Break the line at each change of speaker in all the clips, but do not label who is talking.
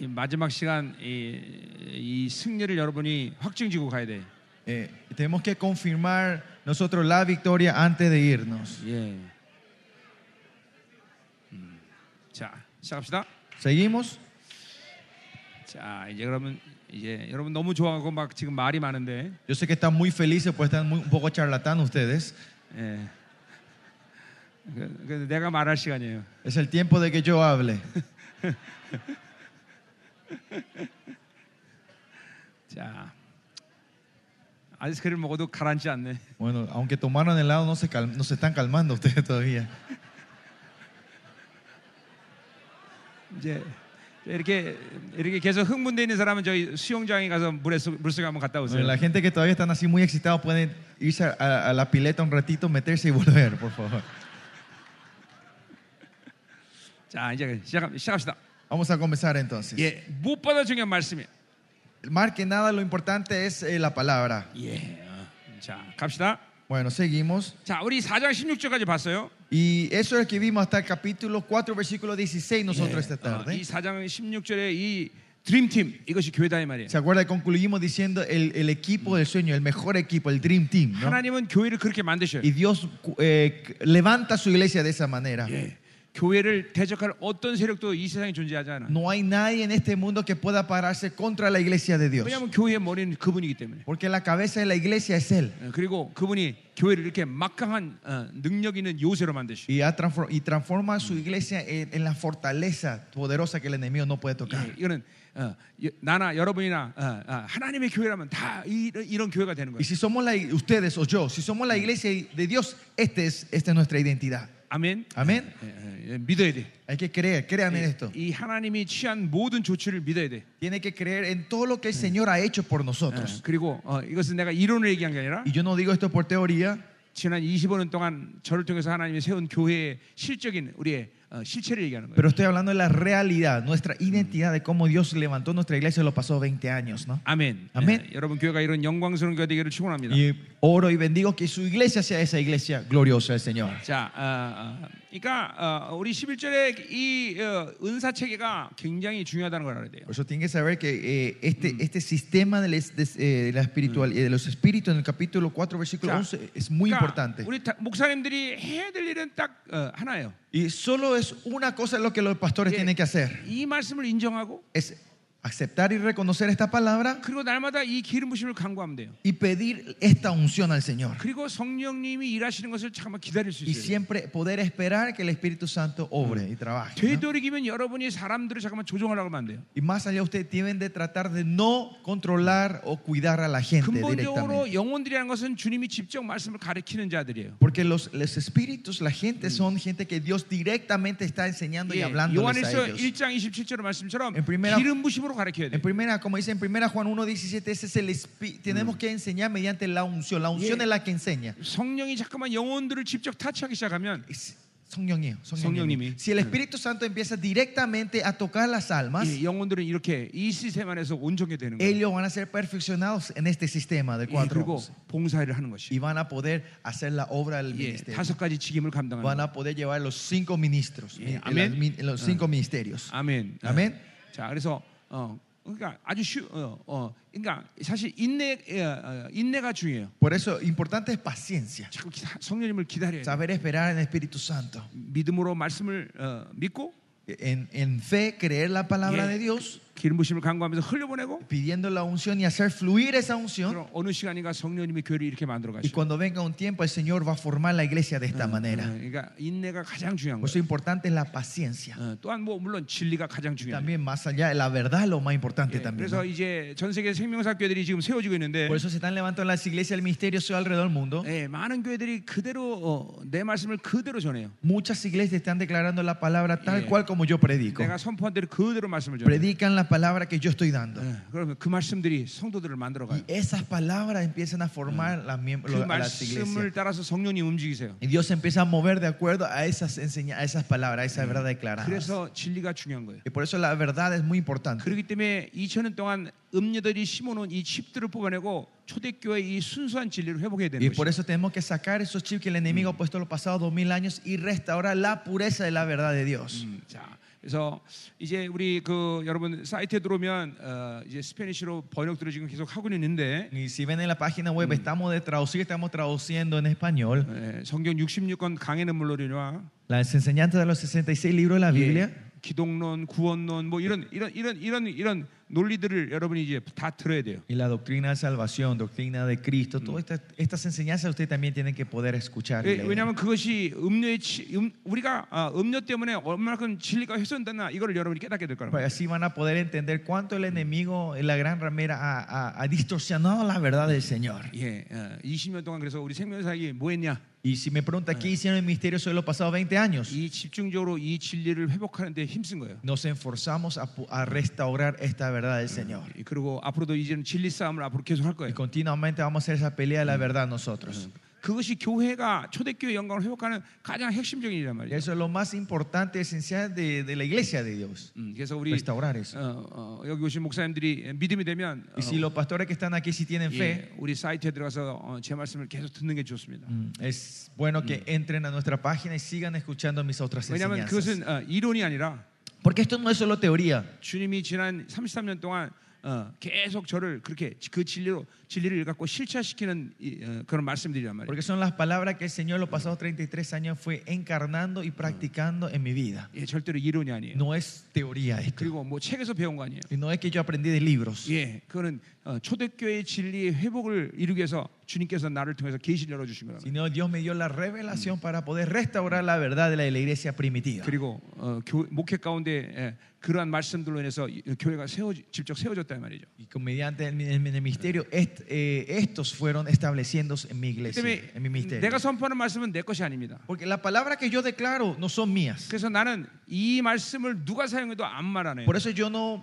이 마지막 시간 이, 이 승리를 여러분이 확증지고 가야 돼.
Eh, tenemos que confirmar nosotros la victoria antes de irnos.
예. 음, 자 시작합시다.
¿Seguimos?
자 이제 그러면 이제 여러분 너무 좋아하고 막 지금 말이 많은데
Yo sé que están muy felices, pues están muy- un poco charlatán ustedes.
예. 그, 그 내가 말할 시간이에요.
Es el tiempo de que yo hable.
자 아이스크림 먹어도 가라앉지 않네.
Bueno, aunque tomaron helado, no se, cal- no se están calmando ustedes todavía.
이제 이렇게 이렇게 계속 흥분돼 있는 사람은 저희 수영장에 가서 물에 수- 물속에 한번 갔다
Bueno,
오세요.
la gente que todavía están así muy excitados pueden irse a- a, a la pileta un ratito, meterse y volver, por favor.
자 이제 시작 시작합시다.
Vamos a comenzar entonces.
예, 무엇보다 중요한 말씀이에요.
Más que nada, lo importante es eh, la palabra.
예. 어. 자, 갑시다.
Bueno, seguimos.
자, 우리 4장 16절까지 봤어요. 네.
Y eso es lo que vimos hasta el capítulo 4, versículo 16 nosotros esta
어, 이
tarde.
4장 16절에 이 드림팀 이것이 교회다 이 말이에요.
¿Se acuerda? que Concluimos diciendo el, el equipo del sueño, el mejor equipo, el Dream Team. ¿no?
하나님은 교회를 그렇게 만드셔요.
Y Dios eh, levanta su iglesia de esa manera.
예. 교회를 대적할 어떤 세력도 이 세상에 존재하지 않아.
No hay nadie en este mundo que pueda pararse contra la iglesia de Dios.
왜냐하면 교회의 머리는 그분이기 때문에.
Porque la cabeza de la iglesia es Él.
어, 그리고 그분이 교회를 이렇게 막강한 어, 능력 있는 요새로 만드시.
Y, ha transfor- y transforma su iglesia en, en la fortaleza poderosa que el enemigo no puede tocar.
예, 이거는 어, 여- 나나 여러분이나 어, 어, 하나님의 교회라면 다 이, 이런 교회가 되는 거예요.
Y si somos la, ustedes o yo, si somos la iglesia de Dios, este es, esta es nuestra identidad.
아멘.
아멘.
예, 예, 믿어야 돼.
Hay que creer, crean en esto.
이 하나님이 취한 모든 조치를 믿어야 돼.
Tiene que creer en todo lo que el Señor ha hecho por
어,
nosotros.
그리고 어, 이것은 내가 이론을 얘기한 게 아니라
Y yo no digo esto por teoría,
지난 25년 동안 저를 통해서 하나님이 세운 교회의 실적인 우리의 어, 실체를 얘기하는 거예요.
pero estoy hablando de la realidad, nuestra identidad, de cómo Dios levantó nuestra iglesia en los pasados 20 años, ¿no?
아멘.
아멘.
예, 여러분 교회가 이런 영광스러운 교회 되기를 축원합니다.
Y oro y bendigo que su iglesia sea esa iglesia gloriosa del Señor.
자, 어, 어, 그러니까 어, 우리 11절에 이 어, 은사 체계가 굉장히 중요하다는 걸 알아야 돼요.
Por eso tienen que saber que eh, este, este sistema de, les- des- eh, de la espiritual, eh, de los espíritus en el capítulo 4, versículo
Ya.
11 es muy importante.
그러니까 우리 다- 목사님들이 해야 될 일은 딱 어, 하나예요.
Y solo es una cosa lo que los pastores
Yeah.
tienen que hacer,
이 말씀을 인정하고
es aceptar y reconocer esta palabra
그리고 날마다 이 기름 부심을 간구하면 돼요.
y pedir esta unción al Señor.
그리고 성령님이 일하시는 것을 잠깐만 기다릴 수
Y
있어요.
siempre poder esperar que el Espíritu Santo obre y trabaje. ¿no?
되도록이면 여러분이 사람들을 잠깐만 조종하려고 하면 안 돼요.
Y más allá ustedes tienen de tratar de no controlar o cuidar a la gente directamente.
근본적으로 영혼들이라는 것은 주님이 직접 말씀을 가르치는 자들이에요.
Porque los, los espíritus, la gente, son gente que Dios directamente está enseñando y
예,
hablando a
요한일서
ellos.
1장 27절 말씀처럼
En primera-
기름 부심으로 가르쳐야
En
돼요.
primera, como dice en primera Juan 1.17, ese es el espí- tenemos que enseñar mediante la unción. La unción
Yeah.
es la que enseña.
성령이 잠깐만 영혼들을 직접 타치하기 시작하면
Es- 성령이에요,
성령님이.
성령님이. Si el Espíritu Santo empieza directamente a tocar las almas,
예, 영혼들은 이렇게 이 시스템 안에서 온전히 되는 거예요.
ellos van a ser perfeccionados en este sistema de
예,
cuatro
그리고
once.
봉사를 하는 것이
y van a poder hacer la obra del
예,
ministerio.
다섯 가지 직임을 감당하는
Van
거
a poder llevar los cinco ministros,
Yeah. Ah.
eh,
Amén.
las min- los cinco ministerios.
아멘. 네.
아멘.
자, 그래서 어, 그러니까 아주 쉬, 어, 어, 그러니까 사실 인내, 예, 어, 인내가 중요해요.
Por eso, importante es paciencia.
자꾸 기다- 성령님을 기다려야 돼요.
Saber esperar en el Espíritu Santo.
믿음으로 말씀을 어, 믿고
En, en fe, creer la palabra
Yeah.
de Dios,
기름 부심을 간구하면서 흘려보내고
pidiendo la unción y hacer fluir esa unción.
그럼 어느 시간인가 성령님이 교회를 이렇게 만들어
Y
가시고
cuando venga un tiempo, el Señor va a formar la iglesia de
Ah,
esta manera.
그러니까 인내가 가장 중요한
Por eso,
거예요.
importante es la paciencia.
어, 또한 뭐 물론 진리가 가장 중요해요.
También, más allá, la verdad es lo más importante
예,
también.
그래서
¿no?
이제 전 세계 생명사 교회들이 지금 세워지고 있는데
Por eso se están levantando las iglesias del ministerio alrededor del mundo.
예, 많은 교회들이 그대로 어, 내 말씀을 그대로 전해요.
Muchas iglesias están declarando la palabra tal
Yeah.
cual como yo predico.
내가 선포한 대로 그대로 말씀을 전해요.
Predican la palabra que yo estoy dando.
예, 그러면 그 말씀들이 성도들을 만들어 가요.
Y esas palabras empiezan a formar las miembros-
그
a las
말씀을
iglesias.
따라서 성령님 움직이세요.
Y Dios se empieza a mover de acuerdo a esas, enseña, a esas palabras, a esa verdad declarada.
그래서 진리가 중요한 거예요.
Y por eso la verdad es muy importante.
그렇기 때문에 2000년 동안 음녀들이 심어놓은 이 칩들을 뽑아내고 초대교회의 이 순수한 진리를 회복해야 되는
Y
것이죠.
por eso tenemos que sacar esos chips que el enemigo ha puesto los pasados dos mil años y restaurar la pureza de la verdad de Dios.
음, 자, 그래서 이제 우리 그 여러분 사이트에 들어오면 어, 이제 스페니쉬로 번역들을 지금 계속 하고 있는데
Y si ven en la página web, estamos de traducir, estamos traduciendo en español
예, 성경 66권 강해는 물론이나
las enseñanzas de los 66 libros de
아,
la Biblia,
예, 기독론, 구원론 뭐 이런 이런 이런 이런 이런 논리들을 여러분이 이제 다 들어야 돼요.
y la doctrina de salvación, doctrina de Cristo, todas estas, estas enseñanzas ustedes también tienen que poder escuchar. y
예, 왜-
leer.
왜냐하면 그것이 음료의 치- 음, 우리가 아, 음료 때문에 얼마큼 진리가 훼손됐나 이걸 여러분이 깨닫게 될 거라고.
Pues Así van a poder entender cuánto el enemigo, la gran ramera, ha, ha- ha distorsionado la verdad del Señor.
예, 어, 20년 동안 그래서 우리 생명사역이 뭐했냐?
Y si me pregunta qué hicieron el misterio sobre los pasados 20 años,
이 집중적으로 이 진리를 회복하는데 힘쓴 거예요.
nos esforzamos a, pu- a restaurar esta verdad del Señor.
예, 그리고 앞으로도 이제는 진리 싸움을 앞으로 계속 할
Y
거예요.
continuamente vamos a hacer esa pelea de la verdad nosotros.
Mm. 그것이 교회가 초대교회 영광을 회복하는 가장 핵심적인 일이란
Y
말이에요.
eso es lo más importante, esencial de, de la iglesia de Dios.
음, 그래서 우리
Restaurar eso.
어, 어, 여기 오신 목사님들이 믿음이 되면 어,
Y si los pastores que están aquí, si tienen fe,
예, 우리 사이트에 들어가서 어, 제 말씀을 계속 듣는 게 좋습니다.
mm, es bueno que entren a nuestra página y sigan escuchando mis otras
왜냐하면
enseñanzas.
그것은 어, 이론이 아니라
Porque esto no es solo teoría.
주님이 지난 33년 동안 어, 계속 저를 그렇게 그 진리로 진리를 갖고 실체시키는 이, 어, 그런 말씀들이란 말이에요.
Porque son las palabras que el Señor los pasados 33 años fue encarnando y practicando en mi vida.
예, 절대로 이론이 아니에요.
No es teoría esto.
그리고 뭐 책에서 배운 거 아니에요.
Y no es que yo aprendí de libros.
예, 그거는 어, 초대교회의 진리의 회복을 이루기 위해서 주님께서 나를 통해서 계시를 열어주신 거라고.
Sino Dios me dio la revelación para poder restaurar la verdad de la de la iglesia primitiva.
그리고 어, 교- 목회 가운데 예, 그러한 말씀들로 인해서 이- 어, 교회가 세워 직접 세워졌다는 말이죠.
Y con- mediante el, mi- el ministerio, est- eh, estos fueron estableciéndose en mi
그
iglesia,
때문에
en mi ministerio.
내가 선포하는 말씀은 내 것이 아닙니다.
Porque las palabras que yo declaro no son mías.
그래서 나는 이 말씀을 누가 사용해도 안 말하네요.
Por eso yo no,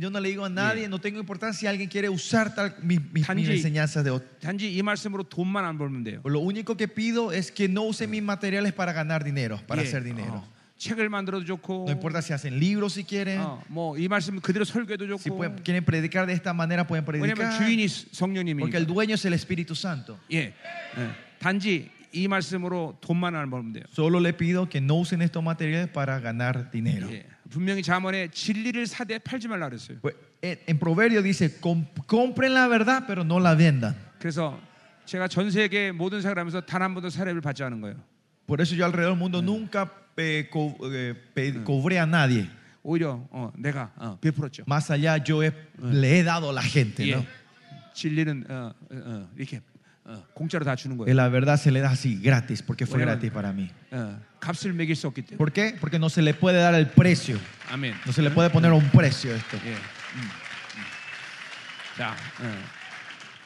yo no le digo a nadie, no tengo importancia si alguien quiere usar tal, mis, mis- mis
Tanji.
enseñanzas de otro.
단지 이 말씀으로 돈만 안 벌면 돼요.
Lo único que pido es que no use mis materiales para ganar dinero, para
예,
hacer dinero.
어, 책을 만들어도 좋고, 어,
No importa si hacen libros si quieren,
Ah. 뭐이 말씀 그대로 설교해도
si
좋고.
pueden- quieren predicar de esta manera pueden
왜냐하면
predicar.
주인이 성령님이니까.
Porque el dueño es el Espíritu Santo.
예, 예. 단지 이 말씀으로 돈만 안 벌면 돼요.
Solo le pido que no usen estos materiales para ganar dinero.
예. 분명히 자문에 진리를 sa되 팔지 말라 그랬어요.
Pues, En en Proverbio dice, "Com- compren la verdad, pero no la vendan.
그래서 제가 전 세계 모든 사람을 하면서 단 한 번도 사례를 받지 않은 거예요.
Por eso yo alrededor del mundo nunca eh, co- eh, pe- cobré a nadie.
오히려 어, 내가 어, 베풀었죠.
Más allá yo he- le he dado a la gente.
예.
¿no?
진리는 어, 어, 어, 이렇게 어, 공짜로 다 주는
Y
거예요.
la verdad se le da así, gratis, porque fue
Bueno.
gratis para mí.
어, 값을 매길 수 없기 때문에.
¿Por qué? Porque no se le puede dar el precio.
아멘.
No se le puede poner un precio a esto.
예. 음, 음. 자, 어.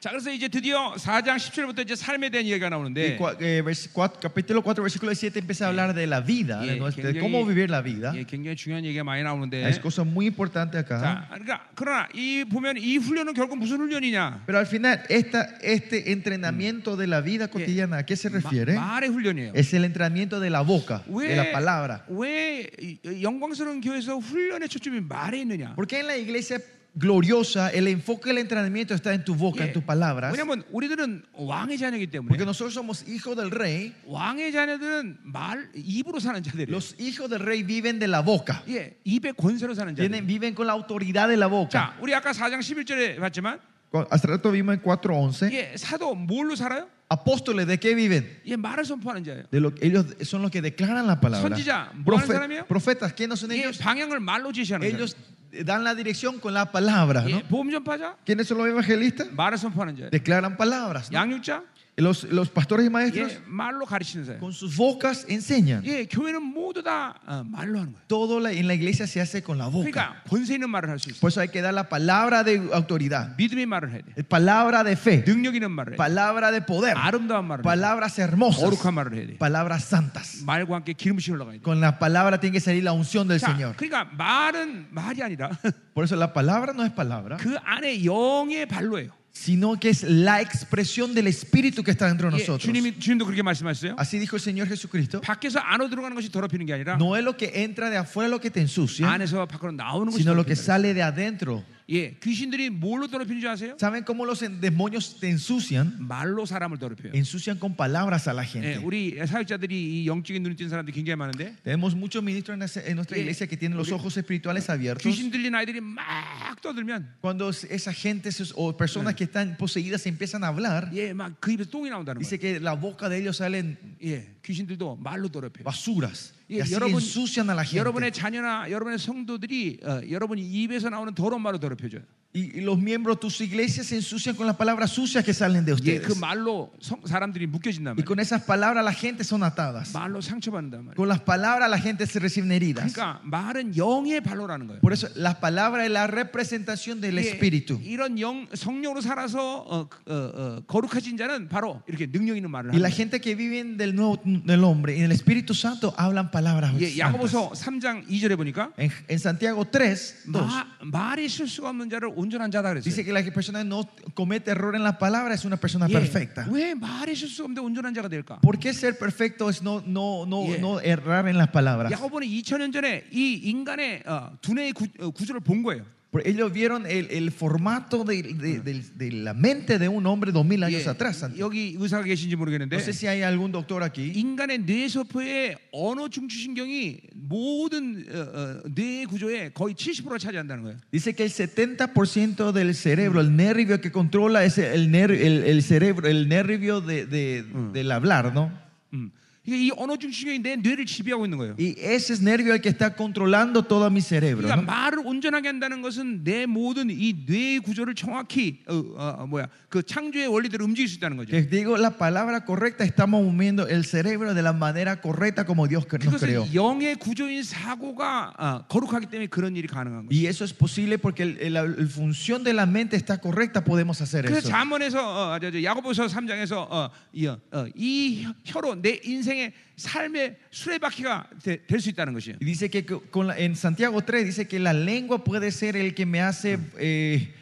자, 그래서 이제 드디어 4장 17절부터 이제 삶에 대한 이야기가
Y
나오는데
cua- eh, vers- cuat- capítulo 4, versículo 7 empieza a hablar de la vida,
예,
de, nuestra- de
굉장히-
cómo vivir la vida.
예, 굉장히 중요한 얘기가 많이 나오는데.
Hay cosas muy importantes acá.
자, 그러니까 그러나 이 보면 이 훈련은 결국 무슨 훈련이냐?
Pero al final, esta, este entrenamiento de la vida cotidiana, ¿a qué se refiere?
마- 말의 훈련이에요.
Es el entrenamiento de la boca, de la palabra.
왜 이- 이 영광스러운 교회에서 훈련의 초점이 말에 있느냐?
Porque en la iglesia gloriosa, el enfoque del entrenamiento está en tu boca, en tus palabras.
예. 왜냐면 우리들은 왕의 자녀이기 때문에
Porque nosotros somos hijos del rey.
왕의 자녀들은 말 입으로 사는 자들이에요.
Los hijos del rey viven de la boca.
예, 입의 권세로 사는 자들.
Tienen- viven con la autoridad de la boca.
자, 우리 아까 4장 11절에 봤지만
Cu- Hace rato vimos en 4.11.
예, 사도 뭘로 살아요?
Apóstoles, ¿de qué viven?
예, 말을 선포하는 자예요.
De lo, ellos son los que declaran la palabra.
Sonjija, ¿buenos
Profe-
saramio?
profetas, ¿quiénes son
예,
ellos?
방향을 말로 지시하는 자예요.
Ellos dan la dirección con la palabra. ¿no?
예, 보험 전파자
¿Quiénes son los evangelistas?
말을 선포하는 자예요.
Declaran palabras. ¿no?
양육자
Los, los pastores y maestros
예, 말로 가르치는 자예요.
con sus bocas enseñan.
예, 교회는 modu 다 어, 말로 하는 거예요.
Todo la- en la iglesia se hace con la boca.
그러니까 권세 있는 말을 할 수 있어요.
Por eso hay que dar la palabra de autoridad,
믿음의 말을 해야 돼.
palabra de fe,
능력 있는 말을 해야 돼.
palabra de poder,
아름다운 말을 해야 돼.
palabras hermosas,
거룩한 말을 해야 돼.
palabras santas.
말과 함께 기름이 올라가야 돼.
Con la palabra tiene que salir la unción del
자,
Señor.
그러니까 말은 말이 아니라
Por eso la palabra no es palabra,
그 안에 영의 발로예요.
sino que es la expresión del Espíritu que está dentro de
예,
nosotros.
주님이 주님도 그렇게 말씀하셨어요.
Así dijo el Señor Jesucristo.
밖에서 안으로 들어가는 것이 더럽히는 게 아니라
Ah, No es lo que entra de afuera lo que te ensucia,
안에서 밖으로 나오는 것이
sino lo que
더럽히는
sale de adentro.
거예요. 예, 귀신들이 뭘로 더럽히는 줄 아세요?
¿Saben cómo los en- demonios te ensucian?
말로 사람을 더럽혀요.
Ensucian con palabras a la
예,
gente.
우리 사역자들이 이 영적인 눈이 뜬 사람들이 굉장히 많은데
Tenemos muchos ministros en ese- en nuestra
Eh,
iglesia que tienen los ojos espirituales abiertos.
귀신 들린 아이들이 막 떠들면
Cuando esa gente esos- o personas que están poseídas empiezan a hablar,
예, 막 그 입에서 똥이 나온다는 거예요.
dice que la boca de ellos salen
예, 귀신들도 말로 더럽혀요.
basuras y
예,
así
여러분,
ensucian a la gente.
여러분의 자녀나 여러분의 성도들이 어, 여러분 입에서 나오는 더러운 말로 더럽혀져요.
Y y los miembros de tus iglesias se ensucian con las palabras sucias que salen de
예, 그
ustedes.
말로 성- 사람들이 묶여진단
Y
말이에요.
con esas palabras la gente son atadas.
말로 상처받는단 말이에요.
Con las palabras la gente se reciben heridas.
그러니까 말은 영의 발로라는 거예요.
Por eso las palabras es la representación del
예,
espíritu.
이런 영 성령으로 살아서 어, 어, 어, 거룩해진 자는 바로 이렇게 능력 있는 말을
Y
하는
la
거예요.
gente que vive en del nuevo del hombre y en el Espíritu Santo hablan palabras.
예,
santas.
야고보서 3장 2절에 보니까
En, en Santiago 3, 2,
마, 말이 실수가 없는 자를 온전한 자다 그랬어요.
dice que la persona que no comete error en la palabra es una persona
예,
perfecta.
왜 말이 실수가 없는데 온전한 자가 될까?
¿Por qué ser perfecto es no, no, no,
Yeah.
no errar en las palabras?
야고보는 2000년 전에 이 인간의 어, 두뇌의 구, 어, 구조를 본 거예요.
Porque ellos vieron el, el formato de, de- del- de la mente de un hombre dos mil
예,
años atrás. Santi.
여기 의사가 계신지 모르겠는데
No sé si hay algún doctor aquí.
인간의 뇌세포의 언어 중추신경이 모든 어, 어, 뇌 구조의 거의 70%를 차지한다는 거예요.
Dice que el 70% del cerebro, el nervio que controla es el, ner- el, el cerebro, el nervio de, de- del hablar, ¿no?
음. 이게 이 언어 중추신경이 내 뇌를 지배하고 있는 거예요.
Y ese es nervio el que está controlando todo mi cerebro.
그러니까
¿no?
말을 온전하게 한다는 것은 내 모든 이 뇌의 구조를 정확히 어, 어, 어, 뭐야 그 창조의 원리대로 움직일 수 있다는 거죠.
Que digo la palabra correcta, estamos moviendo el cerebro de la manera correcta como Dios cre- nos creó.
그것은 영의 구조인 사고가 아, 거룩하기 때문에 그런 일이 가능한 거예요.
Y eso es posible porque el- el- la la función de la mente está correcta, podemos hacer
그래서
eso.
잠언에서 어, 저, 저, 야고보서 3장에서 어, 이, 어, 어, 이 혀- 혀로 내 인생의 삶의 수레바퀴가 될 수 있다는 것이에요.
Y dice que co- con la- en Santiago 3 dice que la lengua puede ser el que me hace. Eh,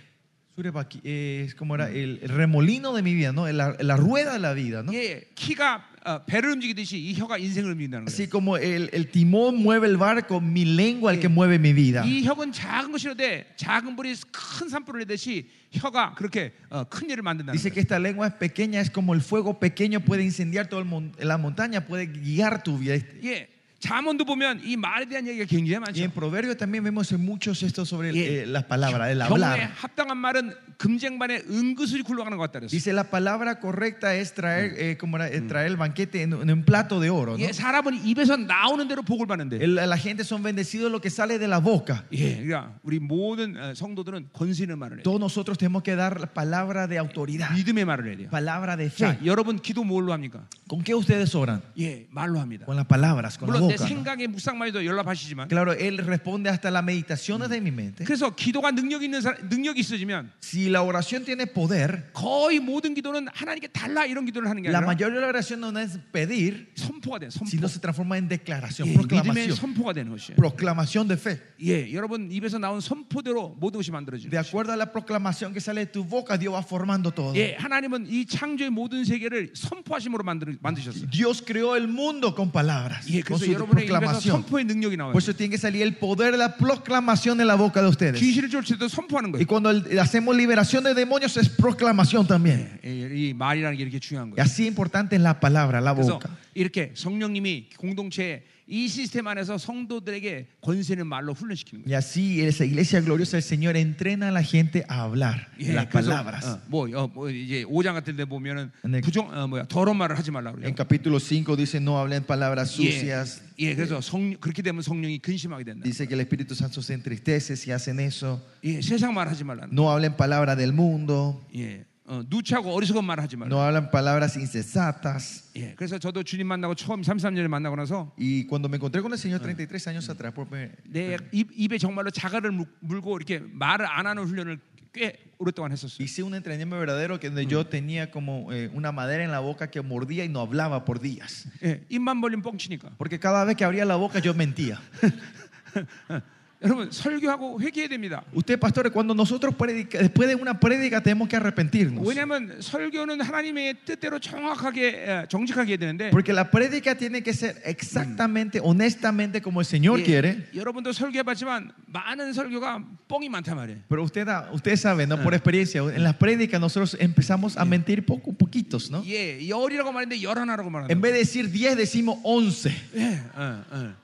surebaki- eh, ¿cómo era? El el remolino de mi vida, ¿no? La, la rueda de la vida, ¿no?
예, 키가 어, 배를 움직이듯이 이 혀가 인생을 움직인다는 거예요.
Así como el, el timón mueve el barco, mi lengua el que mueve mi vida.
이 혀는 작은 것이로되 작은 불이 큰 산불을 내듯이 혀가 그렇게 어, 큰 일을 만든다는
Dice
거예요.
que esta lengua es pequeña, es como el fuego pequeño puede incendiar toda el mon- la montaña, puede guiar tu vida.
예, 잠언도 보면 이 말에 대한 얘기가 굉장히
Y en
많죠.
Proverbios también vemos en muchos esto sobre el-
Yeah.
eh, las palabras, el
경우에
hablar.
합당한 말은 금쟁반에 은근슬이 굴러가는 것 같다 그랬어요.
Dice la palabra correcta es traer, eh, como era, eh, traer el banquete en, en un plato de oro. ¿no?
예, 사람은 입에서 나오는 대로 복을 받는데.
El- la gente son bendecidos lo que sale de la boca.
예, 그러니까 우리 모든 어, 성도들은 권수는 말을 해요.
Todos nosotros tenemos que dar la palabra de autoridad,
믿음의 말을 해야 돼요.
palabra de fe.
자, 여러분 기도 뭘로 합니까?
¿Con qué ustedes oran?
예, 말로 합니다.
Con las palabras, con la
물론 내
boca. ¿no?
생각의 묵상만에도 연락하시지만
Claro, él responde hasta las meditaciones de mi mente.
그래서 기도가 능력 있는 사람, 능력이 있어지면
Si la oración tiene poder,
거의 모든 기도는 하나님께 달라 이런 기도를 하는 게
la
아니라
mayoría de la oración no es pedir,
선포가 돼요.
sino
선포.
se transforma en declaración,
예, 믿음의
proclamación.
선포가 되는 것이에요.
Proclamación de fe.
예, 여러분 입에서 나온 선포대로 모든 것이 만들어지는
De
것이에요.
acuerdo a la proclamación que sale de tu boca, Dios va formando todo.
예, 하나님은 이 창조의 모든 세계를 선포하심으로 만들, 만드셨어요.
Dios creó el mundo con palabras,
예,
con
그래서
su
여러분의 입에서
proclamación.
선포의 능력이 나와요.
Por eso tiene que salir el poder de la proclamación de la boca de ustedes.
귀신을 쫓을 때도 선포하는
Y
거예요.
cuando el- hacemos liberación de demonios es proclamación también.
예, 이 말이라는 게 이렇게 중요한
Y
거예요.
así importante es la palabra, la
그래서
boca.
이렇게 성령님이 공동체에 이 시스템 안에서 성도들에게 권세는 말로 훈련시키는 거예요.
Y así esa iglesia gloriosa del Señor entrena a la gente a hablar
예,
las
그래서,
palabras.
어, 뭐, 어, 뭐 이제 5장 같은 데 보면은
네.
부정 어, 뭐야 더러운 말을 하지 말라고 그래요.
En capítulo 5 dice no hablen palabras
예,
그러니까 sucias.
예, 그래서 성, 그렇게 되면 성령이 근심하게 된다.
Dice que el Espíritu Santo se entristece si hacen eso.
예, 세상 말 하지 말라는.
No hablen palabras del mundo.
거예요. 예, 어, 누추하고 어리석은 말 하지 말라.
No hablan palabras insensatas.
예, 그래서 저도 주님 만나고 처음 33년에 만나고 나서
Y cuando me encontré con el Señor 33 años atrás, pues, por primera-
내 입, 입에 정말로 자갈을 물- 물고 이렇게 말을 안 하는 훈련을 꽤 오랫동안 했었어요.
hice un entrenamiento verdadero que donde yo tenía como eh, una madera en la boca que mordía y no hablaba por días.
예, 입만 벌리면 뻥치니까.
Porque cada vez que abría la boca yo mentía.
예, 여러분 설교하고 회개해야 됩니다.
Usted, pastor, cuando nosotros predica- después de una prédica tenemos que arrepentirnos.
왜냐하면 설교는 하나님의 뜻대로 정확하게 어, 정직하게 해야 되는데
Porque la prédica tiene que ser exactamente, honestamente como el Señor
예,
quiere.
여러분도 설교해봤지만 많은 설교가 뽕이 많단 말이에요.
Pero usted, da- usted sabe, ¿no?
Ah.
Por experiencia, en las prédicas nosotros empezamos a mentir poco, poquitos, ¿no?
예, 열이라고 말했는데 열하나라고 말하는
En vez de decir 10, decimos 11.
거예요. 예, 어, 어.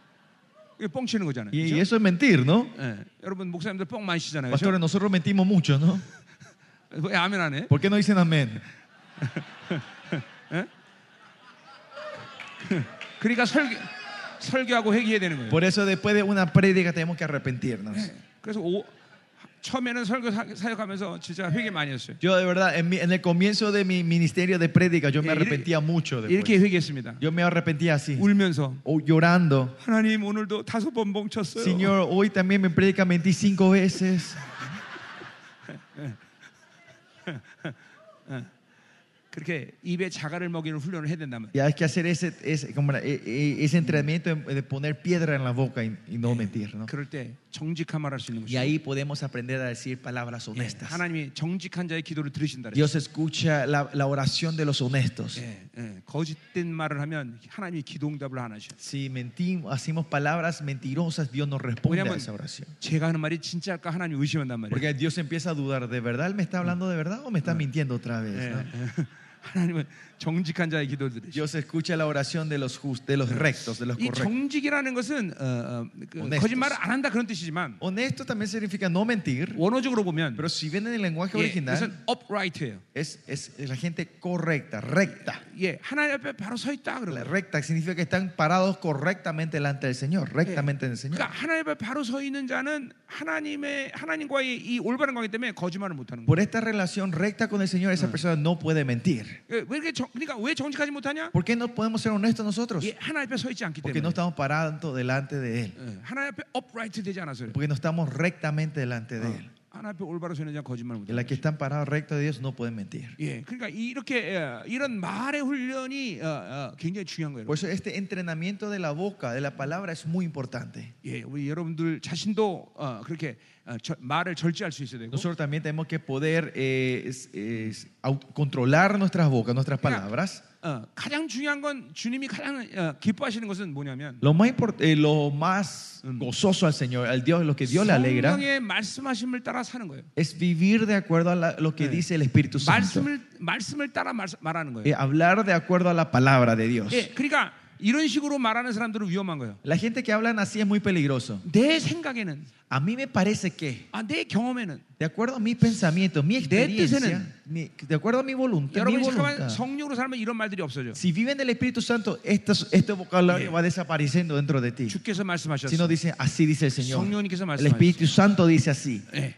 이게 뻥치는 거잖아요.
Y,
그죠?
y eso es mentir, ¿no?
예, 여러분 목사님들 뻥 많이 치잖아요. 그죠?
Pastores, nosotros mentimos mucho, ¿no?
왜 아멘 안 해?
¿Por qué no dicen amén?
그러니까 설교, 설교하고 회개해야 되는 거예요.
Por eso después de una prédica tenemos que arrepentirnos.
그래서 오- 처음에는 설교 사- 사역하면서 진짜 회개 많이 했어요.
Yo de verdad, en, mi- en el comienzo de mi ministerio de prédica, yo me
Eh, ir-
arrepentía mucho. después.
이렇게 회개했습니다.
Yo me arrepentía así,
울면서
o llorando.
하나님 오늘도 다섯 번 멈췄어요.
Señor, hoy también me predica mentí cinco veces.
그렇게 입에 자갈을 먹이는 훈련을 해야 된다면.
Y hay que hacer ese, ese, como era, e- e- ese entrenamiento de- de poner piedra en la boca y, y no mentir. ¿no?
그럴 때 정직한 말할 수 있는
Y
것이죠.
ahí podemos aprender a decir palabras
네,
honestas.
하나님이 정직한 자의 기도를 들으신다. 그랬어요.
Dios escucha la, la oración de los honestos.
예, 예. 거짓된 말을 하면 하나님이 기도응답을 안 하셔.
Si mentimos, hacemos palabras mentirosas, Dios nos responde a
Oye,
esa oración.
제가 하는 말이 진짜일까 하나님 의심한단 말이에요.
Porque Dios empieza a dudar, ¿de verdad él me está hablando de verdad o me está mintiendo otra vez?
예,
no?
예. 하나님은 정직한 자의 기도를 들으셔.
Dios escucha la oración de los justos, de los rectos, de los
이
correctos.
정직이라는 것은 어, 어, 그
Honestos.
거짓말을 안 한다 그런 뜻이지만
Honesto también significa no mentir,
원어적으로 보면
pero si ven en el lenguaje
예, 이것은
original,
upright예요.
es, es la gente correcta, recta.
예, 하나님 앞에 바로 서 있다
La
그러면.
recta significa que están parados correctamente delante del Señor, rectamente en el Señor.
그러니까 하나님 앞에 바로 서 있는 자는 하나님의 하나님과의 이 올바른 관계 때문에 거짓말을 못 하는 거예요.
Por esta relación recta con el Señor, esa persona no puede mentir.
예, 왜 이렇게 정, 그러니까 왜 정직하지 못하냐?
¿Por qué no podemos ser honestos nosotros?
예, 하나님 앞에 서 있지 않기
Porque no
때문에.
estamos parados delante de Él.
예, 하나님 앞에 upright 되지 않아서 그래요.
Porque no estamos rectamente delante de Él.
어, 하나님 앞에 올바로 서 있는 자는 거짓말을 못
Y la
하는
que
거예요.
están parados recto de Dios no pueden mentir.
예, 그러니까 이렇게 예, 이런 말의 훈련이 어, 어, 굉장히 중요한 거예요.
Por eso este entrenamiento de la boca, de la palabra, es muy importante.
예, 우리 여러분들 자신도 어, 그렇게 어, 저- 말을 절제할 수 있어야 되고.
Nosotros también tenemos que poder eh, es- es au- controlar nuestras bocas, nuestras
Mira.
palabras.
어, 가장 중요한 건 주님이 가장 어, 기뻐하시는 것은 뭐냐면
Lo más, import- eh, lo más gozoso al Señor, al Dios, lo que Dios le alegra,
성령의 말씀하심을 따라 사는 거예요.
es vivir de acuerdo a la- lo
Sí.
que dice el Espíritu Santo.
말씀을 말씀을 따라 말, 말하는 거예요.
Eh, hablar de acuerdo a la palabra de Dios.
예, 그러니까 이런 식으로 말하는 사람들은 위험한 거예요.
La gente que hablan así es muy peligroso.
내 생각에는,
A mí me parece que,
아, 내 경험에는
de acuerdo a mis pensamientos, mi experiencia, mi- de acuerdo a mi voluntad, mi
여러분 잠깐만
voluntad.
성령으로 살면 이런 말들이 없어져.
Si viven del Espíritu Santo, este, este vocabulario
Sí.
va desapareciendo dentro de ti.
주께서
Si no
말씀하셨어.
dice así dice el Señor.
성령님께서
El Espíritu Santo dice así.
예.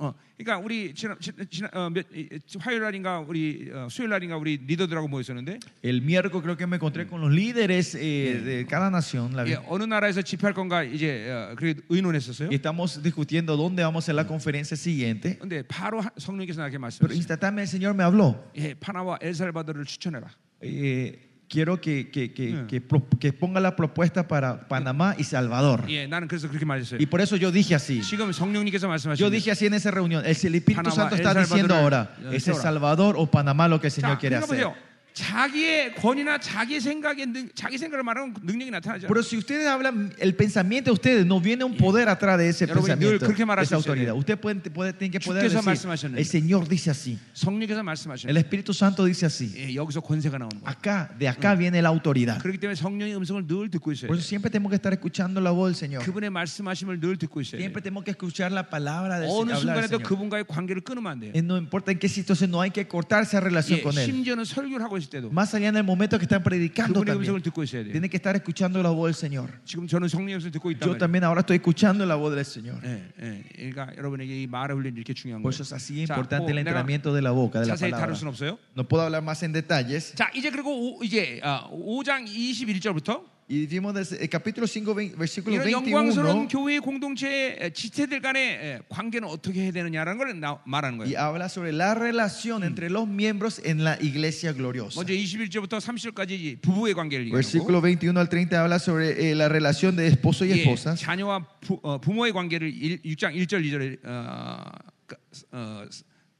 어, 그러니까 우리 지난 지- 지난 어, 몇, 이- 이- 화요일 날인가 우리 어, 수요일 날인가 우리 리더들하고 모였었는데
El miércoles creo que me encontré con los líderes
Mm.
eh, de cada nación. la
예,
vi-
어느 나라에서 집회할 건가 이제 어, 그래 의논했었어요.
Y estamos discutiendo dónde vamos a hacer la
Mm.
conferencia siguiente.
근데 바로 하- 성령님께서 나에게
Pero
말씀하셨어요.
instantáneamente el Señor me habló.
예, 파나와 엘살바도를 추천해라.
Eh, quiero que, que- que-
Mm.
que pro- que ponga la propuesta para Panamá y Salvador.
예, 나는 그래서 그렇게 말했어요.
Y por eso yo dije así.
지금 성령님께서
Yo
말씀하셨어요.
dije así en esa reunión. El Espíritu
Panamá,
Santo
El
está diciendo
Salvador,
ahora,
El
es el
Salvador.
Salvador o Panamá lo que el
자,
Señor quiere
그러니까
hacer.
보세요. 자기의 권위나 자기 생각의 능, 자기 생각을 말하면 능력이 나타나죠.
Pero si ustedes hablan el pensamiento de ustedes, no viene un poder atrás de ese
Pero bueno, yo
pensamiento,
creo que
de
말하실
esa autoridad.
수
Usted pueden, puede, tienen que poder
주께서
decir,
말씀하셨는데.
el Señor dice así,
성령께서
el
말씀하셨어요.
Espíritu Santo dice así.
예, 여기서 권세가 나오는 거예요.
Acá, de acá viene la autoridad.
그렇기 때문에 성령의 음성을 늘 듣고 있어요.
Por eso siempre tenemos Mm. que estar escuchando la voz del Señor.
그분의 말씀하심을 늘 듣고 있어요.
Siempre tenemos que Oh, escuchar la palabra del
어느
Señor. hablar
순간에도
del Señor.
그분과의 관계를 끊으면 안 돼요.
Eh, No importa en qué situación, no hay que cortar esa relación
예,
con Él.
심지어는 설교를 하고 있을 때도
Más allá en el momento que están predicando
그분의 음성을
también,
듣고 있어야 돼요.
tienen que estar escuchando la voz del Señor.
지금 저는 성령의 음성을 듣고 있다.
Yo también ahora estoy escuchando la voz del Señor.
예, 예. 그러니까 여러분에게 이 말을 훈련 이렇게 중요한
Por
거예요.
eso es así
자,
importante
뭐
el
내가
entrenamiento de la boca, de la
자세히 다룰
palabra.
수는 없어요.
No puedo hablar más en detalles.
자, 이제 그리고 오, 이제 아, 5장 21절부터
Y vimos desde el capítulo 5, vein- versículo
이런 영광스러운
21.
교회 공동체의 에, 지체들 간의 에, 관계는 어떻게 해야 되느냐라는 걸 나- 말하는
Y
거예요.
habla sobre la relación entre los miembros en la iglesia gloriosa.
먼저 21절부터 30절까지 부부의 관계를 얘기하고
Versículo 21 al 30 habla sobre eh, la relación de esposo y
예,
esposa.
자녀와 부, 모의 관계를 6장 1절 2절에 어, 그, 어,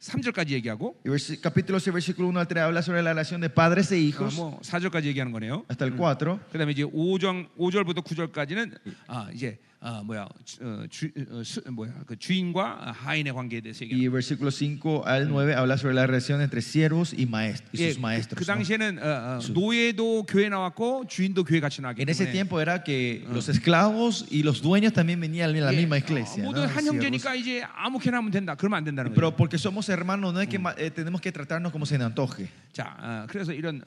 3절까지 얘기하고
Y versi- capítulo 6, versículo 1 al 3 habla sobre la relación de padres e
어,
hijos.
뭐 4절까지 얘기하는 거네요.
Hasta el 4.
그다음에 이제 5장 5절부터 9절까지는 아 이제 아 뭐야 주- 어, 주, 어, 수, 뭐야 그 주인과 하인의 관계에 대해서 얘기하는
Y versículo 5 al 9 habla sobre la relación entre siervos y, maest- y
예,
sus maestros.
그
¿no?
당시에는 어, 어, 노예도 교회 나왔고 주인도 교회 같이 나왔기
En ese
때문에
tiempo era que los esclavos y los dueños también venían a la
예,
misma iglesia.
아,
¿no?
모두 한
Siervos.
형제니까 이제 아무렇게나 하면 된다. 그러면 안 된다는 거예요.
Pero porque somos hermanos, no es que ma- eh, tenemos que tratarnos como se nos antoje.
자, 어, 그래서 이런 어,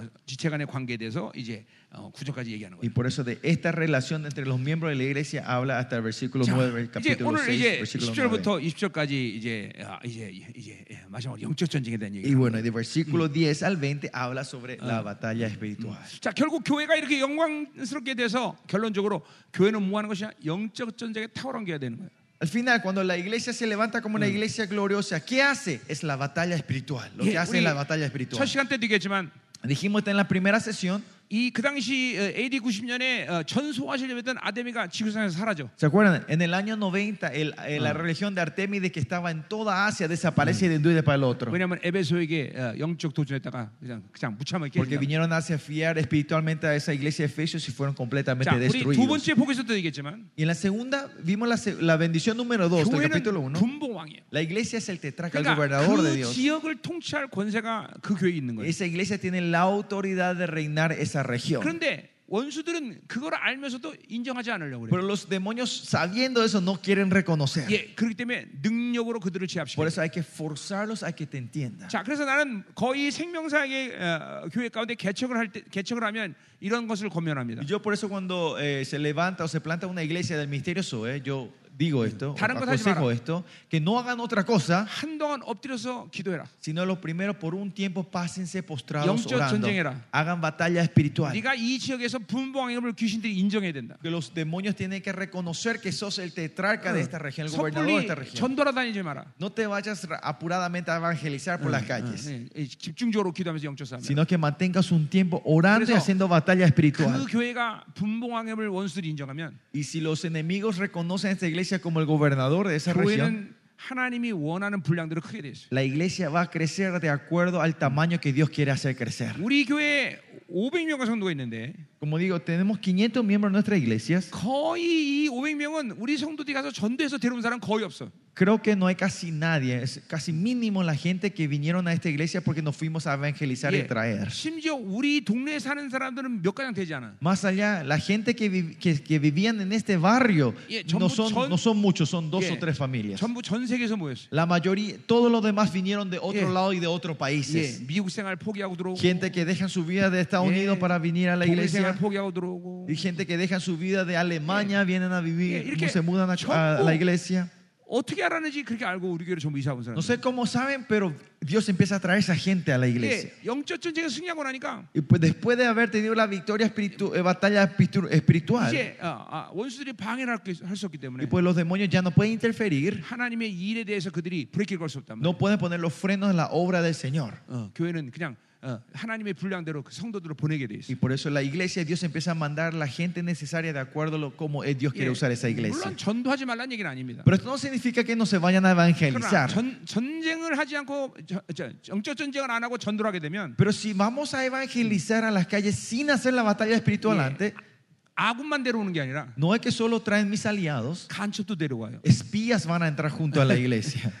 어, 지체 간의 관계에 대해서 이제 어, 구절까지 얘기하는
Y
거예요.
por eso de esta relación entre los miembros de la iglesia habla hasta el versículo
자,
9, el
이제
capítulo
오늘
6,
이제
versículo 9.
10절부터 20절까지 이제 아, 이제 이제 예, 마지막으로 영적 전쟁에 대한 얘기.
Y bueno, y de versículo 10 al 20 habla sobre la batalla espiritual.
자, 결국 교회가 이렇게 영광스럽게 돼서 결론적으로 교회는 뭐 하는 것이냐? 영적 전쟁에 탁월한 게야 되는 거예요.
Al final, cuando la iglesia se levanta como una iglesia gloriosa, ¿qué hace? Es la batalla espiritual. Lo
예,
que hace es la
우리 첫
batalla espiritual.
시간 때도 얘기했지만
Dijimos en la primera sesión,
이 그 당시 어, AD 90년에 어, 전소화시를 했던 아데미가 지구상에서 사라져.
¿se acuerdan? En el año 90, el- eh, la religión de Artemide que estaba en toda Asia desaparece de un día para el otro.
왜냐하면 에베소에게 어, 영적 도전했다가 그냥 그냥 무참하게
Porque
깨진다.
vinieron a fiar espiritualmente a esa iglesia de Efesios y fueron
자,
completamente
우리 두
destruidos.
번째 포기에서도 얘기했지만
Y en la segunda vimos la, se- la bendición número 2 del capítulo
교회는
1.
분봉왕이에요.
La iglesia es el tetraca, el
그러니까
gobernador de
그
Dios.
지역을 통치할 권세가 그 교회에 있는 거예요.
Esa iglesia tiene la autoridad de reinar esa región.
그런데 원수들은 그걸 알면서도 인정하지 않으려고
Pero
그래요.
los demonios, sabiendo eso, no quieren reconocer.
예, 그렇기 때문에 능력으로 그들을
Por
제압시켜요.
eso hay que forzarlos a que te entiendan.
자, 그래서 나는 거의 생명사의 어, 교회 가운데 개척을 할 때, 개척을 하면 이런 것을 권면합니다.
Y yo por eso cuando eh, se levanta o se planta una iglesia del misterio Zoe, yo digo esto,
다른 거 하지
aconsejo
마라.
esto, que no hagan otra cosa,
한동안 엎드려서 기도해라.
sino los primeros por un tiempo pásense postrados
영적
orando.
전쟁해라.
Hagan batalla espiritual.
네가 이 지역에서 분봉왕임을 귀신들이 인정해야 된다.
Que los demonios tienen que reconocer que sos el tetrarca de esta 그러니까 región, el gobernador de
섣불리
esta región.
전돌아 다니지 마라.
No te vayas ra- apuradamente a evangelizar por las calles.
예, 예, 집중적으로 기도하면서 영적 싸움.
sino que mantengas un tiempo orando y
그래서
haciendo batalla espiritual.
그 교회가 분봉왕임을 원수들이 인정하면
Y si los enemigos reconocen a esta iglesia como el gobernador de esa región,
교회는 하나님이 원하는 분량대로 크게 돼 있어요.
la iglesia va a crecer de acuerdo al tamaño que Dios quiere hacer crecer.
우리 교회에 500명의 성도가 있는데
Como digo, tenemos 500 miembros en nuestras iglesias.
거의 이 500명은 우리 성도들이 가서 전도해서 데려온 사람 거의 없어.
Creo que no hay casi nadie, es casi mínimo la gente que vinieron a esta iglesia porque nos fuimos a evangelizar y
예,
traer.
심지어 우리 동네에 사는 사람들은 몇 가장 되지 않아.
Más allá, la gente que, vi- que- que vivían en este barrio
Yeah,
no
전부
son,
전-
no son muchos, son dos
Yeah.
o tres familias.
전부 전 세계에서 모였어.
La mayoría, todos los demás vinieron de
Yeah.
otro lado y de otros países.
예, 미국 생활 포기하고 들어오고,
Gente que dejan su vida de
Yeah.
Estados Unidos para venir a la
독일 생활
iglesia.
포기하고 들어오고,
Y gente que dejan su vida de Alemania, vienen
Yeah,
a vivir,
이렇게
se mudan a, a
전부-
la iglesia.
어떻게 알았는지 그렇게 알고 우리 교회로 전부 이사 온 사람.
No sé cómo 사ben, pero Dios empieza a traer esa gente a la iglesia.
예, 영적 전쟁에 승리하고 나니까
Y pues después de haber tenido la victoria espiritu- eh, batalla espiritu- espiritual,
이제 어, 아, 원수들이 방해를 할 수 없기
y
때문에
pues los demonios ya no pueden interferir,
하나님의 일에 대해서 그들이 브레이크를 걸 수 없단 말이야.
no pueden poner los frenos en la obra del Señor.
어, 교회는 그냥 어, 하나님의 분량대로 그 성도들을 보내게 돼 있어.
Y por eso la iglesia, Dios empieza a mandar la gente necesaria de acuerdo a lo- cómo eh, Dios
예,
quiere usar esa iglesia.
물론 전도하지 말란 얘기는 아닙니다.
Pero esto no significa que no se vayan a
그러나
evangelizar.
전, 전쟁을 하지 않고 저, 저, 영적 전쟁을 안 하고 전도를 하게 되면
Pero si vamos a evangelizar a las calles sin hacer la batalla espiritual
Yeah.
antes,
아군만 데려오는 게 아니라
no es que solo traen mis aliados,
간첩도 데려와요.
espías van a entrar junto a la iglesia.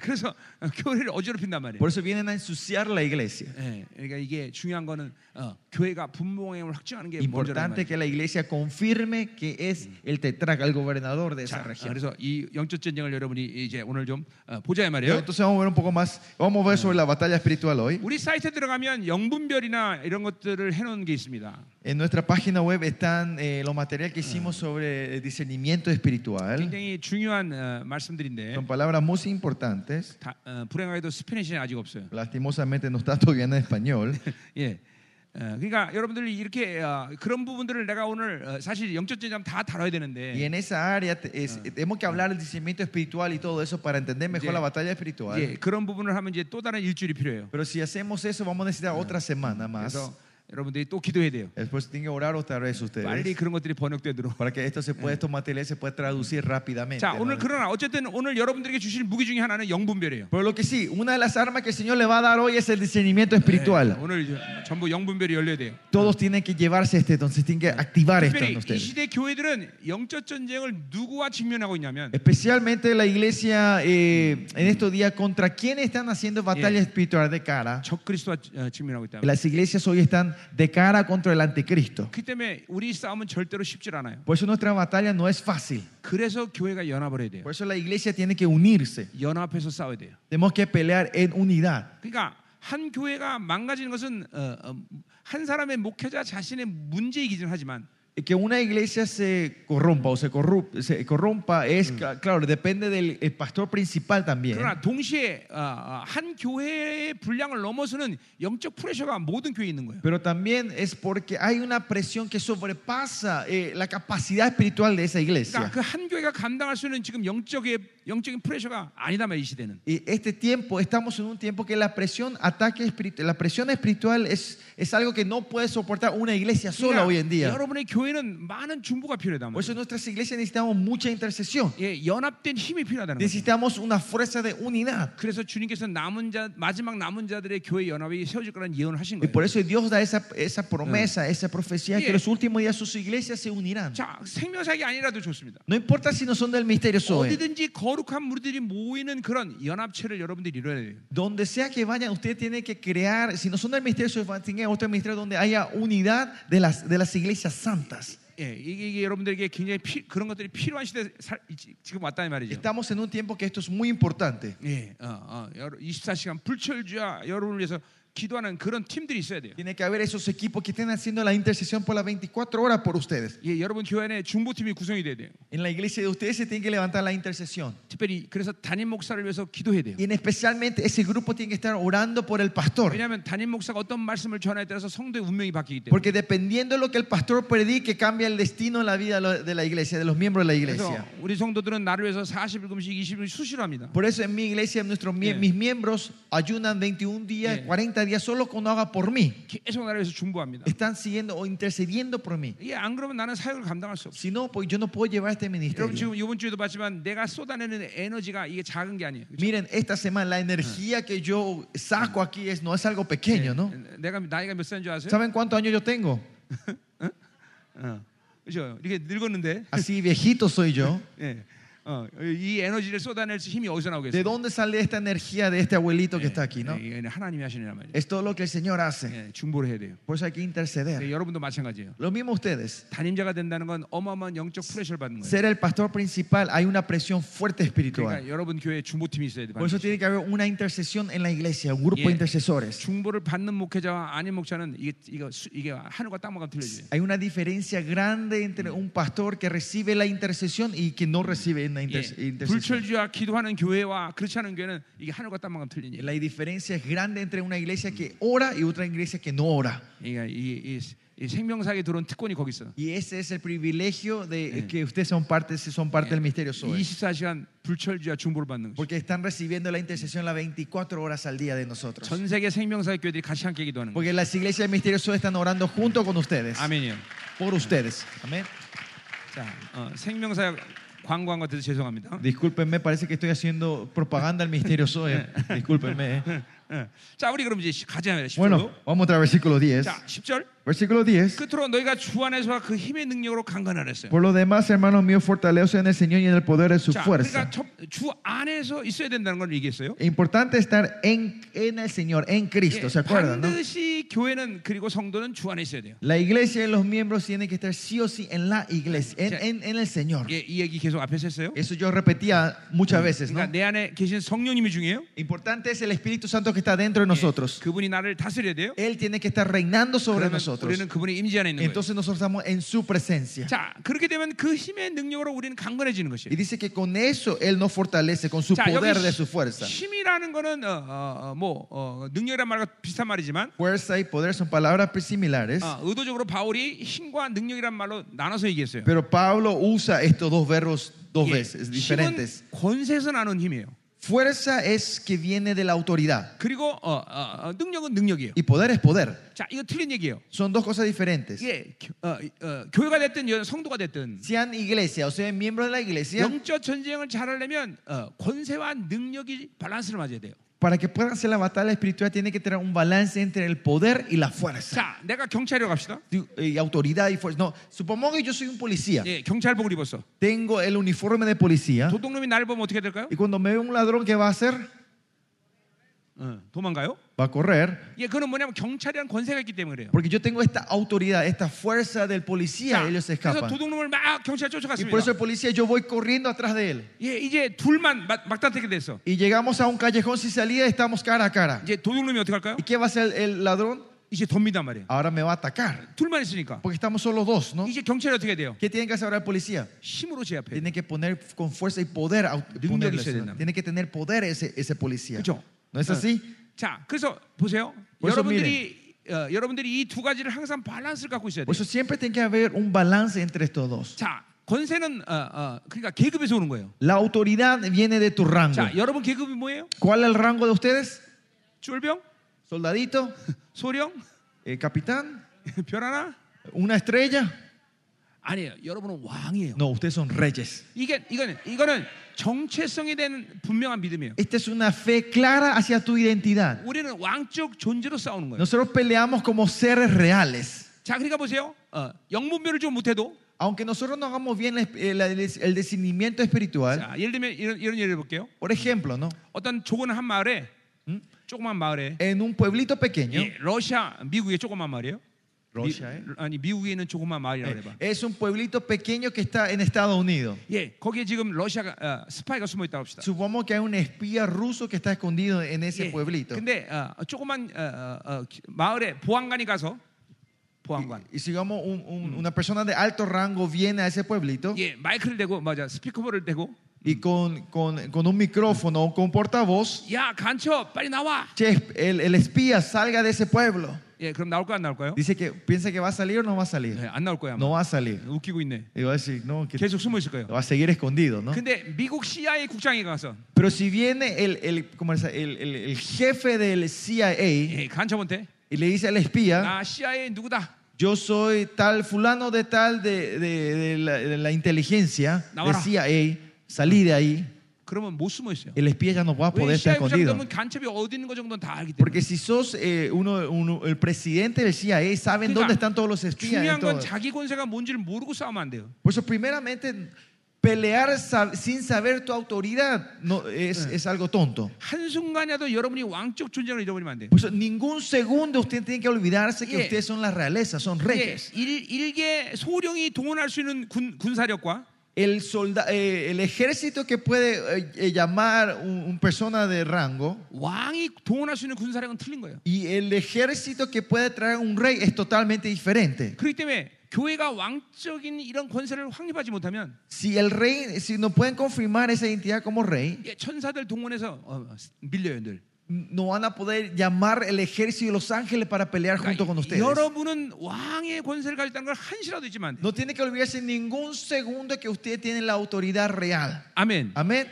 그래서 교회를 어지럽힌단 말이에요.
Por eso vienen a ensuciar la iglesia.
예, 그러니까 이게 중요한 거는 어, 교회가 분봉행을 확증하는 게 먼저라는
Importante
말이에요.
que la iglesia confirme que es el tetraca, el gobernador
자,
de esa
어,
región.
그래서 이 영적 전쟁을 여러분이 이제 오늘 좀 어, 보자 이 말이에요.
Entonces vamos a ver un poco más, vamos a ver sobre la batalla espiritual hoy.
우리 사이트에 들어가면 영분별이나 이런 것들을 해놓은 게 있습니다.
En nuestra página web están eh, los materiales que hicimos sobre discernimiento espiritual.
굉장히 중요한 어, 말씀들인데
Son palabras muy importantes.
다- 어, 불행하게도 스페니시는 아직 없어요.
Lastimosamente no está todavía en español.
예, 어, 그러니까 여러분들이 이렇게 어, 그런 부분들을 내가 오늘 어, 사실 영적 진장다 다뤄야 되는데
Y en esa área te- es- tenemos que hablar del discernimiento espiritual y todo eso para entender mejor
Yeah.
la batalla espiritual.
예, 그런 부분을 하면 이제 또 다른 일주일이 필요해요.
Pero si hacemos eso, vamos a necesitar otra semana más.
그래서 여러분들이 또 기도해야 돼요.
Después tienen que orar otra vez
빨리
ustedes
그런 것들이 번역되도록.
para que esto se pueda, estos materiales se pueda traducir rápidamente.
자,
¿no?
오늘 그러나 어쨌든 오늘 여러분들에게 주실 무기 중에 하나는 영분별이에요.
Pero lo que sí, una de las armas que el Señor le va a dar hoy es el discernimiento espiritual.
오늘 이제 전부 영분별이 열려야 돼요.
Todos tienen que llevarse este, entonces tienen que activar esto en
특별히 이
ustedes.
시대 교회들은 영적 전쟁을 누구와 직면하고 있냐면
네. Especialmente la iglesia eh, en estos días, ¿contra quién están haciendo batalla
Yeah.
espiritual de cara?
적 그리스도와 어, 직면하고 있다.
Las iglesias hoy están de cara contra el anticristo.
그 때문에 우리 싸움은 절대로 쉽질 않아요.
Por eso nuestra batalla no es fácil.
그래서 교회가 연합을 해야 돼요.
Por eso la iglesia tiene que unirse.
연합해서 싸워야 돼요.
Tenemos que pelear en unidad.
그러니까 한 교회가 망가지는 것은 어, 어, 한 사람의 목회자 자신의 문제이기는 하지만
Que una iglesia se corrompa o se, corrup- se corrompa es, ca- claro, depende del el pastor principal también.
그러나 동시에 어, 어, 한 교회의 분량을 넘어서는 영적 프레셔가 모든 교회에 있는 거예요.
Pero también es porque hay una presión que sobrepasa eh, la capacidad espiritual de esa iglesia.
그러니까 그 한 교회가 감당할 수 있는 지금 영적의 영적인 프레셔가 아니다 말이 시대는.
Y este tiempo, estamos en un tiempo que la presión, ataque espiritu- la presión espiritual es, es algo que no puede soportar una iglesia sola hoy en
그러니까
día.
여러분의 교회는 많은 중보가 필요하다.
Por eso en nuestras iglesias necesitamos mucha intercesión.
예, 연합된 힘이 필요하다는 거죠.
Necesitamos una fuerza de unidad.
그래서 주님께서 남은 자 마지막 남은 자들의 교회 연합이 세워질 거라는 예언을 하신
Y
거예요.
por eso Dios da esa, esa promesa, esa profecía, que
Sí.
en los últimos días sus iglesias se unirán.
자, 생명사역이 아니라도 좋습니다.
No importa si no son del misterio hoy.
어디든지 거룩한 무리들이 모이는 그런 연합체를 여러분들이 이뤄야 돼요.
Donde sea que vayan, usted tiene que crear, si no son del misterio Zoe, tiene que otro misterio donde haya unidad de las, de las iglesias santas.
예, 이게, 이게 여러분들에게 굉장히 피- 그런 것들이 필요한 시대 살, 이- 지금 왔다는 말이죠.
Estamos en un tiempo que esto es muy importante.
예, 어, 어, 여러- 24시간 불철주야 여러분을 위해서 기도하는 그런 팀들이 있어야 돼요.
Tiene que haber esos equipos que estén haciendo la intercesión por las 24 horas por ustedes.
예, 여러분 교회 안에 중보팀이 구성이 돼야 돼요.
En la iglesia de ustedes se tiene que levantar la intercesión.
특별히 그래서 담임 목사를 위해서 기도해야 돼요.
Y en especialmente ese grupo tiene que estar orando por el pastor.
왜냐하면 담임 목사가 어떤 말씀을 전하에 따라서 성도의 운명이 바뀌기 때문에.
Porque dependiendo de lo que el pastor predique, cambia el destino de la vida de lo- de la iglesia, de los miembros de la
그래서
iglesia.
우리 성도들은 나를 위해서 40일 금식 20일 수시로 합니다.
Por eso en mi iglesia, nuestros, mie-
Sí.
mis miembros ayunan 21 días,
Sí.
40 días solo cuando haga por mí.
계속 나를 위해서 중보합니다.
Están siguiendo o intercediendo por mí.
이게 안 그러면 나는 사역을 감당할 수 없어.
Si no, pues yo no puedo llevar este
여러분
ministerio.
지금 이번 주에도 봤지만 내가 쏟아내는 에너지가 이게 작은 게 아니에요. 그렇죠?
Miren, esta semana la energía que yo saco aquí es, no es algo pequeño, ¿no?
내가 나이가 몇 살인 줄 아세요?
¿Saben cuántos años yo tengo?
어. 그죠? 이렇게 늙었는데.
Así viejito soy yo.
예. 어, 이 에너지를 쏟아낼 힘이 어디서
¿De
나오겠어요?
dónde sale esta energía de este abuelito que está aquí, no?
예, 이거는 하나님이 하시는 말이에요.
Es todo lo que el Señor hace.
예, 중보를 해야 돼요.
Por eso hay que interceder.
네, 여러분도 마찬가지예요.
Lo mismo ustedes.
단임자가 된다는 건 어마어마한 영적 프레셔를 받는 거예요.
Ser el pastor principal, hay una presión fuerte espiritual.
그러니까 여러분 교회에 중보팀이 있어야 돼요.
Por eso
반드시.
tiene que haber una intercesión en la iglesia, un grupo
Yeah.
de intercesores.
중보를 받는 목회자와 아닌 목자는 이게 이거 수- 이게 하늘과 땅만큼 틀려져요.
Hay una diferencia grande entre un pastor que recibe la intercesión y que no recibe la
예,
interce- intercesión.
불철주야 기도하는 교회와 그렇지 않은 교회는 이게 하늘과 땅만큼 틀린 일.
La diferencia es grande entre una iglesia que ora y otra iglesia que no ora.
그러니까 이, 이, 이 생명사에 들어온 특권이 거기 있어.
Y ese es el privilegio de que ustedes son parte, son parte del misterio Zoe.
24시간 불철주야 중보를 받는 거죠.
Porque están recibiendo la intercesión las 24 horas al día de nosotros.
전 세계 생명사의 교회들이 같이 함께 기도하는 거예요.
Porque las iglesias misteriosas están orando junto con ustedes.
아멘이요.
Por ustedes. Amén.
자, 어, 생명사 광고한 것 같아서 죄송합니다.
Discúlpenme, parece que estoy haciendo propaganda al misterio Zoe. Discúlpenme. eh.
예. 자, 우리 그럼 이제 가자 말이야. 10절로.
Bueno, vamos otra al versículo 10.
자, 10절.
Versículo 10.
끝으로 너희가 주 안에서와 그 힘의 능력으로 강건하랬어요.
Por lo demás, hermanos míos, fortalezcan en el Señor y en el poder de su
자, 그러니까
fuerza.
첫, 주 안에서 있어야 된다는 걸 얘기했어요.
Importante estar en, en el Señor, en Cristo,
예,
¿se acuerdan? no?
반드시 교회는 그리고 성도는 주 안에 있어야 돼요.
La iglesia y los miembros tienen que estar sí o sí en la iglesia, en, en- en el Señor.
예, 이 얘기 계속 앞에서 했어요.
Eso yo repetía muchas veces, ¿no?
그러니까 내 안에 계신 성령님이 중요해요.
Importante es el Espíritu Santo que está dentro de nosotros.
그분이 나를 다스려야 돼요.
Él tiene que estar reinando sobre
예, 그러면
nosotros.
우리는 그분의 임재 안에 있는 거예요.
Entonces nosotros estamos en su presencia.
자, 그렇게 되면 그 힘의 능력으로 우리는 강건해지는
Y
것이에요.
dice que con eso Él nos fortalece, con su
자, 여기
poder de su fuerza.
힘이라는 거는 어, 어, 어, 뭐 어, 능력이란 말과 비슷한 말이지만
Fuerza y poder son palabras similares,
아, 의도적으로 바울이 힘과 능력이란 말로 나눠서 얘기했어요.
pero Pablo usa estos dos verbos dos
예,
veces diferentes.
힘은 권세에서 나는 힘이에요.
Fuerza es que viene de la autoridad
그리고 어, 어, 어, 능력은 능력이에요.
y poder es poder.
자, 이거 틀린 얘기예요.
Son dos cosas diferentes.
이게 교- 어, 어, 교회가 됐든 여- 성도가 됐든
Sean iglesia o sean miembros de la iglesia,
영적 전쟁을 잘하려면 어, 권세와 능력이 밸런스를 맞아야 돼요.
para que puedan hacer la batalla espiritual tiene que tener un balance entre el poder y la fuerza.
자, 내가 경찰이라고 합시다.
Digo, eh, autoridad y fuerza. No, supongamos que yo soy un policía.
예, 경찰복을 입었어.
Tengo el uniforme de policía.
도둑놈이 나를 보면 어떻게 될까요?
Y cuando me ve un ladrón, ¿qué va a hacer?
어, 도망가요?
Va a correr.
예, 그건 뭐냐면 경찰이란 권세가 있기 때문에 그래요.
Porque yo tengo esta autoridad, esta fuerza del policía.
자,
ellos se
예, 그래서
escapan.
도둑놈을 막 경찰
Y por
쫓아갔습니다.
eso el policía, yo voy corriendo atrás de él.
예, 이제 둘만 막- 막다트게 됐어.
Y llegamos a un callejón sin salida y estamos cara a cara.
이제 도둑놈이 어떻게 할까요?
¿Y qué va a hacer el, el ladrón?
이제 돕니단 말이에요.
Ahora me va a atacar.
둘만 있으니까.
Porque estamos solo dos, ¿no?
이제 경찰이 어떻게 돼요?
¿Qué tiene que hacer ahora el policía?
힘으로 제압해.
Tiene que poner con fuerza y poder. au-
능력이
ponerle,
있어야
¿no?
된다.
Tiene que tener poder ese, ese policía.
그죠?
¿No es
어.
así?
자, 그래서 보세요.
벌써
여러분들이 어, 여러분들이 이 두 가지를 항상 밸런스를 갖고 있어야 돼요.
Por eso siempre tiene que haber un balance entre estos dos.
자, 권세는 어, 어, 그러니까 계급에서 오는 거예요.
La autoridad viene de tu rango.
자, 여러분 계급이 뭐예요?
¿Cuál es el rango de ustedes?
쫄병,
¿Soldadito?
소령,
Eh, ¿Capitán?
별 하나?
¿Una estrella?
아니에요. 여러분은 왕이에요.
No, ustedes son reyes.
이게 이거는 이거는 정체성에 대한 분명한 믿음이에요.
Esta es una fe clara hacia tu identidad.
우리는 왕적 존재로 싸우는 거예요.
Nosotros peleamos como seres reales.
자, 그러니까 보세요. 어, 영분별을 좀 못해도
Aunque nosotros no hagamos bien el, el- el discernimiento espiritual,
자, 예를 들면 이런 이런 예를 볼게요.
por ejemplo, ¿no?
어떤 조그만 한 마을에 음? 조그만 마을에
en un pueblito pequeño,
예, 러시아 미국의 조그만 마을이에요.
러시아에?
미, 아니 미국에 예. 있는 조그만 마을이라고
eh,
해봐.
es un pueblito pequeño que está en Estados Unidos.
예, 거기에 지금 러시아가 어, 스파이가 숨어 있다고 합시다.
Supongamos que hay un espía ruso que está escondido en ese
예,
pueblito.
근데 어, 조그만 어, 어, 어, 기- 마을에 보안관이 가서 보안관
Y sigamos, un- un- una persona de alto rango viene a ese pueblito
예 마이크를 대고 맞아 스피커볼을 대고
y con, con- con un micrófono o con portavoz,
야 간첩 빨리 나와
che, el, el espía salga de ese pueblo.
예 그럼 나올까 안 나올까요?
Dice que piensa que va a salir o no va a salir.
예, 안 나올 거야 아마
No va a salir.
웃기고 있네
Y va a decir, no, que
계속 숨어 있을 거예요.
va a seguir escondido, ¿no?
근데 미국 CIA 국장이 가서
Pero si viene el, el, ¿cómo es? el- el- el jefe del CIA
예, 간첩한테
y le dice al espía,
나 CIA 누구다
yo soy tal fulano de tal de, de- de la, de la inteligencia, del
Ahora.
CIA, salí de ahí,
그러면 못 숨어 있어요.
el espía ya no va a poder
왜
estar
CIA
escondido.
국장님은 간첩이 어디 있는 거 정도는 다 알기 때문에
Porque si sos eh, uno, uno- el presidente del CIA, saben
Mira,
dónde están todos los espías. en
그 중요한 건
todo.
자기 권세가 뭔지를 모르고 싸우면 안 돼요.
Por eso, primeramente, pelear sa- sin saber tu autoridad no, es, es algo tonto.
한 순간이라도 여러분이 왕적 존재를 잃어버리면 안 돼요.
Por eso, ningún segundo usted tiene que olvidarse que
Yeah.
ustedes son la realeza, son
예,
reyes.
일, 일개 소령이 동원할 수 있는 군, 군사력과
El, solda- eh, el ejército que puede eh, eh, llamar un, un persona de rango
왕이 동원할 수 있는 군사력은 틀린 거예요.
y el ejército que puede traer un rey es totalmente diferente.
그렇기 때문에 교회가 왕적인 이런 권세를 확립하지 못하면
Si el rey, si no pueden confirmar esa identidad como rey,
예, 천사들 동원해서 어, 밀려요, 늘.
no van a poder llamar el ejército de los ángeles para pelear junto con
그러니까
ustedes.
여러분은 왕의 권세를 가졌다는 걸 한시라도 잊으면 안 돼요.
No tiene que olvidarse ningún segundo que ustedes tienen la autoridad real.
아멘.
Amén.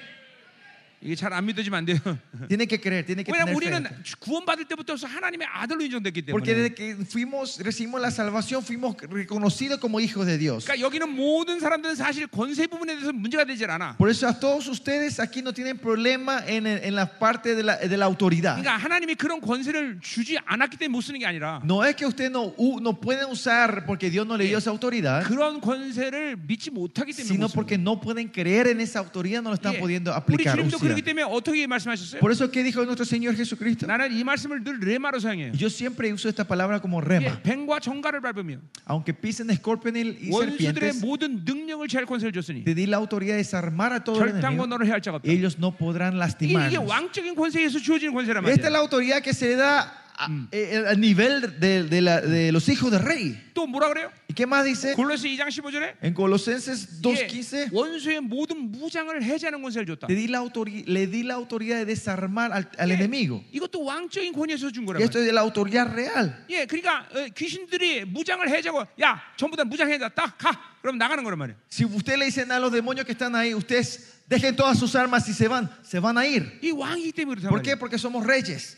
이게 잘 안 믿어지면 안 돼요.
Tiene que creer, tiene que
왜냐면
tener fe.
우리는 구원받을 때부터 하나님의 아들로 인정됐기 때문에.
Porque desde que fuimos, recibimos la salvación, fuimos reconocidos como hijos de Dios.
그러니까 여기는 모든 사람들은 사실 권세 부분에 대해서 문제가 되질 않아.
Por eso a todos ustedes aquí no tienen problema en, en la parte de la, de la autoridad.
그러니까 하나님이 그런 권세를 주지 않았기 때문에 못 쓰는 게 아니라
No es que ustedes no, u- no pueden usar porque Dios no le dio esa autoridad,
그런 권세를 믿지 못하기 때문에
sino
못 쓰는
porque
거예요.
no pueden creer en esa autoridad, no lo están
예.
pudiendo
우리
aplicar.
주님도
usar.
그렇기 때문에 어떻게 말씀하셨어요?
Por eso, ¿qué dijo nuestro Señor Jesucristo?
나는 이 말씀을 늘 레마로 사용해요.
Y Yo siempre uso esta palabra como rema.
예, 뱀과 정갈을 밟으며
Aunque pisen escorpiones y y
원수들의
serpientes,
모든 능력을 제할 권세를 줬으니
te di la autoridad de desarmar a todo el
결단과
enemigo.
너를 해할 자가 없다.
Ellos no podrán
이게
lastimar.
왕적인 권세에서 주어지는 권세란
Esta es
말이에요.
la autoridad que se le da a- eh, al nivel de, de la- de los hijos del rey.
또 뭐라 그래요?
¿Y qué más dice?
골로새 2장 15절에
En Colosenses 2.15
원수의 모든 무장을 해제하는 권세를 줬다.
le di, la autori- le di la autoridad de desarmar al, al
예,
enemigo.
이것도 왕적인 권위에서 준
Y
거라고.
esto es la autoridad real.
예, 그러니까 어, 귀신들이 무장을 해제하고 야, 전부 다 무장해다 딱 가. 그럼 나가는 거란 말이에요.
Si usted le dicen a los demonios que están ahí, ustedes dejen todas sus armas y se van, se van a ir.
이 왕이기 때문에 그렇단
¿Por
말이에요.
qué? Porque somos reyes.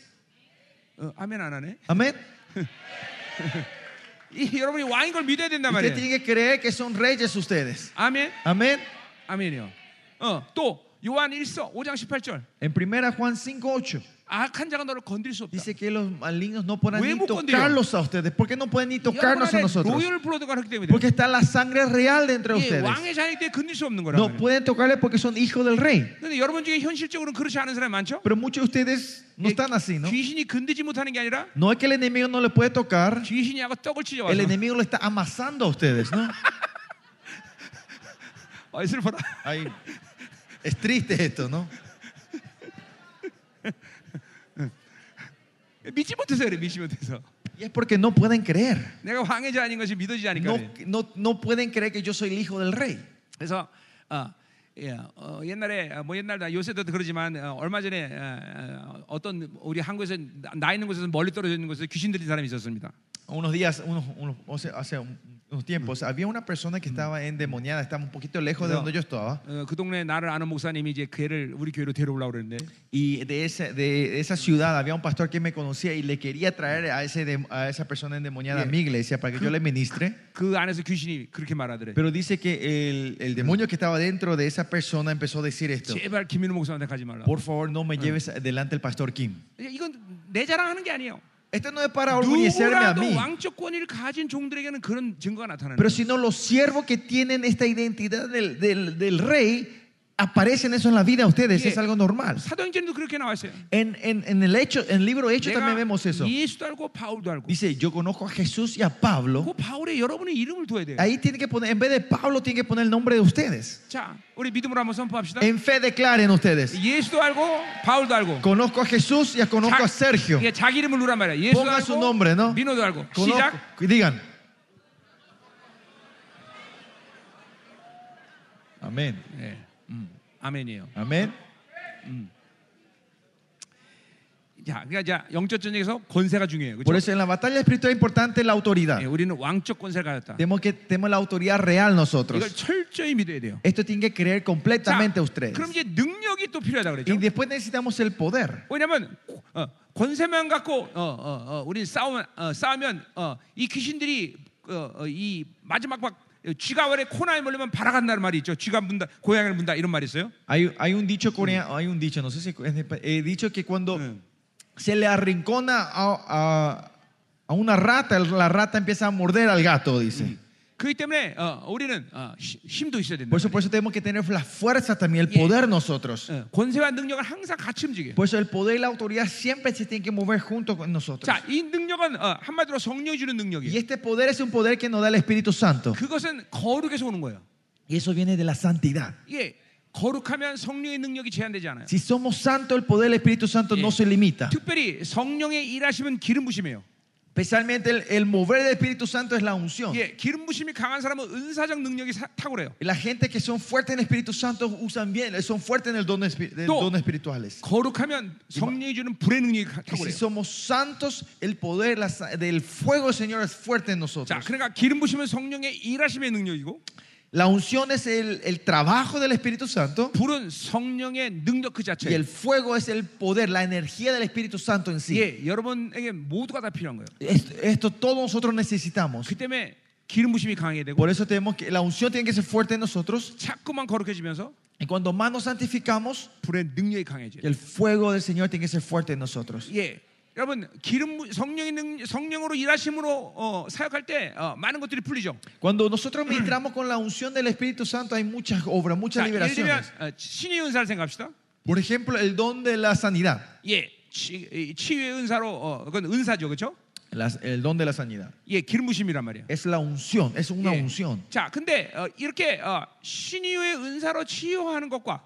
어, 아멘 안 하네.
Amén.
이, 여러분이 왕인 걸 믿어야 된단
Usted
말이에요.
tiene que creer que son reyes ustedes.
아멘.
Amén.
아멘이요. 어, 또 요한 1서 5장 18절.
En 1 Juan 5.8
악한 자가 너를 건드릴 수 없다.
dice que los malignos no podrán
Muy
ni
bucondido.
tocarlos a ustedes. ¿Por qué no pueden ni tocarnos a nosotros?
로열 블러드가 그렇기 때문에
Porque está la sangre real dentro
이게
de ustedes.
왕의 자녀이기 때문에 건들 수 없는 거라고.
No pueden tocarles porque son hijos del rey.
근데 여러분 중에 현실적으로는 그렇지 않은 사람이 많죠?
Pero muchos de ustedes no
예,
están así, ¿no?
귀신이 건드지 못하는 게 아니라
No es que el enemigo no le puede tocar,
귀신이하고 떡을 치죠.
el enemigo lo está amasando a ustedes, ¿no?
아, 슬퍼라.
Ahí. Es triste esto, ¿no?
믿지 못해서 그래, 믿지 못해서.
Y es porque no pueden creer.
내가 왕의 자녀인 것이 믿어지지 않으니까.
No,
그래.
no, no pueden creer que yo soy el hijo del rey.
그래서 어, 예, 어, 옛날에 어, 뭐 옛날 나 요새도 그러지만 어, 얼마 전에 어, 어, 어떤 우리 한국에서 나- 나 있는 곳에서 멀리 떨어져 있는 곳에서 귀신 들린 사람이 있었습니다.
Unos días, unos, unos- o sea, hace un- unos tiempos, había una persona que estaba endemoniada, estaba un poquito lejos de
No.
donde yo estaba.
어, 그 동네 나를 아는 목사님이 이제 걔를 우리 교회로 데려오려고 그랬는데
Y de esa, de esa ciudad había un pastor que me conocía y le quería traer a, ese dem- a esa persona endemoniada a
Bien.
mi iglesia para que yo le ministre.
그 안에서 귀신이 그렇게 말하더래.
Pero dice que el, el demonio que estaba dentro de esa persona empezó a decir esto.
제발 김민우 목사한테 가지 말라.
Por favor, no me lleves delante del pastor Kim.
이건 내 자랑하는 게 아니에요.
Esto no es para orgullecerme a
누구라도
mí,
왕적 권위를 가진 종들에게는 그런 증거가 나타나는
pero
거예요.
sino los siervos que tienen esta identidad del, del- del rey, aparecen eso en la vida de ustedes,
Sí.
es algo normal.
사도행전도 그렇게 나와 있어요.
En, en- en el hecho, en el libro Hechos también vemos eso.
내가 예수도 알고 바울도 알고.
Dice, yo conozco a Jesús y a
그
Pablo.
바울에 여러분의 아, 이름을 둬야 돼요.
Ahí tiene que poner, en vez de Pablo, tiene que poner el nombre de ustedes.
자, 우리 믿음으로 한번 선포합시다.
En fe declaren ustedes.
예수도 알고 바울도 알고.
Conozco a Jesús y a- conozco a Sergio.
예, 자기 이름을 누란 말이야. 예수도 그
Ponga
알고.
su nombre, ¿no?
민호도 알고.
Conozco,
시작.
digan. Amén.
예. 음. 아멘이에요.
Amén.
자, 그러니까 자, 영적 전쟁에서 권세가 중요해요.
Por
그렇죠?
eso en la batalla espiritual es importante la autoridad.
예, 우리는 왕적 권세를 가졌다.
Tenemos que tenemos la autoridad real
이걸
nosotros.
철저히 믿어야 돼요.
Esto tiene que creer
자,
completamente ustedes.
그럼 이제 능력이 또 필요하다
Y
그랬죠.
después necesitamos el poder.
왜냐하면 어, 권세만 갖고 어, 어, 어, 우리 싸우면 어, 싸우면 어, 이 귀신들이 어, 어, 이 마지막 막 어, 쥐가월에 코나에 몰리면 바라간다는 말이 있죠. 쥐가 문다, 고양이를 문다 이런 말이 있어요.
Hay, hay un dicho coreano, hay un dicho, no sé si es de- eh, dicho que cuando
Mm.
se le arrincona a, a- a una rata, la rata empieza a morder al gato, dice.
그렇기 때문에 어, 우리는 어, 시- 힘도 있어야 된다.
Por eso, por eso tenemos que tener la fuerza también, el
Yeah.
poder nosotros.
어, 권세와 능력을 항상 같이 움직여. 요
Por eso el poder y la autoridad siempre se tienen que mover junto con nosotros.
자, 이 능력은 어, 한마디로 성령이 주는
Y
능력이에요.
este poder es un poder que nos da el Espíritu Santo.
그것은 거룩에서 오는 거예요.
Y eso viene de la santidad.
이게 거룩하면 성령의 능력이 제한되지 않아요.
Si somos santos, el poder del Espíritu Santo
Yeah.
no se limita.
특별히 성령의 일하시면 기름 부심이에요.
Especialmente el, el mover del Espíritu Santo es la unción.
예, 기름 부심이 강한 사람은 은사적 능력이 사- 탁월해요.
Y La gente que son fuertes en el Espíritu Santo usan bien, son fuertes en el don, de espi- de
No.
dones espirituales.
거룩하면 성령이 주는 불의 능력이 가-
Y si
탁월해요.
somos santos, el poder la sa- del fuego del Señor es fuerte en
자,
nosotros.
그러니까 기름 부심은 성령의 일하심의 능력이고
La unción es el, el trabajo del Espíritu Santo
불은 성령의 능력 그
y
자체예요.
el fuego es el poder, la energía del Espíritu Santo en sí.
예, 여러분에게 모두가 다 필요한 거예요.
Esto, esto todos nosotros necesitamos.
그 때문에 기름 부심이 강해야 되고
Por eso tenemos que la unción tiene que ser fuerte en nosotros
자꾸만 거룩해지면서
y cuando más nos santificamos,
불의 능력이 강해져요.
el fuego del Señor tiene que ser fuerte en nosotros.
예. 여러분 기름 부- 성령의 능, 성령으로 일하심으로 어, 사역할 때 어, 많은 것들이 풀리죠.
Cuando nosotros ministramos con la unción del Espíritu Santo hay muchas obras, muchas
자, 예를 들면
liberaciones.
어, 신의 은사를 생각합시다.
Por ejemplo, el don de la sanidad.
예, 치, 이 치유의 은사로 어, 그건 은사죠, 그렇죠?
Las- el don de la sanidad.
예, 기름 부심이란 말이에요.
Es la unción, es una
예.
unción.
자, 근데 어, 이렇게 어, 신유의 은사로 치유하는 것과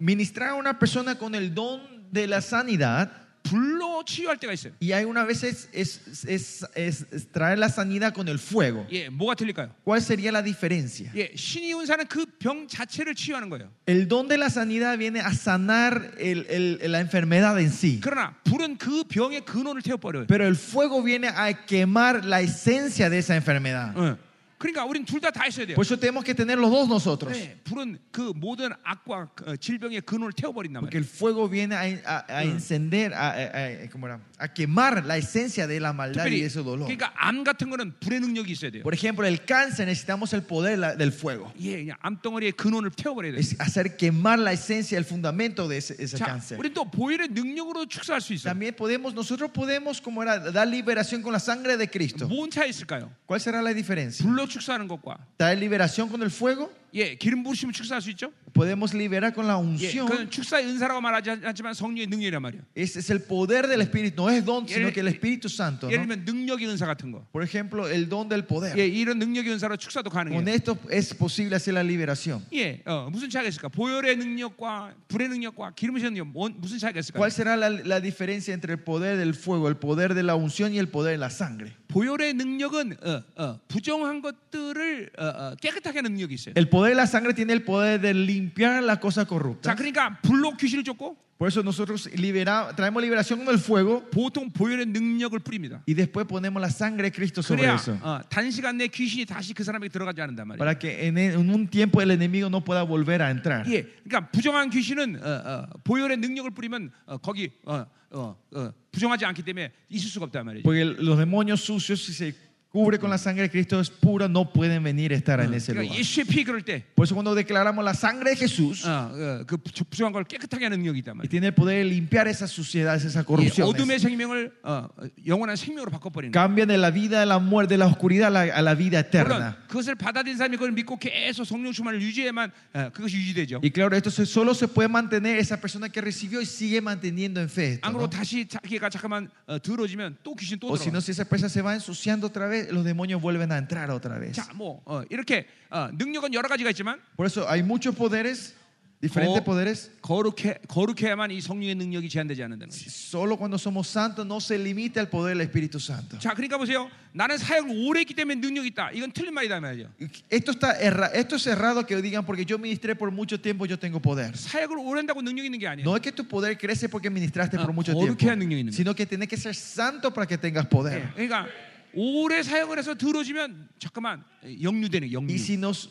Ministrar a una persona con el don de la sanidad
불로 치유할 때가 있어요.
Y hay una vez es, es, es- es- es traer la sanidad con el fuego.
예, 뭐가 틀릴까요?
¿Cuál sería la diferencia?
예, 신이 운사는 그 병 자체를 치유하는 거예요.
El don de la sanidad viene a sanar el- el- la enfermedad en sí.
그러나 불은 그 병의 근원을 태워버려요.
Pero el fuego viene a quemar la esencia de esa enfermedad.
예. 그러니까 우린 둘 다 다 있어야 돼요.
Por eso tenemos que tener los dos nosotros.
네, 불은 그 모든 악과 어, 질병의 근원을 태워버린단
Porque
말이에요.
el fuego viene a, a- a encender, a, a- a- ¿cómo era? a quemar la esencia de la maldad
특별히
y de ese dolor.
그러니까 암 같은 거는 불의 능력이 있어야 돼요.
Por ejemplo, el cáncer necesitamos el poder la- del fuego.
예, 그냥 암덩어리의 근원을 태워버려야 돼요.
Es hacer quemar la esencia, el fundamento de ese, ese
자,
cáncer.
우린 또 보혈의 능력으로 축사할 수 있어요.
También podemos, nosotros podemos, como era, dar liberación con la sangre de Cristo.
뭔 차이 있을까요?
¿Cuál será la diferencia?
불로 축사하는 것과
Traer liberación con el fuego,
예, 기름 부으시면 축사할 수 있죠?
podemos liberar con la
예, 그건
unción.
축사의 은사라고 말하지 않- 않지만 성령의 능력이란 말이에요.
Ese es el poder del Espíritu, no es don, sino que el Espíritu Santo.
예를
¿no?
들면 능력의 은사 같은 거.
Por ejemplo, el don del poder.
예, 이런 능력의 은사로 축사도
Con
가능해요.
esto es posible hacer la liberación.
예, 어, 무슨 차이가 있을까? 보혈의 능력과 불의 능력과 기름의 능력 뭔- 무슨 차이가 있을까?
¿Cuál será la, la diferencia entre el poder del fuego, el poder de la unción y el poder de la sangre?
보혈의 능력은 어, 어, 부정한 것들을 어, 어, 깨끗하게 하는 능력이 있어요.
El poder de la sangre tiene el poder de limpiar las cosas
자,
corruptas.
그러니까 불로 귀신을 쫓고
Por eso nosotros libera- traemos liberación con el fuego
보통 보혈의 능력을 뿌립니다.
y después ponemos la sangre de Cristo sobre
그래야
eso.
어, 단시간 내 귀신이 다시 그 사람에게 들어가지 않는단 말이에요.
Para que en, en un tiempo el enemigo no pueda volver a entrar.
예, 그러니까 부정한 귀신은 어, 어, 보혈의 능력을 뿌리면 어, 거기 어, 어, 어, 부정하지 않기 때문에 있을 수가 없단 말이죠.
Porque el- los demonios sucios, si se cubre con la sangre de Cristo es pura, no pueden venir a estar en ese
그러니까
lugar.
예수의 피 그럴 때
Por eso cuando declaramos la sangre de Jesús,
어, 어, 그 부- 부정한 걸 깨끗하게 하는 능력이 있단
y
말이에요.
tiene el poder de limpiar esas suciedades, esas
예,
corrupciones.
어둠의 생명을 어, 어, 영원한 생명으로 바꿔버리는 거예요.
Cambian de la vida de la muerte, de la oscuridad a la, a la vida eterna.
물론 그것을 받아들인 사람이 그걸 믿고 계속 성령 충만을 유지해야만 어, 그것이 유지되죠.
Y claro, esto se- solo se puede mantener esa persona que recibió y sigue manteniendo en fe. esto,
안으로
¿no?
다시 자기가 잠깐만 어, 들어지면 또 귀신 또
O si
들어.
no, si esa persona se va ensuciando otra vez, los demonios vuelven a entrar otra vez.
자, 뭐 어, 이렇게 어, 능력은 여러 가지가 있지만
Por eso hay muchos poderes, diferentes
Oh.
poderes.
거룩해 거룩해야만 이 성령의 능력이 제한되지 않는다는 거죠.
Solo cuando somos santos no se limita el poder del Espíritu Santo.
자, 그러니까 보세요. 나는 사역을 오래 했기 때문에 능력이 있다. 이건 틀린 말이다 말이죠.
Esto, está erra- esto es errado que digan porque yo ministré por mucho tiempo, yo tengo poder.
사역을 오래 한다고 능력이 있는 게 아니에요.
No es que tu poder crece porque ministraste
Ah,
por mucho
거룩해야
tiempo,
능력이 있는
sino que tienes que ser santo para que tengas
예,
poder.
그러니까 오래 사역을 해서 들어지면 잠깐만 영류되는 영류.
Y si nos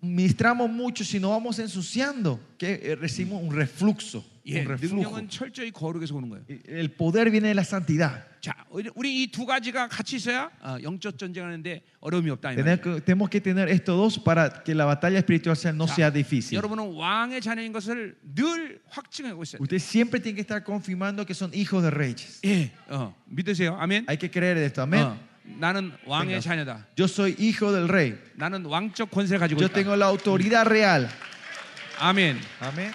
ministramos mucho, si nos vamos ensuciando, que eh, recibimos un refluxo,
예,
un reflujo.
능력은 철저히 거룩에서 오는 거예요.
El poder viene de la santidad.
자, 우리- 우리 이 두 가지가 같이 있어야 어, 영적 전쟁하는데 어려움이 없다. 이 말이에요.
Tener que- tenemos que tener estos dos para que la batalla espiritual sea- no
자,
sea difícil.
여러분은 왕의 자녀인 것을 늘 확증하고 있어요.
Usted siempre tiene que estar confirmando que son hijos de reyes.
예, 어, 믿으세요. 아멘.
Hay que creer esto, amén.
어, 나는 왕의 자녀다.
Yo soy hijo del rey.
나는 왕적 권세를 가지고
Yo
있다.
tengo la autoridad real.
아멘.
Amén.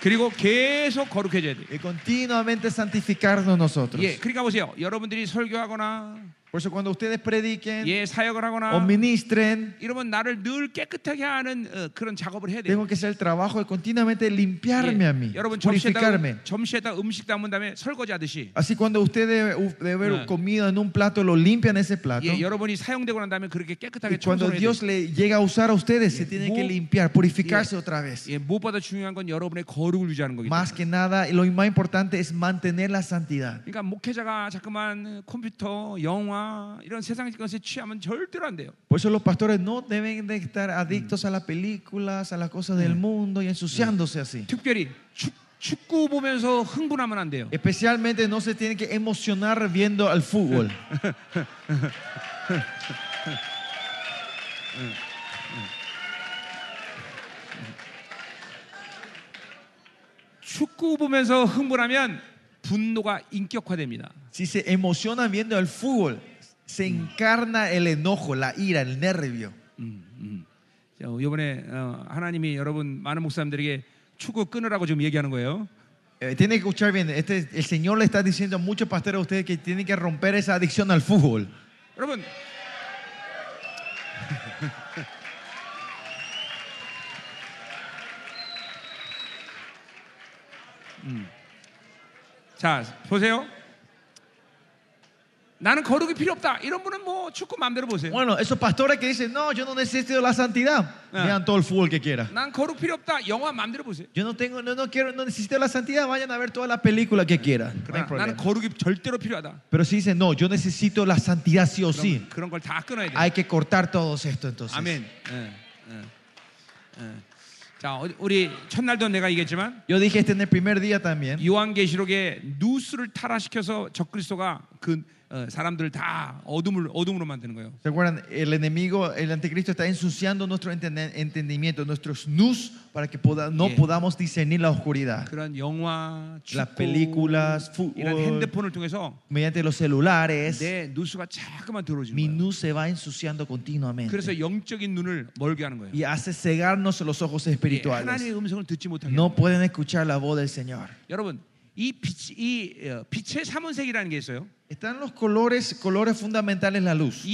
그리고 계속 거룩해져야 돼.
Y continuamente santificarnos nosotros.
예, 그러니까 보세요. 여러분들이 설교하거나
Por eso cuando ustedes prediquen
예, 사역을
o
하거나
ministren,
이러면 나를 늘 깨끗하게 하는 어, 그런 작업을 해야 돼요.
tengo que hacer el trabajo de continuamente limpiarme a mí,
예, 여러분
purificarme.
점심에다 점심에다 음식 담은 다음에 설거지 하듯이
Así cuando ustedes debe, debe haber
Ah.
comido en un plato, lo limpian ese plato.
예, 여러분이 사용되고 난 다음에 그렇게 깨끗하게
Y cuando
청소를 해야
Dios
돼요.
le llega a usar a ustedes, se tienen que
Mu-
limpiar, purificarse otra vez.
예, 무엇보다 중요한 건 여러분의 거룩을 유지하는 거기 때문에.
Más que nada, lo más importante es mantener la santidad.
그러니까 목회자가 자꾸만 컴퓨터, 영화 이런 세상 것에 취하면 절대로 안 돼요.
Por eso los pastores no deben de estar adictos a las películas, a las cosas del mundo y ensuciándose así.
특별히 축, 축구 보면서 흥분하면 안 돼요.
Especialmente no se tienen que emocionar viendo al fútbol.
축구 보면서 흥분하면 분노가 인격화됩니다.
Si se emocionan viendo al fútbol, se encarna el enojo, la ira, el nervio.
음, 음. 이번에 하나님이 여러분 많은 목사님들에게 축구 끊으라고 지금 얘기하는 거예요.
Eh, tienen que escuchar bien, este, el Señor le está diciendo a muchos pastores a ustedes que tienen que romper esa adicción al fútbol.
여러분 음. 자, 보세요. 나는 거룩이 필요 없다. 이런 분은 뭐 축구 마음대로 보세요.
Bueno, esos pastores que dicen, no, yo no necesito la santidad,
Ah.
vean todo el fútbol que quieran.
난 거룩 필요 없다. 영화 마음대로 보세요.
Yo no tengo, no, no quiero, no necesito la santidad, vayan a ver todas las películas que quieran. No hay
그러나 아, 나는
problema.
거룩이 절대로 필요하다.
Pero si dicen, no, yo necesito la santidad sí o
그런,
sí,
그런 걸 다 끊어야 돼.
hay que cortar todos esto entonces.
아멘. 예, 예, 예. 자, 어디- 우리 첫날도 내가 얘기했지만
Yo dije esto en el primer día también.
요한계시록의 누수를 타락시켜서 적그리스도가 그 어, 사람들을 다 어둠을 어둠으로 만드는 거예요.
¿Se acuerdan? El enemigo, el anticristo está ensuciando nuestro entende- entendimiento, nuestros nus, para que poda- no
Yeah.
podamos discernir la oscuridad.
그런 영화,
Las
축구,
películas, fútbol.
이런 핸드폰을 통해서
Mediante los celulares,
내 누수가 자꾸만
mi
들어오지는 거예요.
nus se va ensuciando continuamente.
그래서 영적인 눈을 멀게 하는 거예요.
Y hace cegarnos los ojos
예,
espirituales.
하나님의 음성을 듣지 못하게.
No pueden escuchar la voz del Señor.
여러분, 이 빛, 이 어, 빛의 삼원색이라는 게 있어요.
Están los colores, colores fundamentales la luz.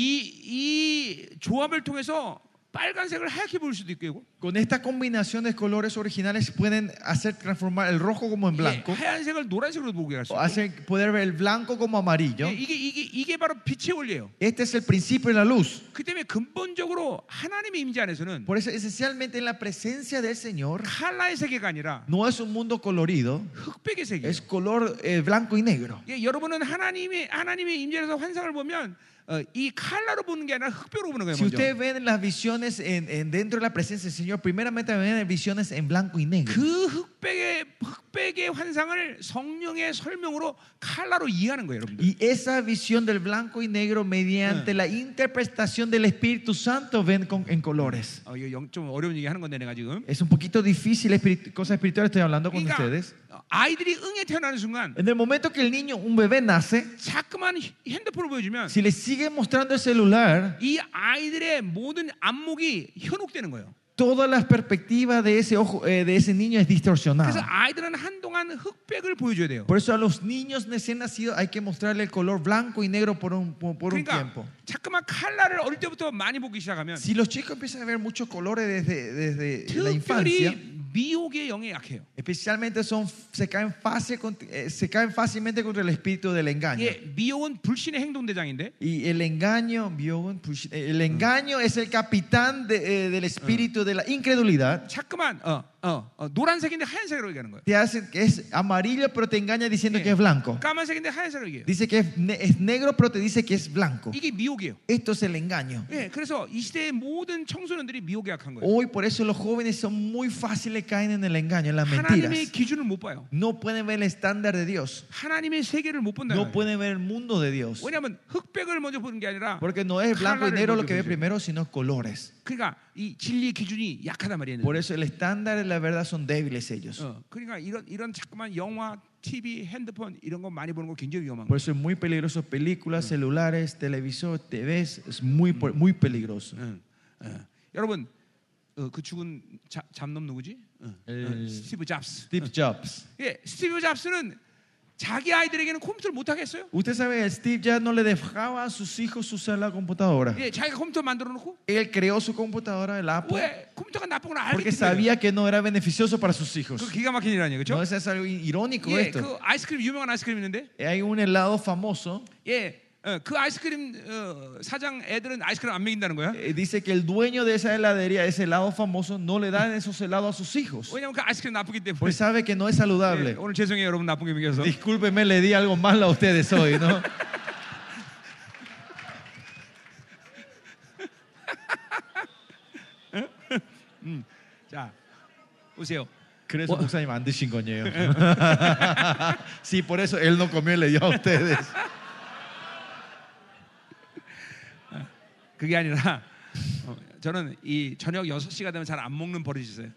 이, 이 조합을 통해서 빨간색을 하얗게 보일 수도 있고
Con esta combinación de colores originales pueden hacer transformar el rojo como en
예,
blanco,
하얀색을 노란색으로 보게 할 수
o
있고
hacer poder ver el blanco como amarillo.
예, 이게, 이게, 이게 바로 빛의 원리예요
Este es el principio de la luz.
그 때문에 근본적으로 하나님의 임재 안에서는
Por eso esencialmente en la presencia del Señor
칼라의 세계가 아니라
no es un mundo colorido,
흑백의 세계
es color eh, blanco y negro.
예, 여러분은 하나님의 하나님의 임재에서 환상을 보면 어, 이 칼라로 보는 게 아니라 흑백으로 보는 거예요
Si
먼저.
ustedes ven las visiones en, en- dentro de la presencia del Señor, primeramente ven visiones en blanco y negro.
그 흑백의 흑백의 환상을 성령의 설명으로 칼라로 이해하는 거예요 여러분들
Y esa visión del blanco y negro mediante la interpretación del Espíritu Santo ven con- en colores.
어, 이거 영- 좀 어려운 얘기 하는 건데 내가 지금
Es un poquito difícil, espiritu- cosa espiritual estoy hablando con ustedes.
그러니까 아이들이 응에 태어나는 순간
En el momento que el niño, un bebé nace,
자꾸만 휴- 핸드폰을 보여주면
si le sigue mostrando el celular,
이 아이들의 모든 안목이 현혹되는 거예요.
toda la perspectiva de ese, ojo, eh, de ese niño es
그래서
distorsionada.
아이들은 한동안 흑백을 보여줘야 돼요.
Por eso a los niños recién nacidos hay que mostrarle el color blanco y negro por un, por por un
그러니까
tiempo.
자꾸만 칼라를 어릴 때부터 많이 보기 시작하면
Si los chicos empiezan a ver muchos colores desde, desde la infancia,
특별히 미혹의 영에 약해요.
especialmente son, se, caen fácil, cont- eh, se caen fácilmente contra el espíritu del engaño.
예, 미혹은 불신의 행동 대장인데
Y el engaño, Biogun Push- eh, el engaño es el capitán de, eh, del espíritu de la incredulidad.
자꾸만 어, 어, 어, 노란색인데 하얀색으로 얘기하는 거예요.
Te hace que es amarillo, pero te engaña diciendo
Sí.
que es blanco.
까만색인데 하얀색으로 얘기해요.
Dice que es, ne- es negro, pero te dice que es blanco.
이게 미혹이에요.
Esto es el engaño.
예, 그래서 이 시대의 모든 청소년들이 미혹에 약한 거예요.
Hoy por eso los jóvenes son muy fáciles caen en el engaño, en
아,
las
하나님의
mentiras.
기준을 못 봐요.
No pueden ver el estándar de Dios.
하나님의 세계를 못 본다.
No pueden ver el mundo de Dios.
왜냐하면 흑백을 먼저 보는 게 아니라
Porque no es blanco y negro lo que ve primero, sino colores.
그러니까 이 진리의 기준이 약하단 말이에요.
Por eso el estándar de la verdad son débiles ellos.
어, 그러니까 이런 이런 자꾸만 영화, TV, 핸드폰 이런 거 많이 보는 거 굉장히 위험한
Por
거예요.
eso es muy peligroso películas, celulares, televisor, TVs, es muy, po- muy peligroso.
응, 응. 여러분 어, 그 죽은 자- 잡놈 누구지? 응,
에.
응, 스티브 잡스.
Steve Jobs.
예, 스티브 잡스는 자기 아이들에게는 컴퓨터를 못 하게 했어요.
Usted sabe, Steve Jobs no le dejaba a sus hijos usar la computadora.
예, 자기가 컴퓨터 만들어 놓고
Él creó su computadora, el Apple,
왜 컴퓨터가 나쁜 걸 알기
porque
때문에.
sabía que no era beneficioso para sus
그
hijos.
기가 막힌 일 아니에요,
No
그렇죠?
eso es algo irónico
예,
esto.
그 아이스크림 유명한 아이스크림 있는데
Hay un helado famoso.
예, 어, 그 아이스크림 어, 사장 애들은 아이스크림 안 먹인다는 거야.
eh, Dice que el dueño de esa heladería, ese helado famoso, no le dan esos helados a sus hijos.
왜냐면 그 아이스크림 나쁘기 때문에.
Porque sabe que no es
예,
saludable.
오늘 죄송해요 여러분 나쁜 게 먹여서.
Discúlpeme, le di algo malo a ustedes hoy, ¿no?
자, 보세요.
그래서 목사님 안 드신 거네요. sí, por eso él no comió y le dio a ustedes.
그게 아니라 어, 저는 이 저녁 6시가 되면 잘 안 먹는 버릇이 있어요.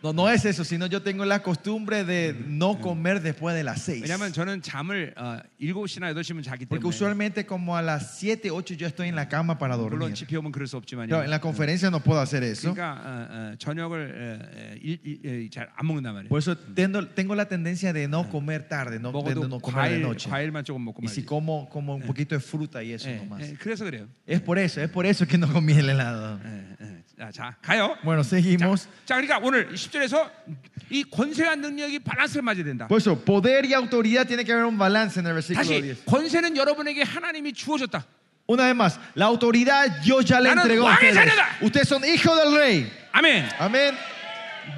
No, no es eso, sino yo tengo la costumbre de no comer después de las seis.
왜냐면 저는 잠을 어, 7시나 8시면 자기
Porque
때문에.
usualmente como a las 7, 8 yo estoy en la cama para
물론
dormir.
집회 오면 그럴 수 없지만요.
Claro, en la conferencia no puedo hacer eso.
그러니까 어, 어, 저녁을 잘 안 먹는단 말이에요.
Por eso tengo, tengo la tendencia de no comer tarde, no, de
먹어도
no comer de
과일,
noche.
과일만 조금 먹고
Y si
말이지.
como, como un poquito de fruta y eso
예,
nomás.
예, 그래서 그래요.
Es por eso, es por eso que no
Eh.
comí el helado.
예, 예. 자, 자, 가요.
Bueno, seguimos.
자, 그러니까 오늘 10절에서 이 권세와 능력이 밸런스를 맞아야 된다.
Por eso, poder y autoridad tiene que haber un balance en el versículo
다시
10.
권세는 여러분에게 하나님이 주어졌다.
Una vez más, la autoridad Dios ya le
나는
entregó a
왕의
ustedes.
자녀다.
Ustedes son hijos del rey.
아멘.
Amén.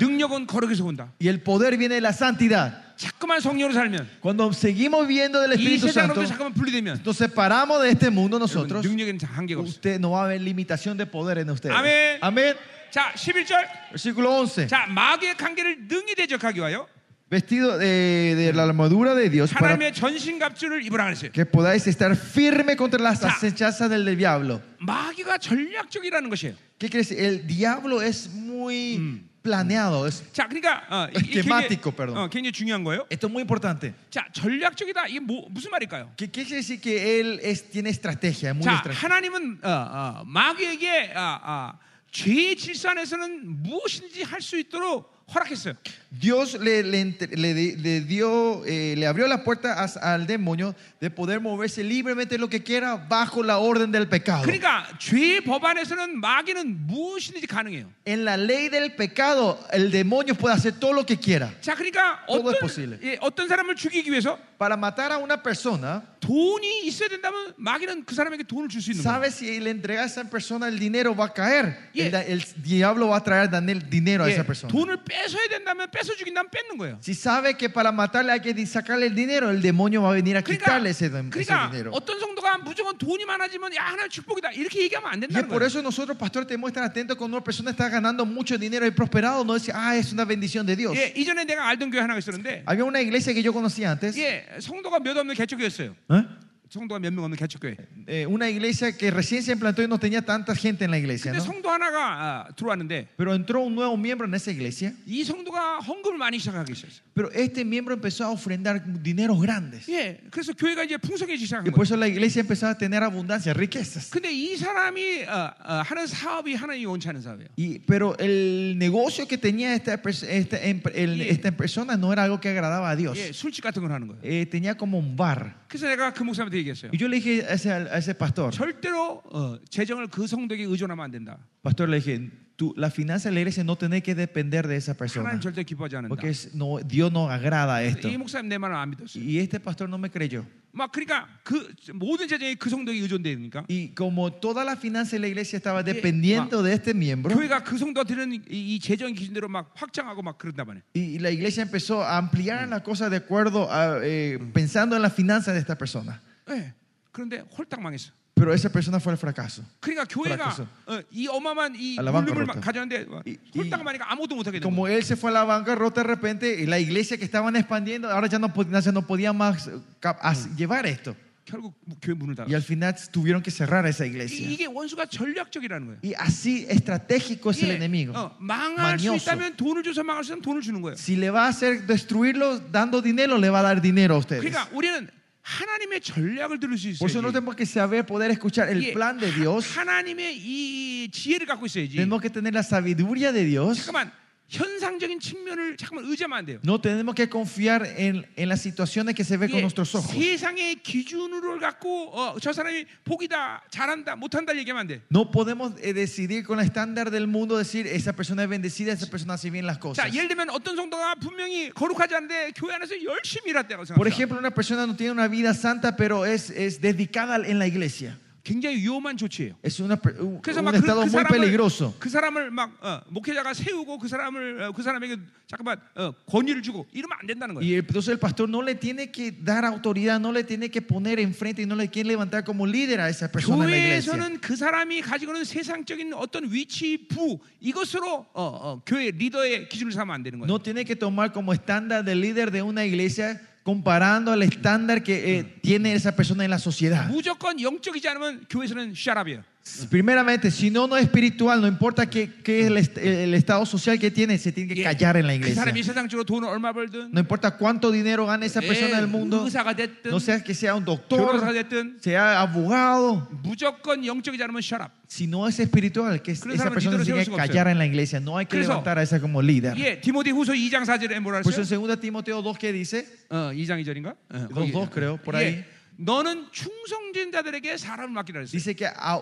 능력은 거룩에서 온다.
Y el poder viene de la santidad.
자꾸만 성령으로 살면
Cuando seguimos viendo del
이
Espíritu Santo,
세상으로부터 잠깐만 분리되면
nos separamos de este mundo
여러분,
nosotros.
능력에는 다 한계가 없어.
Usted no va a haber limitación de poder en ustedes.
Amén.
Amén.
자, 11절.
Versículo 11.
자, 마귀의 관계를 능히 대적하기 위하여
Vestido de, de la armadura de Dios para
하나님의 전신갑주를 입으라 그랬어요.
que podáis estar firme contra las
Ya.
acechazas del diablo.
마귀가 전략적이라는 것이에요.
¿Qué crees? El diablo es muy planeado. Es-
자, 그러니까 어, 이- 이
Esquemático, perdón.
어, 굉장히 중요한 거예요.
esto es muy importante.
자, 전략적이다. 이게 뭐, 무슨 말일까요?
¿Qué, qué quiere decir que él es, tiene estrategia? Es muy
자,
estratégico.
하나님은 어, 어, 마귀에게 아, 아, 죄의 질서 안에서는 무엇인지 할 수 있도록 허락했어요.
Dios le, le entre- le di- le dio, eh, le abrió la puerta a- al demonio de poder moverse libremente lo que quiera bajo la orden del pecado.
그러니까 죄의 법 안에서는 마귀는 무엇이든지 가능해요.
En la ley del pecado, el demonio puede hacer todo lo que quiera.
자, 그러니까
Todo
어떤
es posible.
예, 어떤 사람을 죽이기 위해서
Para matar a una persona,
돈이 있어야 된다면 마귀는 그 사람에게 돈을 줄 수 있는 거예요.
sabes si le entregas a esa persona el dinero va a caer.
Yeah.
El, da- el diablo va a traer Daniel dinero a
예,
esa persona.
돈을 뺏어야 된다면 뺏어 죽인다면 뺏는 거예요.
Si sabe que para matarle hay que sacarle el dinero, el demonio va a venir a
그러니까,
quitarle ese, dem- ese
그러니까
dinero.
어떤 성도가 무조건 돈이 많아지면 야 하나님 축복이다 이렇게 얘기하면 안
Y es
된다는
por
거예요.
eso nosotros, pastor, tenemos que estar atentos cuando una persona está ganando mucho dinero y prosperado, no decir, ah, es una bendición de Dios.
예, 이전에 내가 알던 교회 하나가 있었는데
Había una iglesia que yo conocía antes,
예, 성도가 몇 없는 개척교회였어요.
¿eh?
성도가 몇 명 없는 개척교회.
Eh, una iglesia que recién se implantó y no tenía tanta gente en la iglesia.
근데
¿no?
성도 하나가 아, 들어왔는데
Pero entró un nuevo miembro en esa iglesia,
이 성도가 헌금을 많이 시작하기 시작했어요.
pero este miembro empezó a ofrendar dineros grandes.
예, 그래서 교회가 이제 풍성해지기
Y
시작한
por
거예요.
eso la iglesia empezó a tener abundancia, riquezas.
근데 이 사람이 어, 어, 하는 사업이 하나님이 원치 않은 사업이에요.
Y, pero el negocio que tenía esta, pers- esta, em- el-
Yeah.
esta persona no era algo que agradaba a Dios.
예, 술집 같은 걸 하는 거예요.
Eh, tenía como un bar.
그래서 내가 그 목사님한테 얘기했어요.
Y yo le dije a ese, a ese pastor,
절대로 어, 재정을 그 성도에게 의존하면 안 된다.
pastor le dije, tú, la finanza de la iglesia no tenés que depender de esa persona.
하나님 절대 기뻐하지 않는다.
Porque es- no, Dios no agrada esto.
이 목사님 내 말을 안 믿었어요.
Y este pastor no me creyó.
막 그러니까 그 모든 재정이 그 성도에게 의존되니까
Y como toda la finanza de la iglesia estaba
Yeah.
dependiendo de este miembro,
교회가 그 성도가 드는 이, 이 재정 기준대로 막 확장하고 막 그런다 말이에요.
y la iglesia empezó a ampliar la cosa de acuerdo a, eh, pensando en la finanza de esta persona.
예. 그런데 홀딱 망했어.
Pero esa persona fue el fracaso.
그러니까 교회가
프라크스.
어, 이 어마만 이
아, 라방
물품을
그렇다.
가져는데 어,
이-
홀딱
이-
망하니까 아무것도 못 하게 된
Como
거예요. 뭐
él se fue a la bancarrota de repente, y la iglesia que estaban expandiendo, ahora ya no, podía- ya no podía más eh, cap- as- llevar esto.
결국 뭐 교회 문을
Y
닫아.
al final tuvieron que cerrar esa
이-
iglesia.
이게 원수가 전략적이라는 거예요.
Y así estratégico es
예,
el enemigo.
어, 망할 수
Mañoso.
있다면 돈을 줘서 망할 수 있다면 돈을 주는 거예요.
Si le va a hacer destruirlo dando dinero, le va a dar dinero a ustedes.
그러니까 우리는 하나님의 전략을 들을 수
Por
있어야지.
eso no tenemos que saber poder escuchar el
예,
plan de Dios.
하나님의 이 지혜를 갖고 있어야지.
Tenemos que tener la sabiduría de Dios.
잠깐만 현상적인 측면을 잠깐만 의지하면 안 돼요.
No tenemos que confiar en, en las situaciones que se ve con
이게
nuestros ojos.
세상의 기준으로 갖고 어, 저 사람이 복이다, 잘한다, 못한다 얘기하면 안 돼.
No podemos eh, decidir con el estándar del mundo decir esa persona es bendecida, esa persona hace bien las cosas.
자, 예를 들면 어떤 성도가 분명히 거룩하지 않은데 교회 안에서 열심히 일했다고 생각합니다.
Por ejemplo, una persona no tiene una vida santa, pero es, es dedicada en la iglesia.
굉장히 위험한 조치예요.
Es una per- un,
그래서
un
막 그,
estado
그
muy peligroso.
사람을 그 사람을 막 어, 목회자가 세우고 그 사람을 어, 그 사람에게 잠깐만 어, 권위를 주고 이러면 안 된다는 거예요.
Y entonces el pastor no le tiene que dar autoridad, no le tiene que poner enfrente y no le quiere levantar como líder a esa persona en la iglesia.
교회에서는 그 사람이 가지고 있는 세상적인 어떤 위치, 부 이것으로 어, 어, 교회 리더의 기준을 삼으면 안 되는 거예요.
No tiene que tomar como estándar del líder de una iglesia comparando al estándar que eh, tiene esa persona en la sociedad.
무조건 영적이지 않으면 교회에서는 샤랍이에요.
Primeramente, si no, no es espiritual, no importa qué, qué es el, est- el estado social que tiene, se tiene que callar en la
그
iglesia.
사람이 세상적으로 돈을 얼마 벌든
No importa cuánto dinero gane Eh, esa
예,
persona del mundo,
의사가 됐든
no sea que sea un
교사가
doctor,
됐든
sea abogado,
무조건 영적이지 않으면 샤랍.
si no es espiritual, que
그런
esa
사람은
persona
líder
se tiene que
세울 수가
callar en la iglesia, no hay que
그래서-
levantar a esa como líder.
예, 디모데 후서 2장 4절에 뭐라
Por eso
했어요?
en 2 Timoteo 2 que dice,
어, 예, 2장 2절인가? 뭐,
dos, dos, creo, por ahí.
너는 충성진 자들에게 사람을 맡기라 했어요.
dice que a-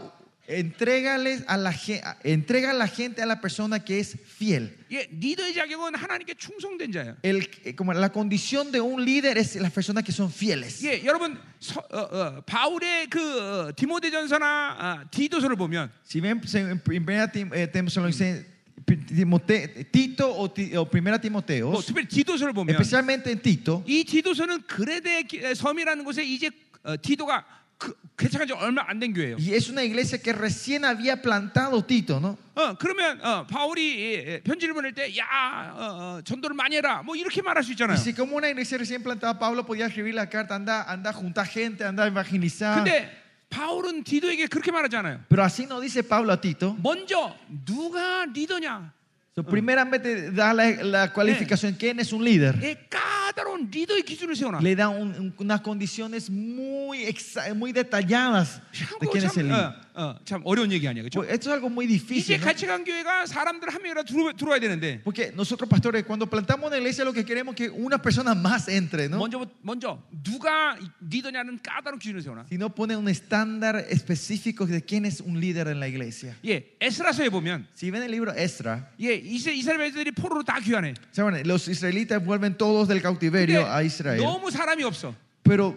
Entrégales a la, ge- a- entrega a la gente a la persona que es fiel.
예, 리더의 자격은 하나님께 충성된 자야.
El, eh, como la condición de un líder es las personas que son fieles.
예, 여러분 서- 어, 어, 바울의 그 어, 디모데전서나 아, 디도서를 보면
Si ven se- en primera Tim- eh, Tesalonicense- Pi- Timote- Tito o, Ti- o primera Timoteo,
뭐, 특별히 디도서를 보면
especialmente en Tito,
이 디도서는 그레데 기- 섬이라는 곳에 이제 어, 디도가 그, 개척한 지 얼마 안 된 교회예요.
y es una iglesia que recién había plantado Tito, ¿no?
어, 그러면 어, 바울이 예, 예, 편지를 보낼 때 야, 어, 어, 전도를 많이 해라. 뭐 이렇게 말할 수
Y
있잖아요.
si como una iglesia recién plantada, Pablo podía escribir la carta, anda, anda, junta gente, anda, evangelizar.
근데 바울은 디도에게 그렇게 말하잖아요.
Pero así no dice Pablo a Tito.
먼저 누가 리더냐?
So, primeramente da la, la cualificación, ¿quién es un líder?
예, 까다로운 리더의 기준을 세워놔.
Le da un- un- unas condiciones muy, exa- muy detalladas de
참고
quién es
참,
el líder.
어, 어, 참 어려운 얘기 아니야, 그렇죠?
Pues, esto es algo muy
이제
difícil. ¿no?
같이 간 교회가 사람들 한 명이라 들어, 들어와야 되는데
Porque nosotros, pastores, cuando plantamos una iglesia, lo que queremos es que una persona más entre, ¿no?
먼저 먼저 누가 리더냐는 까다로운 기준을 세워놔.
Si no pone un estándar específico de quién es un líder en la iglesia.
예, 에스라서에 보면
Si ven el libro Estra,
예, 이세- 이스라엘 백성들이 포로로 다 귀환해.
¿saben? los israelitas vuelven todos del cautiverio a
근데
Israel.
너무 사람이 없어.
Pero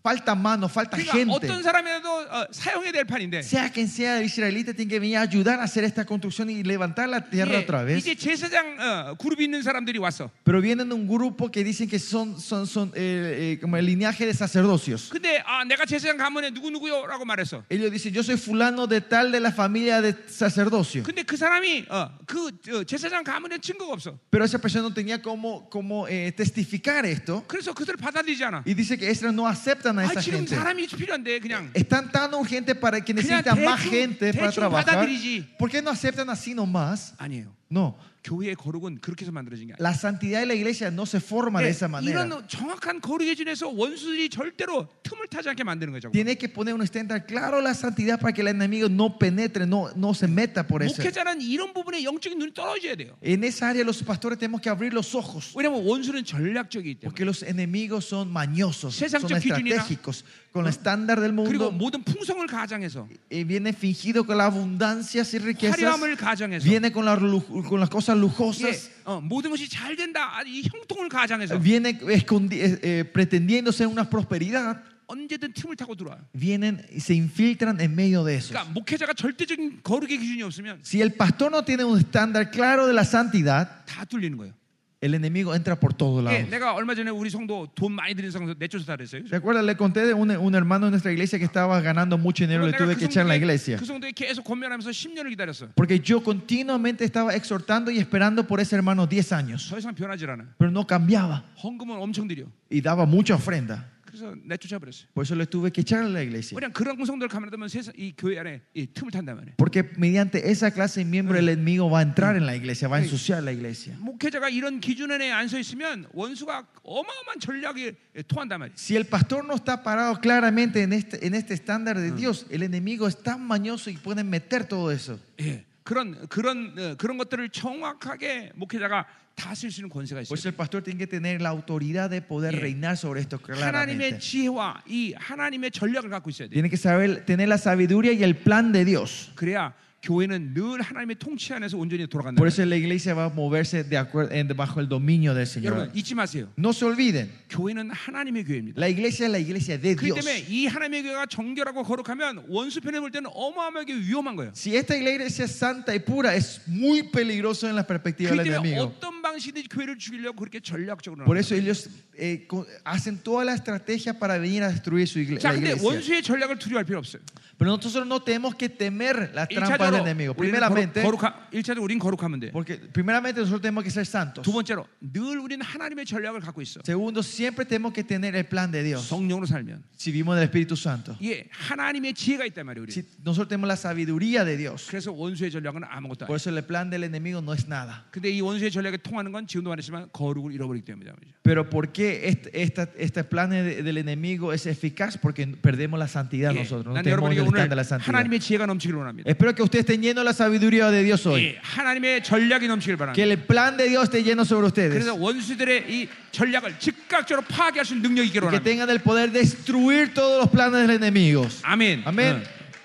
falta mano, falta
그러니까 어떤
gente.
사람이라도 어, 사용해야 될 판인데
Sea quien sea el israelita, tiene que venir a ayudar a hacer esta construcción y levantar la tierra
예,
otra vez.
이제 제사장 어, 그룹이 있는 사람들이 왔어.
Pero vienen de un grupo que dicen que son, son, son eh, eh, como el linaje de sacerdocios.
근데 아, 내가 제사장 가문에 누구 누구요라고 말했어.
Ellos dicen, yo soy fulano de tal de la familia de sacerdocio.
근데 그 사람이 어, 그 어, 제사장 가문에 증거가 없어.
Pero esa persona no tenía cómo, cómo eh, testificar esto.
그래서 그들을 받아들이지 않아.
Y dice que Esdras no aceptan a
아,
esa
지금
gente. Eh,
사람이 필요한데 그냥
Están tan urgentes para que necesitan
대충-
más gente para
대충
trabajar.
받아들이지.
¿Por qué no aceptan así nomás?
아니에요.
No.
교회의 거룩은 그렇게 해서 만들어진 게 아니에요.
La santidad de la iglesia no se forma de
예,
esa manera.
이런 정확한 거룩의 준에서 원수들이 절대로 틈을 타지 않게 만드는 거죠.
Tiene que poner un estándar claro la santidad para que el enemigo no penetre, no, no se meta por eso.
목회자는 이런 부분에 영적인 눈이 떨어져야 돼요.
En esa área los pastores tenemos que abrir los ojos.
왜냐하면 원수는 전략적이기 때문에
Porque los enemigos son mañosos, son
세상적 기준이나-
estratégicos. Con el estándar del
그리고
mundo
모든 풍성을 가장해서
eh, viene fingido con la abundancia y riquezas.
화려함을 가장해서
Viene con, la luj- con las cosas lujosas.
예, 어, 모든 것이 잘 된다 아, 이 형통을 가장해서
Viene escondi- eh, eh, pretendiéndose una prosperidad.
언제든 틈을 타고 들어와요.
Vienen y se infiltran en medio de eso.
그러니까 목회자가 절대적인 거룩의 기준이 없으면
Si el pastor no tiene un estándar claro de la santidad,
다 뚫리는 거예요.
El enemigo entra por todos
예,
lados.
내가 얼마 전에 우리 성도 돈 많이 드는 성도 내쫓아서 다 그랬어요.
¿Se acuerdan? Le conté de un, un hermano de nuestra iglesia que estaba ganando mucho dinero, le
내가
tuve
그
que echar en la
성도에,
iglesia.
그 성도에 계속 권면하면서 10년을 기다렸어.
Porque yo continuamente estaba exhortando y esperando por ese hermano 10 años,
더 이상 변하질 않아.
pero no cambiaba
헌금은 엄청 드려.
y daba mucha ofrenda.
그래서 내쫓아버렸어요.
Por eso le tuve que echar en la iglesia.
그냥 그런 성도를 가만두면 세상 이 교회 안에 이 틈을 탄단 말이에요.
Porque mediante esa clase de miembro el enemigo va a entrar en la iglesia, va a ensuciar la iglesia.
목회자가 이런 기준 안에 안 서 있으면 원수가 어마어마한 전략에 토한단 말이에요.
Si el pastor no está parado claramente en este, en este estándar de Dios, el enemigo es tan mañoso y puede meter todo eso.
예. 그런 그런 어, 그런 것들을 정확하게 목회자가 다 쓸 수 있는 권세가 있어요.
Por eso el pastor tiene que tener la autoridad de poder
Yeah.
reinar sobre esto
하나님의
claramente.
지혜와 이 하나님의 전략을 갖고 있어야 돼. 요
Tiene que saber tener la sabiduría y el plan de Dios.
그래야 교회는 늘 하나님의 통치 안에서 온전히 돌아간다.
Por eso la iglesia va a moverse de acuerdo, en- bajo el dominio del Señor.
여러분 잊지 마세요.
No se olviden,
교회는 하나님의 교회입니다.
la iglesia es la iglesia de
그렇기
Dios.
때문에 이 하나님의 교회가 정결하고 거룩하면 원수 편에 볼 때는 어마어마하게 위험한 거예요.
Si esta iglesia es santa y pura, es muy peligroso en la perspectiva
그렇기
del
때문에
enemigo.
어떤 방식이든지 교회를 죽이려고 그렇게 전략적으로
Por
나가는
eso ellos eh, co- hacen toda la estrategia para venir a destruir su igle-
거예요. 자,
la
근데
iglesia.
원수의 전략을 두려워할 필요 없어요.
Pero nosotros no tenemos que temer la trampa del
1차적으로
enemigo.
우리는 거룩,
Primeramente,
거룩하, 1차적으로 우린 거룩하면 돼.
porque primeramente nosotros tenemos que ser santos.
두 번째로 늘 우리는 하나님의 전략을 갖고 있어.
Segundo, siempre tenemos que tener el plan de Dios.
성령으로 살면
Si vivimos del Espíritu Santo.
예, 하나님의 지혜가 있단 말이에요, 우리.
Si nosotros tenemos la sabiduría de Dios.
그래서 원수의 전략은 아무것도 아니에요.
Por eso el plan del enemigo no es nada.
근데 이 원수의 전략에 통하는 건 지금도 말했지만 거룩을 잃어버리기 때문이죠.
Pero ¿por qué este, esta- este plan de- del enemigo es eficaz? Porque perdemos la santidad
예,
nosotros. No
난
tenemos
여러분에게
el
오늘
stand de la santidad.
하나님의 지혜가 넘치길 원합니다.
Espero que usted esté lleno de la sabiduría de Dios hoy.
예, 하나님의 전략이 넘치길
Que
바랍니다.
el plan de Dios esté lleno sobre ustedes.
그래서 원수들의 이 전략을 즉각적으로 파괴할 수 있는 능력이 있기를 원합니다. Ah.
Y que tengan el poder de destruir todos los planes del enemigo.
아멘.
아멘.
응.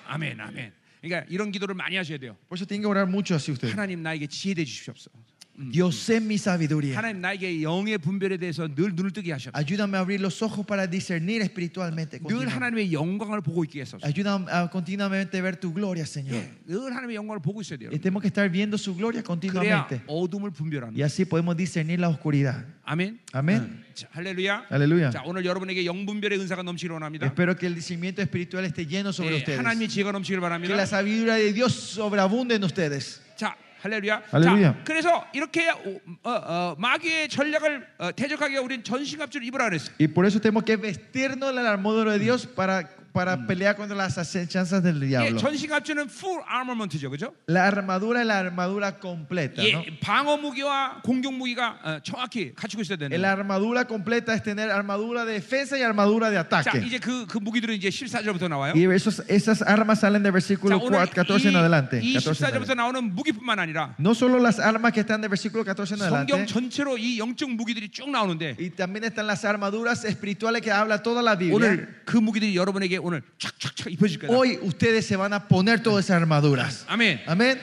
아멘. 아멘. 그러니까 이런 기도를 많이 하셔야 돼요.
Por eso tiene que orar mucho así usted.
하나님 나에게 지혜 대 주십시오.
Dios sé mi sabiduría.
하나님 나에게 영의 분별에 대해서 늘 눈을 뜨게 하셔.
Ayúdame a abrir los ojos para discernir espiritualmente.
늘
continuamente.
하나님의 영광을 보고 있게 하소서.
Ayúdame a continuamente ver tu gloria,
예.
Señor.
늘 하나님의 영광을 보고 있어야 돼요.
Y tenemos que estar viendo su gloria
예, 그래야
continuamente.
어둠을 분별하는.
Y así podemos discernir la oscuridad.
예. 아멘.
Amén.
자, 할렐루야.
Aleluya.
자, 오늘 여러분에게 영분별의 은사가 넘치기를 원합니다.
Espero que el discernimiento espiritual esté lleno sobre
예,
ustedes.
하나님의 지혜가 넘치기를
Que
바랍니다.
la sabiduría de Dios sobreabunde en ustedes.
자, 할렐루야.
할렐루야.
자, 그래서 이렇게 오- 어, 어, 마귀의 전략을 어, 대적하게 우린 전신갑주를 입으라 그랬어.
Y por eso tenemos que vestirnos de la armadura de Dios para, para pelear contra las acechanzas del
예,
diablo.
전신갑주는 full armament죠, 그죠?
La armadura es la armadura completa. ¿no?
예, 방어 무기와 공격 무기가 어, 정확히 갖추고 있어야 되는.
La armadura completa es tener armadura de defensa y armadura de
자,
ataque.
이제 그, 그 무기들은 이제 14절부터 나와요.
Y esos- esas armas salen del
자,
versículo
오늘
4 14 en adelante.
이, 이
14 en adelante.
14절부터 나오는 무기뿐만 아니라
No solo las armas que están del versículo 14 en
성경
adelante,
전체로 이 영적 무기들이 쭉 나오는데
y también están las armaduras espirituales que habla toda la Biblia. Pues
오늘 그 무기들이 여러분에게 오늘 착착착 입혀질 거다.
Hoy ustedes se van a poner todas esas armaduras.
아멘.
Amén.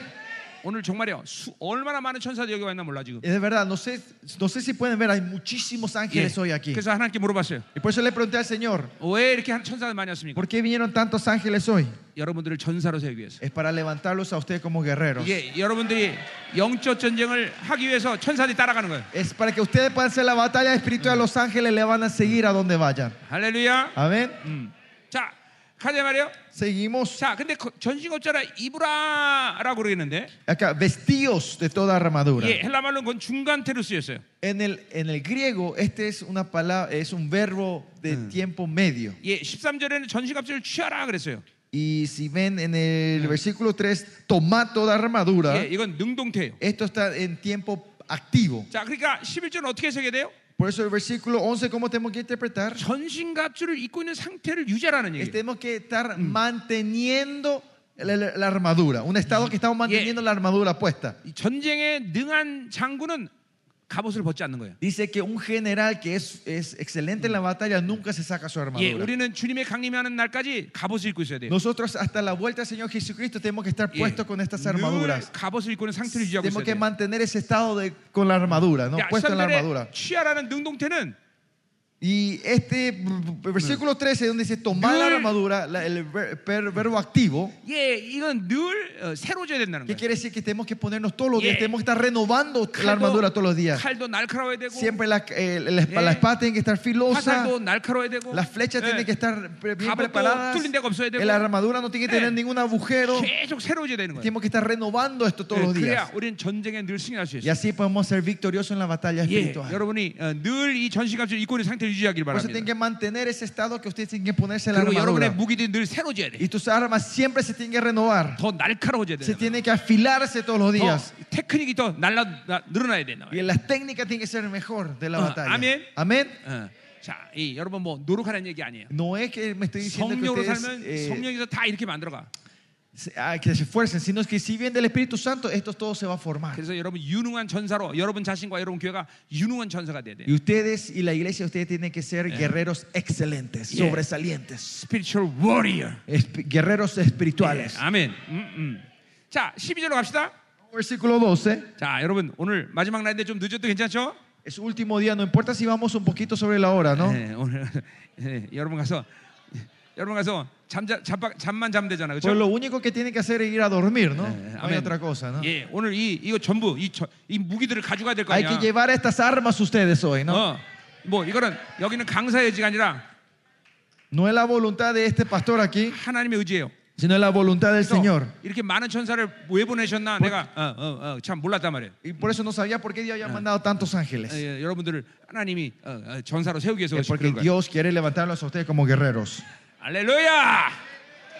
오늘 정말요. 수, 얼마나 많은 천사들이 여기 와 있나 몰라 지금.
Es de verdad, no sé, no sé si pueden ver, hay muchísimos
예.
ángeles hoy aquí.
그래서 하나님께 물어봤어요.
Y por eso le pregunté al Señor,
왜 이렇게 한 천사들 많이 왔습니까?
¿por qué vinieron tantos ángeles hoy?
여러분들을 전사로 세우기 위해서.
Es para levantarlos a ustedes como guerreros.
이게 여러분들이 영적 전쟁을 하기 위해서 천사들이 따라가는 거예요.
Es para que ustedes puedan hacer la batalla espiritual. Los ángeles le van a seguir a donde vayan.
할렐루야.
Amén.
음. 자, 가자 말이요.
Seguimos
자, 근데 그 전신갑자라 이브라라고 그러겠는데.
acá, vestidos de toda armadura.
예, 헬라말로는 그건 중간 테로 쓰였어요.
En el, en el griego, este es, una palabra, es un verbo de tiempo medio.
예, 13절에는 전신갑주를 취하라 그랬어요.
Y si ven en el versículo 3, tomad toda armadura.
예, 이건 능동태예요.
Esto está en tiempo activo.
자, 그러니까 11절은 어떻게 해석해야 돼요?
Por eso el versículo 11, ¿cómo tenemos que interpretar?
전신갑주를 입고 있는 상태를 유지하라는
Es,
얘기예요.
tenemos que estar manteniendo la, la- la armadura. Un estado que estamos manteniendo la armadura puesta.
이 전쟁에 능한 장군은 갑옷을 벗지 않는 거예요.
Dice que un general que es, es excelente en la batalla nunca se saca su
예,
armadura.
우리는 주님의 강림하는 날까지 갑옷을 입고 있어야 돼요.
Nosotros hasta la vuelta del Señor Jesucristo tenemos que estar
예,
puestos con estas
늘
armaduras.
갑옷을 입고 있는 상태를 유지하고
Tenemos
있어야
que
돼요.
mantener ese estado de, con la armadura, ¿no?
야,
puesto en la armadura.
선별의 취하라는 능동태는
Y este v- versículo 13 donde dice tomar la
Dur-
armadura, la- el ver- per- verbo activo,
예, 이건 늘 어, 새로져야 된다는
que
거예요.
quiere decir que tenemos que ponernos todos los días,
Yeah.
tenemos que estar renovando la armadura todos los días.
칼도 날카로워야 되고
Siempre la, el- la esp-
Yeah.
la espada tiene que estar filosa,
화살도 날카로워야 되고
las flechas
예,
tienen que estar pre- bien
Cabo
preparadas,
뚫린 데가 없어야 되고.
la armadura no tiene que tener
Yeah.
ningún agujero,
계속 새로워져야 되는 거예요.
tenemos que estar renovando esto todos
예,
los
그래야
días.
우리는 전쟁에 늘 승리할 수
Y
있어요.
así podemos ser victoriosos en la
예,
batalla espiritual.
여러분이 늘 이 전신갑주 입고 있는 상태를 유지하길
Por eso tienen
바랍니다.
que mantener ese estado que ustedes tienen que ponerse la
그리고 여러분의
armadura.
무기들이 늘 새로져야 돼요.
Y tus armas siempre se tienen que renovar.
더 날카로워져야
se
돼요.
tiene que afilarse todos los días.
더 테크닉이 더 날라 나- 늘어나야 된다.
Y las técnicas tienen que ser mejor de la
Oh. Ah,
batalla.
amén.
Amén.
어. 자, 이, 여러분 뭐 노력하는 얘기 아니에요.
No es que me estoy diciendo que
성령으로
ustedes
살면
eh,
성령에서 다 이렇게 만들어가.
se- ah, que se esfuercen, sino es que si bien del Espíritu Santo, esto todo se va a formar.
그래서 여러분 유능한 전사로 여러분 자신과 여러분 교회가 유능한 전사가 돼야 돼요.
Y ustedes y la iglesia, ustedes tienen que ser guerreros excelentes,
Yeah.
sobresalientes,
Spiritual warrior.
esp- guerreros espirituales.
예, 아멘. 음, 음. 자, 12절로 갑시다.
Versículo 12.
자, 여러분 오늘 마지막 날인데 좀 늦어도 괜찮죠?
Es último día, no importa si vamos un poquito sobre la hora, ¿no?
예, 오늘 예, 여러분 가서 여러분 가서 잠자 잠바, 잠만 자면 되잖아요.
Pues
그렇죠?
lo único que tienen que hacer es ir a dormir, ¿no?
예,
No hay otra cosa, ¿no?
예, 오늘 이 이거 전부 이, 저- 이 무기들을 가져가야 될 거
Hay
아니야.
que llevar estas armas ustedes hoy, ¿no?
어, 뭐 이거는 여기는 강사의 의지가 아니라
No es la voluntad de este pastor aquí,
하나님의 의지예요.
sino es la voluntad del
그래서
Señor.
이렇게 많은 천사를 왜 보내셨나 내가 어, 어, 어, 참 몰랐단 말이에요.
Y por eso no sabía por qué Dios había mandado tantos
예,
ángeles.
예, 여러분들을 하나님이 어, 어, 전사로 세우기 위해서
Es porque
그런 거예요.
Dios quiere levantarlos a ustedes como guerreros.
할렐루야.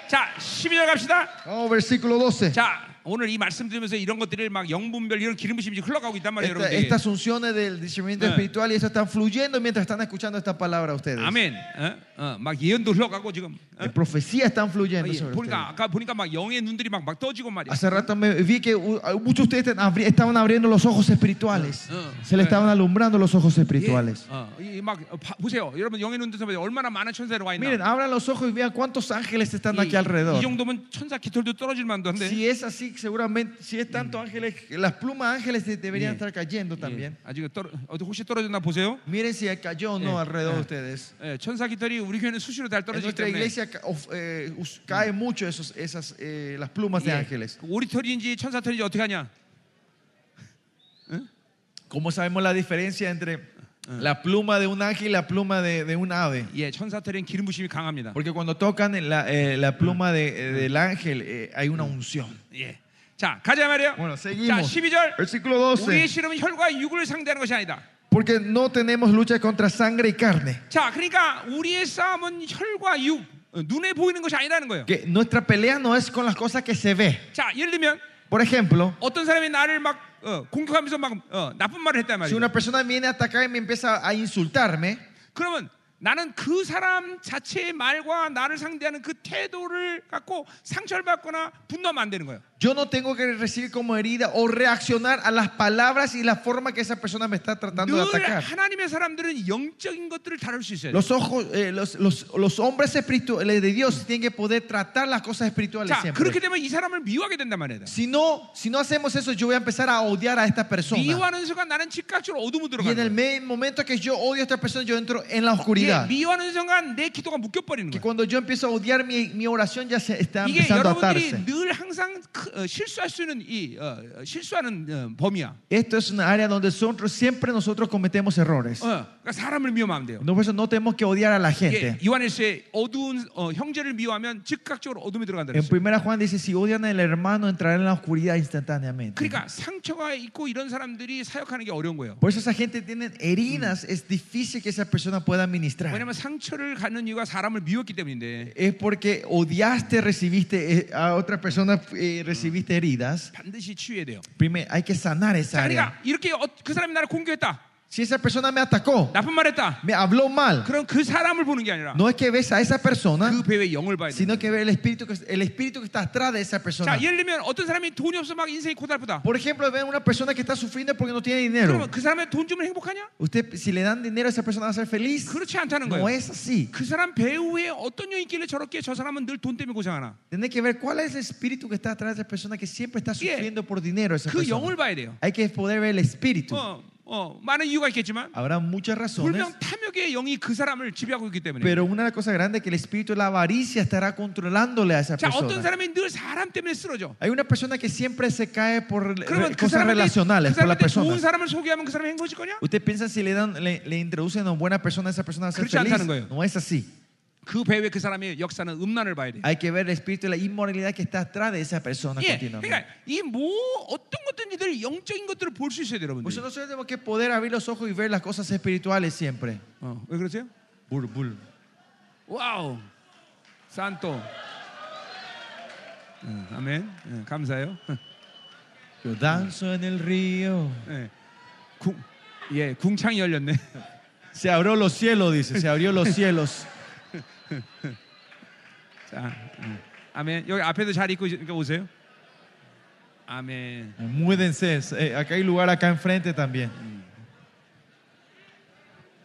자, 12절 갑시다.
Vamos, versículo 12.
자, 오늘 이 말씀 드리면서 이런 것들을 막 영분별 이런 기름부심이 지금 흘러가고 있단 말이에요,
Este, Esta-
여러분들.
estas unciones del discernimiento
Eh.
espiritual y eso están fluyendo mientras están escuchando esta palabra ustedes.
아멘. 어? 어, 막 예언도 흘러가고 지금. 어?
Eh, Profecías están
어,
fluyendo.
예.
sobre
보니까
ustedes.
아까 보니까 막 영의 눈들이 막 막 떠지고 말이야.
Hace rato me vi que uh, muchos de ustedes están abri- estaban abriendo los ojos espirituales.
Eh.
Se le estaban alumbrando los ojos
예.
espirituales.
어, 이- 막 어, 봐- 보세요. 여러분 영의 눈들에서 보세요. 얼마나 많은 천사들이 와 있나.
Miren, abran los ojos y vean cuántos ángeles están aquí
이, 이
alrededor.
정도면 천사 깃털도 떨어질 만도 한데.
Si es así, seguramente, si es tanto ángeles, las plumas de ángeles de- deberían
Mm. Bien.
estar cayendo
예.
también.
아직 떨어, 어디 혹시 떨어졌나 보세요.
Miren si cayó o
Eh.
no alrededor
Eh.
de ustedes.
예, 천사 깃털이 우리 교회는 수시로 잘
En
떨어지기
nuestra
때문에
iglesia ca- of- eh, us- cae mucho esos, esas, eh, las plumas de
예,
ángeles.
오리 털인지 천사 털인지 어떻게 하냐?
¿Cómo sabemos la diferencia entre la pluma de un ángel y la pluma de, de un ave?
예, 천사 털은 기름 부심이 강합니다.
Porque cuando tocan en la, eh, la pluma de- eh, del ángel eh, hay una unción.
예. 자, 가자 말이에요.
Bueno,
자,
seguimos.
12절.
Versículo
우리의
12.
씨름은 혈과 육을 상대하는 것이 아니다.
Porque no tenemos lucha contra sangre y carne.
자, 그러니까 우리의 싸움은 혈과 육, 어, 눈에 보이는 것이 아니라는 거예요.
Que nuestra pelea no es con las cosas que se ve.
자, 예를 들면
Por ejemplo,
어떤 사람이 나를 막 어, 공격하면서 막 어, 나쁜 말을 했단
si
말이에요.
una persona viene a atacar y me empieza a insultarme,
그러면 나는 그 사람 자체의 말과 나를 상대하는 그 태도를 갖고 상처를 받거나 분노하면 안 되는 거예요.
yo no tengo que recibir como herida o reaccionar a las palabras y la forma que esa persona me está tratando de
늘
atacar.
하나님의 사람들은 영적인 것들을 다룰 수 있어야 돼.
Los ojos, eh, los, los- los hombres espirituales de Dios tienen que poder tratar las cosas espirituales
자, 그렇게
siempre.
되면 이 사람을 미워하게 된단 말이에요.
Si no, si no hacemos eso, yo voy a empezar a odiar a esta persona.
미워하는 순간 나는 즉각적으로 어둠으로
Y en el
들어가는 거예요.
me- momento que yo odio a esta persona, yo entro en la
예,
oscuridad.
미워하는 순간 내 기도가 묶여버리는
Que
거예요.
cuando yo empiezo a odiar, mi, mi oración ya se está
이게
empezando a atarse.
여러분들이 늘 항상 크- 어, 실수할 수 있는 이 어, 어, 실수하는 어, 범위야.
Esto es una área donde nosotros, siempre nosotros cometemos errores.
어, 그러니까 사람을 미워하면 안 돼요.
No, por eso no tenemos que odiar a la
예,
gente.
요한일서의 어두운 어, 형제를 미워하면 즉각적으로 어둠에 들어간다
En
그랬어요.
primera Juan dice, si odian al hermano, entrarán en la oscuridad instantáneamente.
그러니까 상처가 있고 이런 사람들이 사역하는 게 어려운 거예요.
Por eso esa gente tiene heridas, es difícil que esa persona pueda administrar.
왜냐면 상처를 갖는 이유가 사람을 미웠기 때문인데
Es porque odiaste, recibiste eh, a otra persona, eh, recibiste heridas.
반드시 치유해야 돼요.
Primero, hay que sanar esa
자,
área.
그러니까 이렇게 어- 그 사람이 나를 공격했다.
Si esa persona me atacó,
나쁜 말했다.
me habló mal,
그럼 그 사람을 보는 게 아니라
no es que ves a esa persona,
그 배의 영을 봐야 돼.
sino que ves el espíritu que, el espíritu que está atrás de esa persona.
자, 예를 들면 어떤 사람이 돈이 없어 막 인생이 고달프다.
Por ejemplo, ven una persona que está sufriendo porque no tiene dinero.
그러면 그 사람의 돈 주면 행복하냐?
Usted, si le dan dinero a esa persona, va a ser feliz.
그렇지 않다는
No
거예요.
es así.
그 사람 배후에 어떤 영이 있길래 저렇게 저 사람은 늘 돈 때문에 고생하나?
Tiene que ver cuál es el espíritu que está atrás de esa persona que siempre está
Yeah.
sufriendo por dinero. Esa
그
persona.
영을 봐야 돼요.
Hay que poder ver el espíritu.
어, 어, 많은 이유가 있겠지만
Habrá muchas razones,
분명 탐욕의 영이 그 사람을 지배하고 있기 때문에.
pero una cosa grande es que el espíritu de la avaricia estará controlándole a esa
자, 어떤
persona.
사람이 늘 사람 때문에 쓰러져.
Hay una persona que siempre se cae por re-
그러면 그
cosas
사람이 그
relacionales, por
사람한테
las
좋은
personas.
사람을 소개하면 그 사람이 행복해질 거냐?
Usted piensa si le dan, le, le introducen a una buena persona, esa persona va a ser
그렇지
feliz.
않다는 거예요.
No es así.
그 배후에 그 사람의 역사는 음란을 봐야 돼.
Hay que ver el espíritu de la inmoralidad que está atrás de esa persona
예,
continuamente.
아, 그러니까 이 뭐 어떤 것든지 늘 영적인 것들을 볼 수 있어요, 여러분들.
Por eso nosotros tenemos que poder abrir los ojos y ver las cosas espirituales siempre.
어, 왜 그러세요?
Bul, bul.
와우, 산토. 음, 아멘. 예, 감사해요.
Yo danzo en el río.
예, 궁, 예, 궁창이 열렸네.
Se abrió los cielos, dice. Se abrió los cielos.
자, 음, 아멘. 여기 앞에도 자리 있고 그러니까 오세요. 아멘.
Múdense. eh, acá hay lugar acá enfrente también.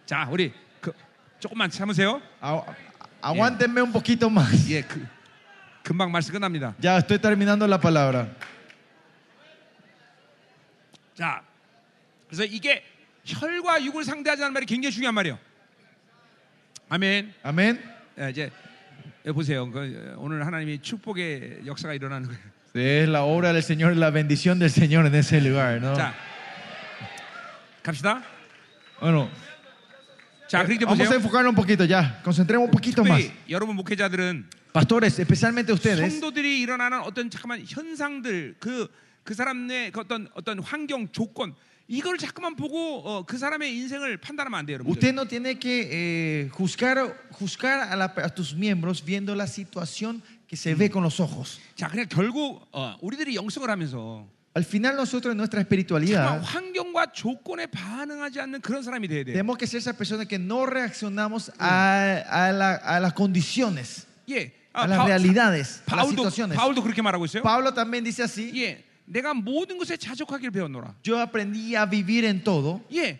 자, 우리 그, 조금만 참으세요.
Agu- aguántenme un poquito más.
예, 그, 금방 말씀 끝납니다.
Ya estoy terminando la palabra.
자, 그래서 이게 혈과 육을 상대하자는 말이 굉장히 중요한 말이에요. 아멘.
Amén.
예, 이제 예, 보세요. 그, 어, 오늘 하나님이 축복의 역사가 일어나는 거예요.
Es la obra del Señor, la bendición del Señor en ese lugar, ¿no?
자, 갑시다.
Bueno,
자, 그렇게
vamos
보세요.
a enfocarnos un poquito ya. Concentremos un poquito más.
특별히 여러분 목회자들은
Pastores, especialmente ustedes.
성도들이 일어나는 어떤 잠깐만 현상들 그 그 사람의 그 어떤 어떤 환경 조건 이걸 자꾸만 보고 어, 그 사람의 인생을 판단하면 안 돼요, 여러분.
Usted no tiene que eh, juzgar, juzgar a, la- a tus miembros viendo la situación que se ve con los ojos.
자, 그냥 결국 어, 우리들이 영성을 하면서
Al final nosotros en nuestra
정말
espiritualidad
환경과 조건에 반응하지 않는 그런 사람이 돼야 돼.
tenemos que ser esas personas que no reaccionamos a, a la- a las condiciones,
예. 아,
a las
바-
realidades, a las
바울도
situaciones.
바울도 그렇게 말하고 있어요.
Pablo también dice así,
예. 내가 모든 것에 자족하기를 배웠노라.
yo aprendí a vivir en todo.
예,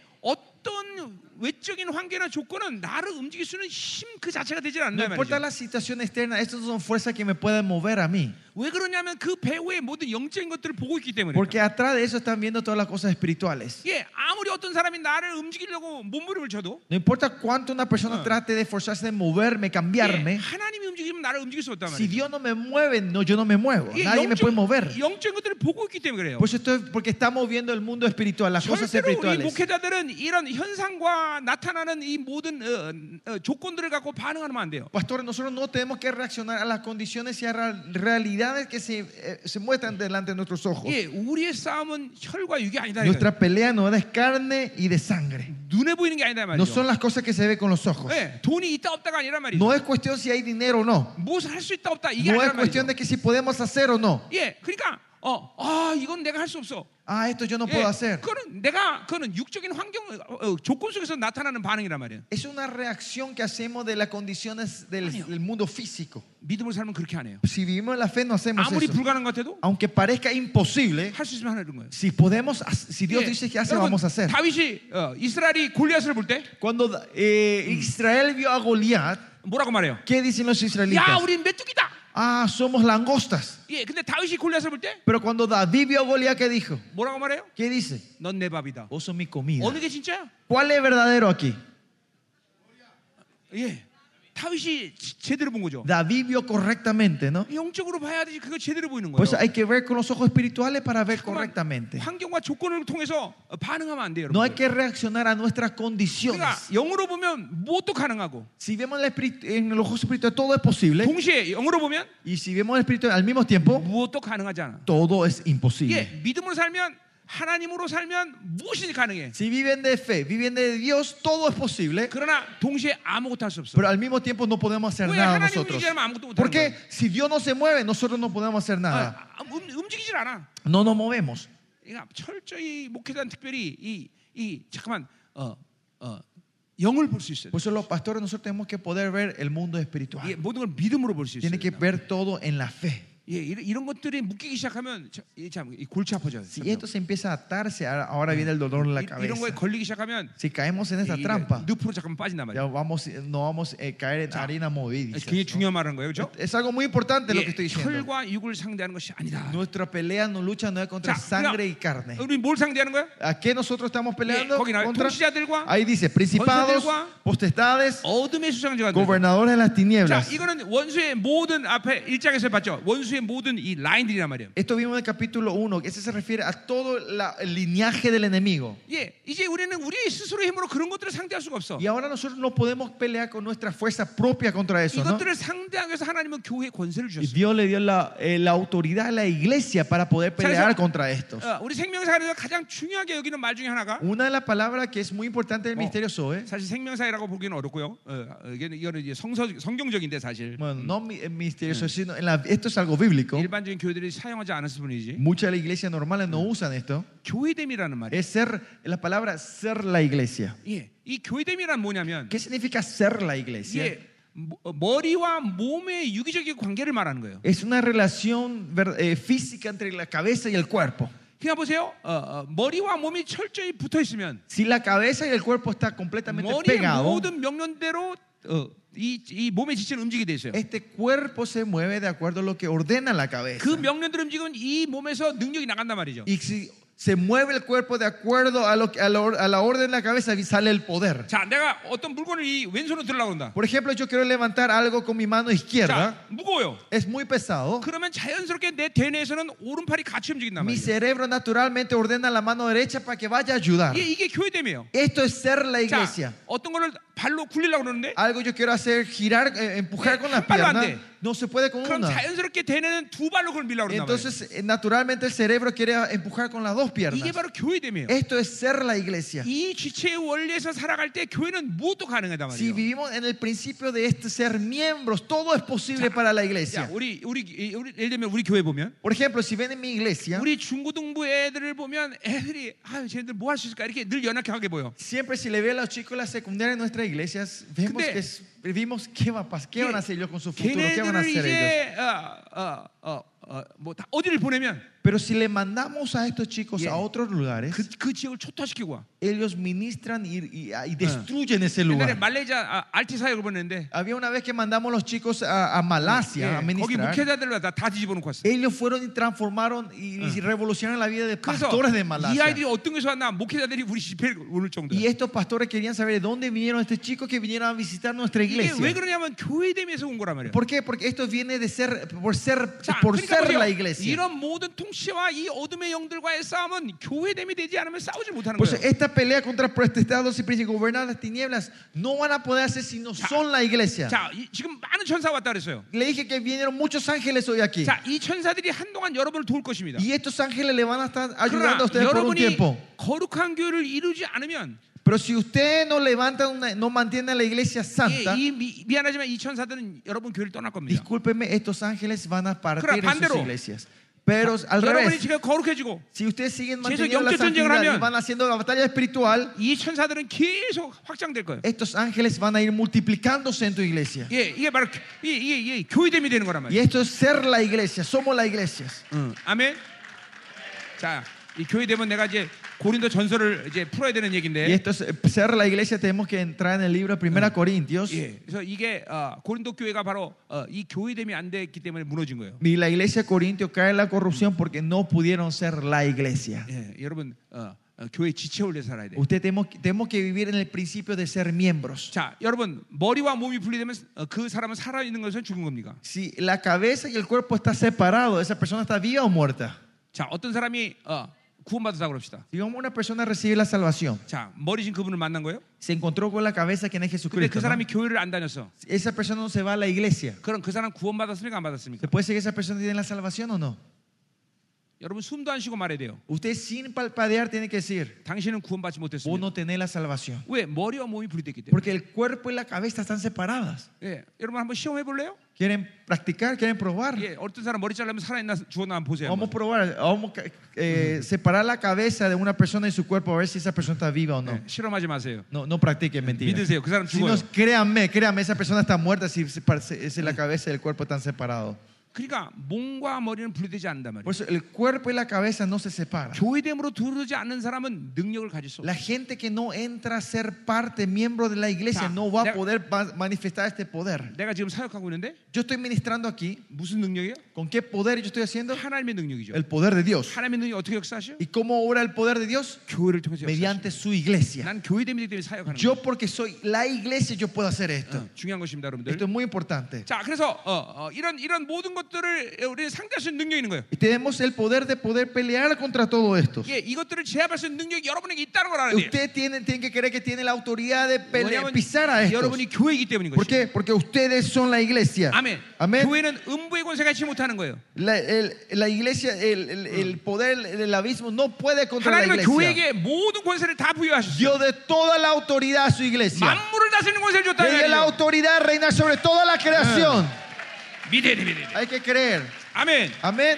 어떤 외적인 환경이나 조건은 나를 움직일 수 있는 힘 그 자체가 되질
No
않는다
importa
말이죠.
la situación externa, estas son fuerzas que me pueden mover a mí.
왜 그러냐면 그 배우의 모든 영적인 것들을 보고 있기 때문에. 그러니까.
Porque atrás de eso están viendo todas las cosas espirituales.
예, 아무리 어떤 사람이 나를 움직이려고 몸부림을 쳐도
No importa cuánto una persona
Ah.
trate de esforzarse de moverme,
예,
cambiarme,
하나님이 움직이면 나를 움직일 수 없단
si
말이에요.
Dios no me mueve, no, yo no me muevo.
예,
Nadie me puede mover.
영적인 것들을 보고 있기 때문에 그래요.
Por eso estoy, porque está moviendo el mundo espiritual,
아,
las cosas
절대로 우리
espirituales.
목회자들은 이런 현상과 나타나는 이 모든 어, 어, 조건들을 갖고 반응하면 안 돼요.
Pastor, nosotros no tenemos que reaccionar a las condiciones y a las realidades que se, eh, se muestran delante de nuestros ojos.
예, 우리의 싸움은 혈과 육이 아니다. 이거예요.
Nuestra pelea no es carne y de sangre.
눈에 보이는 게 아니다
No
말이죠.
son las cosas que se ve con los ojos.
예, 돈이 있다 없다가 아니란 말이죠.
No es cuestión si hay dinero o no.
무엇을 뭐 할 수 있다 없다 이게
No es
아니란 말이죠.
cuestión de que si podemos hacer o no.
예, 그러니까 어, 아 이건 내가 할 수 없어.
Ah, esto yo no
예,
puedo hacer.
그거는 내가 그거는 육적인 환경 어, 어, 조건 속에서 나타나는 반응이란 말이에요.
Es una reacción que hacemos de las condiciones del,
Año.
del mundo físico.
믿음을 살면 그렇게 안 해요.
Si vivimos en la fe, no hacemos
아무리
eso.
불가능한 것 같아도
Aunque parezca imposible,
할 수 있으면 하는 거예요.
si podemos, hac- si Dios
예,
dice que hace,
여러분,
vamos a hacer.
다윗이 어, 이스라엘이 골리앗을 볼 때
Cuando eh, Israel vio a Goliat,
뭐라고 말해요?
¿qué dicen los
야,
israelitas?
우린 메뚜기다.
Ah, somos langostas.
예, 근데 다윗이 골리앗을 볼 때
Pero cuando David vio a Goliat, ¿qué dijo?
뭐라고 말해요?
¿Qué dice?
넌 내 밥이다.
Vos sos mi comida.
어느 게 진짜야?
¿Cuál es verdadero aquí?
예, 다윗이 지- 제대로 본 거죠.
David vio correctamente, ¿no?
영적으로 봐야 되지 그거 제대로 보이는
Pues
거예요.
hay que ver con los ojos espirituales para ver
그만
correctamente.
환경과 조건을 통해서 어, 반응하면 안 돼요,
No hay
여러분.
que reaccionar a nuestras
그러니까
condiciones.
영으로 보면 무엇도 가능하고
Si vemos el espiritu- en los ojos espirituales todo es posible
동시에 영으로 보면
y si vemos el espíritu al mismo tiempo
무엇도 가능하지 않아.
todo es
예,
imposible.
믿음으로 살면 하나님으로 살면 무엇이 가능해.
Si viven de fe, viven de Dios, todo es posible,
그러나 동시에 아무것도 할 수 없어.
pero al mismo tiempo no podemos hacer
왜
nada
하나님
nosotros.
움직이지 않으면 아무것도 못하는
Porque
거예요?
si Dios no se mueve, nosotros no podemos hacer nada.
아, 음, 움직이질 않아.
No nos movemos.
그러니까 철저히 목회단 특별히 이, 이 잠깐만 어, 어, 영을 볼 수 있어요.
Por eso los pastores nosotros tenemos que poder ver el mundo
예,
espiritual.
모든 걸 믿음으로 볼 수 있어요.
Tiene que ver todo en la fe.
예, 이런, 이런 것들이 묶이기 시작하면 참, 이 참, 이 골치 아파져요.
Si
점점.
esto se empieza a atarse, ahora- ahora viene el dolor en la
이- 이런 거에
cabeza.
걸리기 시작하면
Si caemos en esta
이-
trampa,
늪으로 잠깐 빠진단
ya
말이에요.
vamos, no vamos a caer en harina movediza.
굉장히 중요한 말하는 거예요, 그렇죠?
Es algo muy importante lo que estoy diciendo.
혈과 육을 상대하는 것이 아니다.
Nuestra pelea no lucha no es contra
자,
sangre y
그러니까
carne.
우리 뭘 상대하는 거야?
¿A qué nosotros estamos peleando?
예, 거기 나와요.
Contra,
통치자들과
ahí dice, principados,
권세들과
potestades,
어둠의 수상자가 되는
gobernadores de las
자,
tinieblas.
이거는 원수의 모든 앞에 일장에서 봤죠. 원수의 모든 이 라인들이란 말이에요.
Esto vimos en el capítulo 1, que ese se refiere a todo la- el linaje del enemigo.
예, 이제 우리는 우리 스스로의 힘으로 그런 것들을 상대할 수가 없어.
Y ahora nosotros no podemos pelear con nuestra fuerza propia contra eso, ¿no?
이것들을 상대하기 위해서 하나님은 교회에 권세를
Y
주셨어.
Dios le dio la, eh, la autoridad a la iglesia para poder pelear
esa-
contra estos.
어, 우리 생명사에서 가장 중요하게 여기는 말 중에 하나가
Una de las palabras que es muy importante del
Oh.
¿eh? misterio Zoe,
사실 생명사회라고 보기는 어렵고요. 어, 어, 이게- 이거는 이제 성서, 성경적인데 사실
bueno, no mi- eh, misterio Zoe, sino en la- esto es algo bíblico.
일반적인 교회들이 사용하지 않았을 뿐이지
Muchas de las iglesias normales no usan esto.
교회됨이라는 말이에요.
Es ser, la palabra ser la iglesia.
예, 이 교회됨이란 뭐냐면
¿Qué significa ser la iglesia?
이게 모- 어, 머리와 몸의 유기적인 관계를 말하는 거예요.
Es una relación ver- eh, física entre la cabeza y el cuerpo.
그냥 보세요. 어, 어, 머리와 몸이 철저히 붙어 있으면
Si la cabeza y el cuerpo están completamente
머리의
pegados,
모든 명령대로 어, 이, 이 몸의 지체는 움직이게 돼 있어요.
este cuerpo se mueve de acuerdo a lo que ordena la
그
cabeza.
명령대로 움직이면 이 몸에서 능력이 나간단 말이죠.
Y si se mueve el cuerpo de acuerdo a, lo, que- a, la or- a la orden de la cabeza, y sale el poder.
자, 내가 어떤 물건을 이 왼손으로 들으려고 한다.
Por ejemplo, yo quiero levantar algo con mi mano izquierda.
자, 무거워요.
Es muy pesado.
그러면 자연스럽게 내 대뇌에서는 오른팔이 같이 움직인단
Mi
말이에요.
cerebro naturalmente ordena la mano derecha para que vaya a ayudar.
이게, 이게 교회됨이에요.
Esto es ser la
자,
iglesia.
어떤 거를 발로 굴리려고 그러는데
아, Algo yo quiero hacer girar, eh, empujar
Eh,
con las
한 발로 안
piernas.
돼.
No se puede con
그럼
una.
자연스럽게 대뇌는 두 발로 그걸 밀라고 그런단 말이에요.
Entonces, eh, naturalmente el cerebro quiere empujar con las dos
이게
piernas.
바로 교회됨이에요.
Esto es ser la iglesia.
이 지체의 원리에서 살아갈 때 교회는 무엇도 가능하단
Si
말이에요.
vivimos en el principio de este ser miembros, todo es posible para la
야,
iglesia.
우리 우리 이- 우리 예를 들면 우리 교회 보면
Por ejemplo, si ven en mi iglesia,
우리 중고등부 애들을 보면 애들이 아, 쟤네들 뭐 할 수 있을까 이렇게 늘 연약하게 보여.
siempre si le ve a los chicos de la secundaria en nuestras iglesias, vemos
근데-
que es- vimos qué, va, a pas- qué van a hacer ellos con su futuro, qué van
걔네들을
a hacer ellos.
이제 어, 어, 어, 어, 뭐 다, 어디를 보내면
Pero si le mandamos a estos chicos a otros lugares,
그, 그 지역을 초토화시키고 와.
ellos ministran y, y- ah, y destruyen ese
옛날에
lugar.
말레이시아 아, 알티 사역을 보냈는데
Había una vez que mandamos los chicos a, a
예,
Malasia a
거기
ministrar.
목회자들을 다, 다 뒤집어 놓고 왔어.
Ellos fueron y transformaron y, y revolucionaron la vida de
그래서
pastores de
이
Malasia.
아이들이 어떤 곳에서 왔나 목회자들이 우리 집회에 오를 정도야.
Y estos pastores querían saber de dónde vinieron estos chicos que vinieron a visitar nuestra
이게 왜
iglesia.
그러냐면 교회됨에서 온 거란 말이야.
¿Por qué? Porque esto viene de ser por ser
자,
por
그러니까
ser
보세요.
la iglesia.
이런 모든 통치와 이 어둠의 영들과의 싸움은 교회됨이 되지 않으면 싸우지 못하는
Por eso
거예요.
esta pelea contra potestades y príncipes gobernar las tinieblas no van a poder hacer si no son la iglesia.
자, 이- 지금 많은 천사 왔다 그랬어요.
Le dije que vinieron muchos ángeles hoy aquí.
자, 이 천사들이 한동안 여러분을 도울 것입니다.
Y estos ángeles le van a estar ayudando
그러나
a ustedes por un
여러분이
tiempo.
거룩한 교회를 이루지 않으면
Pero si usted no levanta, una- no mantiene a la iglesia
예,
santa,
이 미, 미안하지만 이 천사들은 여러분 교회를 떠날 겁니다.
discúlpeme, estos ángeles van a partir
Claro,
de sus
반대로.
iglesias. Pero al
여러분이
revés,
지금 거룩해지고
si ustedes siguen
계속
manteniendo la
영적 전쟁을
santidad y
하면
van haciendo la batalla espiritual,
이 천사들은 계속 확장될 거예요.
estos ángeles van a ir multiplicándose en tu iglesia.
예, 이게 바로 교- 이- 이게, 이게 교회됨이 되는 거란
Y
말이에요.
esto es ser la iglesia, somos la iglesia.
응, 아멘. 자, 이 교회됨은 내가 이제 고린도 전설을 이제 풀어야 되는
Y
얘긴데.
esto es eh, ser la iglesia, tenemos que entrar en el libro de 1 Corintios.
예, 그래서 이게 어, 고린도 교회가 바로 어, 이 교회됨이 안 됐기 때문에 무너진 거예요.
Y la iglesia de Corintio cae en la corrupción porque no pudieron ser la iglesia.
예, 여러분 어, 어, 교회 지체 올려 살아야 돼. 요
Usted tenemos, tenemos que vivir en el principio de ser miembros.
자, 여러분 머리와 몸이 분리되면 어, 그 사람은 살아 있는 것은 죽은 겁니까?
Si la cabeza y el cuerpo están separados, esa persona está viva o muerta.
자, 어떤 사람이 어, 구원받았다고 그럽시다.
Digamos, una persona recibe la salvación,
자, 머리신 그분을 만난 거예요?
se encontró con la cabeza que no
근데
es
그
Jesucristo. ¿no?
사람이 교회를 안 다녔어.
Esa persona no se va a la iglesia.
그럼 그 사람 구원받았습니까? 안
¿Se
받았습니까?
puede decir que esa persona tiene la salvación o no?
여러분 숨도 안 쉬고 말해야 돼요.
Usted sin palpadear tiene que decir,
당신은 구원받지
vos
못했습니다.
no tenés la salvación.
왜? 머리와 몸이 분리됐기 때문에.
Porque el cuerpo y la cabeza están separadas.
예, 여러분 한번 시험해 볼래요?
¿Quieren practicar? ¿Quieren probar?
예, 어떤 사람 머리 잘라면 살아있나 죽었나 한번 보세요. 한번.
Vamos a probar, vamos a eh, separar la cabeza de una persona y su cuerpo a ver si esa persona está viva o no.
예, 실험하지 마세요.
No, no practiquen mentiras.
믿으세요. 그 사람
Si
죽어요.
nos- créanme, créanme, esa persona está muerta si, se parece- si la cabeza y el cuerpo están separados.
그러니까 몸과 머리는 분리되지 않는단 말이에요.
Por eso el cuerpo y la cabeza no se separan.
교회됨으로 두르지 않는 사람은 능력을 가질 수 없어요.
La gente que no entra a ser parte, miembro de la iglesia,
Ya,
no va
ya.
a poder ma- manifestar este poder.
내가 지금 사역하고 있는데
Yo estoy ministrando aquí.
무슨 능력이에요?
¿Con qué poder yo estoy haciendo?
하나님의 능력이죠.
El poder de Dios.
하나님의 능력이 어떻게 역사하셔?
¿Y cómo obra el poder de Dios?
교회를 통해서 역사하셔.
Mediante su iglesia.
난 교회됨이기 때문에 사역하는 거예요.
Yo porque soy la iglesia, yo puedo hacer esto.
어, 중요한 것입니다,
Esto
여러분들.
es muy importante.
자, 그래서 어, 어, 이런 이런 모든 것들을 우리는 상대할 수 있는 능력이 있는 거예요.
Y tenemos el poder de poder pelear contra todo esto.
예, 이것들을 제압할 수 있는 능력이 여러분에게 있다는 걸 알아야 돼요.
Usted tiene, tiene que creer que tiene la autoridad de pelear,
왜냐하면
pisar a esto.
여러분이 교회이기 때문인
¿Por
것이죠.
qué? Porque ustedes son la iglesia.
아멘.
Amén.
교회는 음부의 권세가 있지 못하는 거예요.
La, el- la iglesia, el, el- el poder del abismo Mm. no puede contra la
하나님은
iglesia.
교회에게 모든 권세를 다 부여하셨어요.
Dio de toda la autoridad a su iglesia.
만물을 다스리는 권세를
Le dio
줬다는
la
거예요.
autoridad a reinar sobre toda la creación.
믿어야 돼, 믿어야 돼.
Hay que creer.
아멘.
Amén.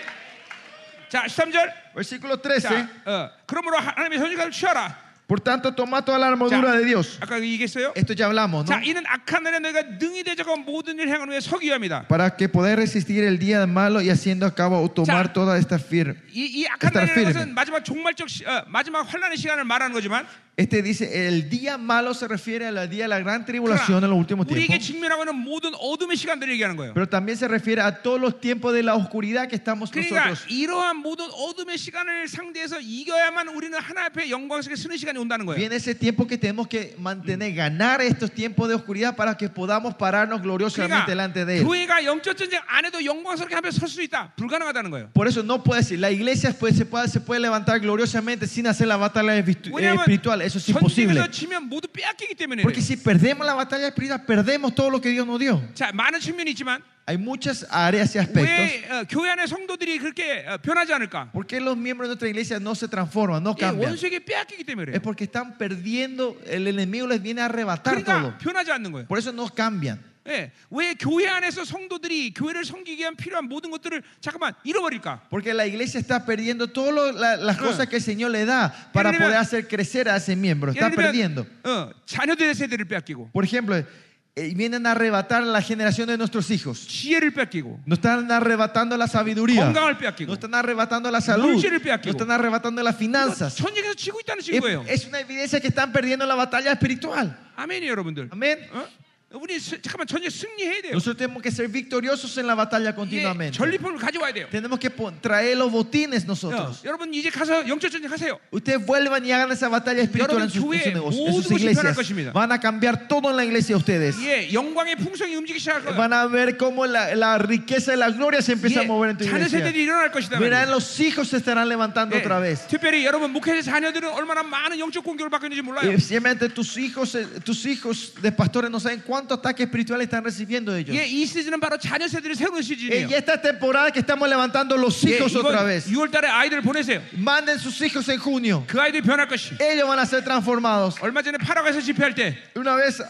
자, 13절.
Versículo 13.
자, 어, 그러므로 하- 하나님의 선지자를 취하라.
Por tanto, toma toda la armadura de Dios.
아까 얘기했어요.
Esto ya hablamos, ¿no?
자, 이는 악한 날에 너희가 능히 되자고 모든 일 행하는 후에 서기 위함이다.
Para que podáis resistir el día malo y haciendo a cabo o tomar
Ya.
toda esta firme.
이, 이 악한
Estar
날이라는
firme.
것은 마지막 종말적 시- 어, 마지막 환란의 시간을 말하는 거지만
Este dice, el día malo se refiere al día de la gran tribulación en
그러나
los últimos
우리에게
tiempos.
직면하고 있는 모든 어둠의 시간들을 얘기하는 거예요.
Pero también se refiere a todos los tiempos de la oscuridad que estamos
그러니까
nosotros.
이러한 모든 어둠의 시간을 상대해서 이겨야만 우리는 하나 앞에 영광스럽게 쓰는 시간이 온다는 거예요.
Viene ese tiempo que tenemos que mantener, ganar estos tiempos de oscuridad para que podamos pararnos gloriosamente
그러니까
delante de Él.
교회가 영적 전쟁 안 해도 영광스럽게 앞에 설 수 있다. 불가능하다는 거예요.
Por eso no puede decir, la iglesia pues, se, puede, se puede levantar gloriosamente sin hacer la batalla espi- eh,
왜냐면
espiritual. eso es imposible.
전쟁에서 치면 모두 빼앗기기 때문에
Porque
그래요.
si perdemos la batalla espiritual, perdemos todo lo que Dios nos dio.
자 많은 측면이 있지만
Hay muchas áreas y aspectos.
왜 어, 교회 안에 성도들이 그렇게 어, 변하지 않을까?
¿Por qué los miembros de nuestra iglesia no se transforman, no
예,
cambian?
원수에게 빼앗기기 때문에
Es
그래요.
porque están perdiendo, el enemigo les viene a arrebatar todo.
그러니까 변하지 않는 거예요.
Por eso no cambian.
예, 왜 교회 안에서 성도들이 교회를 섬기기 위한 필요한 모든 것들을 잠깐만 잃어버릴까?
Porque la iglesia está perdiendo todas las cosas que el Señor le da para
Quiere-
poder hacer crecer a ese miembro. Está
예를
perdiendo.
들면 어, 자녀들의 세대를 빼앗기고
Por ejemplo, eh, vienen a arrebatar la generación de nuestros hijos.
지혜를 빼앗기고
Nos están arrebatando la sabiduría.
건강을 빼앗기고
Nos están arrebatando la salud.
Multi를
Nos
빼앗기고.
están arrebatando las
이거
finanzas.
전쟁에서 지고 있다는
Es,
증거예요.
es una evidencia que están perdiendo la batalla espiritual.
아멘이 여러분들.
Amén.
어? 우리 스- 잠깐만 전쟁 승리해야 돼요.
Nosotros tenemos que ser victoriosos en la batalla
이게
continuamente.
전리품을 가져와야 돼요.
Tenemos que pon- traer los botines
어,
nosotros.
여러분 이제 가서 영적 전쟁 하세요.
Ustedes vuelvan y hagan esa batalla espiritual en sus, en sus negocios, en sus iglesias. Van a cambiar todo en la iglesia de ustedes.
예, 영광의 풍성이 움직이기 시작할 거예요.
Van a ver cómo la, la riqueza y la gloria se empieza a mover en tu
예, 자녀
iglesia.
세대들이 일어날 것이다.
Verán,
말이에요.
los hijos se estarán levantando
예,
otra vez.
특별히 여러분 목회자 자녀들은 얼마나 많은 영적 공격을 받고 있는지 몰라요.
Y simplemente tus hijos, eh, tus hijos de pastores no saben cuánto ataque espiritual están recibiendo ellos.
예, 이 시즌은 바로 자녀 세대를 세우는
Eh,
시즌이에요.
Y esta temporada que estamos levantando los
예,
hijos otra vez.
6월달에 아이들을 보내세요.
Manden sus hijos en junio.
그 아이들이 변할 것이.
Ellos van a ser transformados.
얼마 전에 파라과에서 집회할 때
Una vez,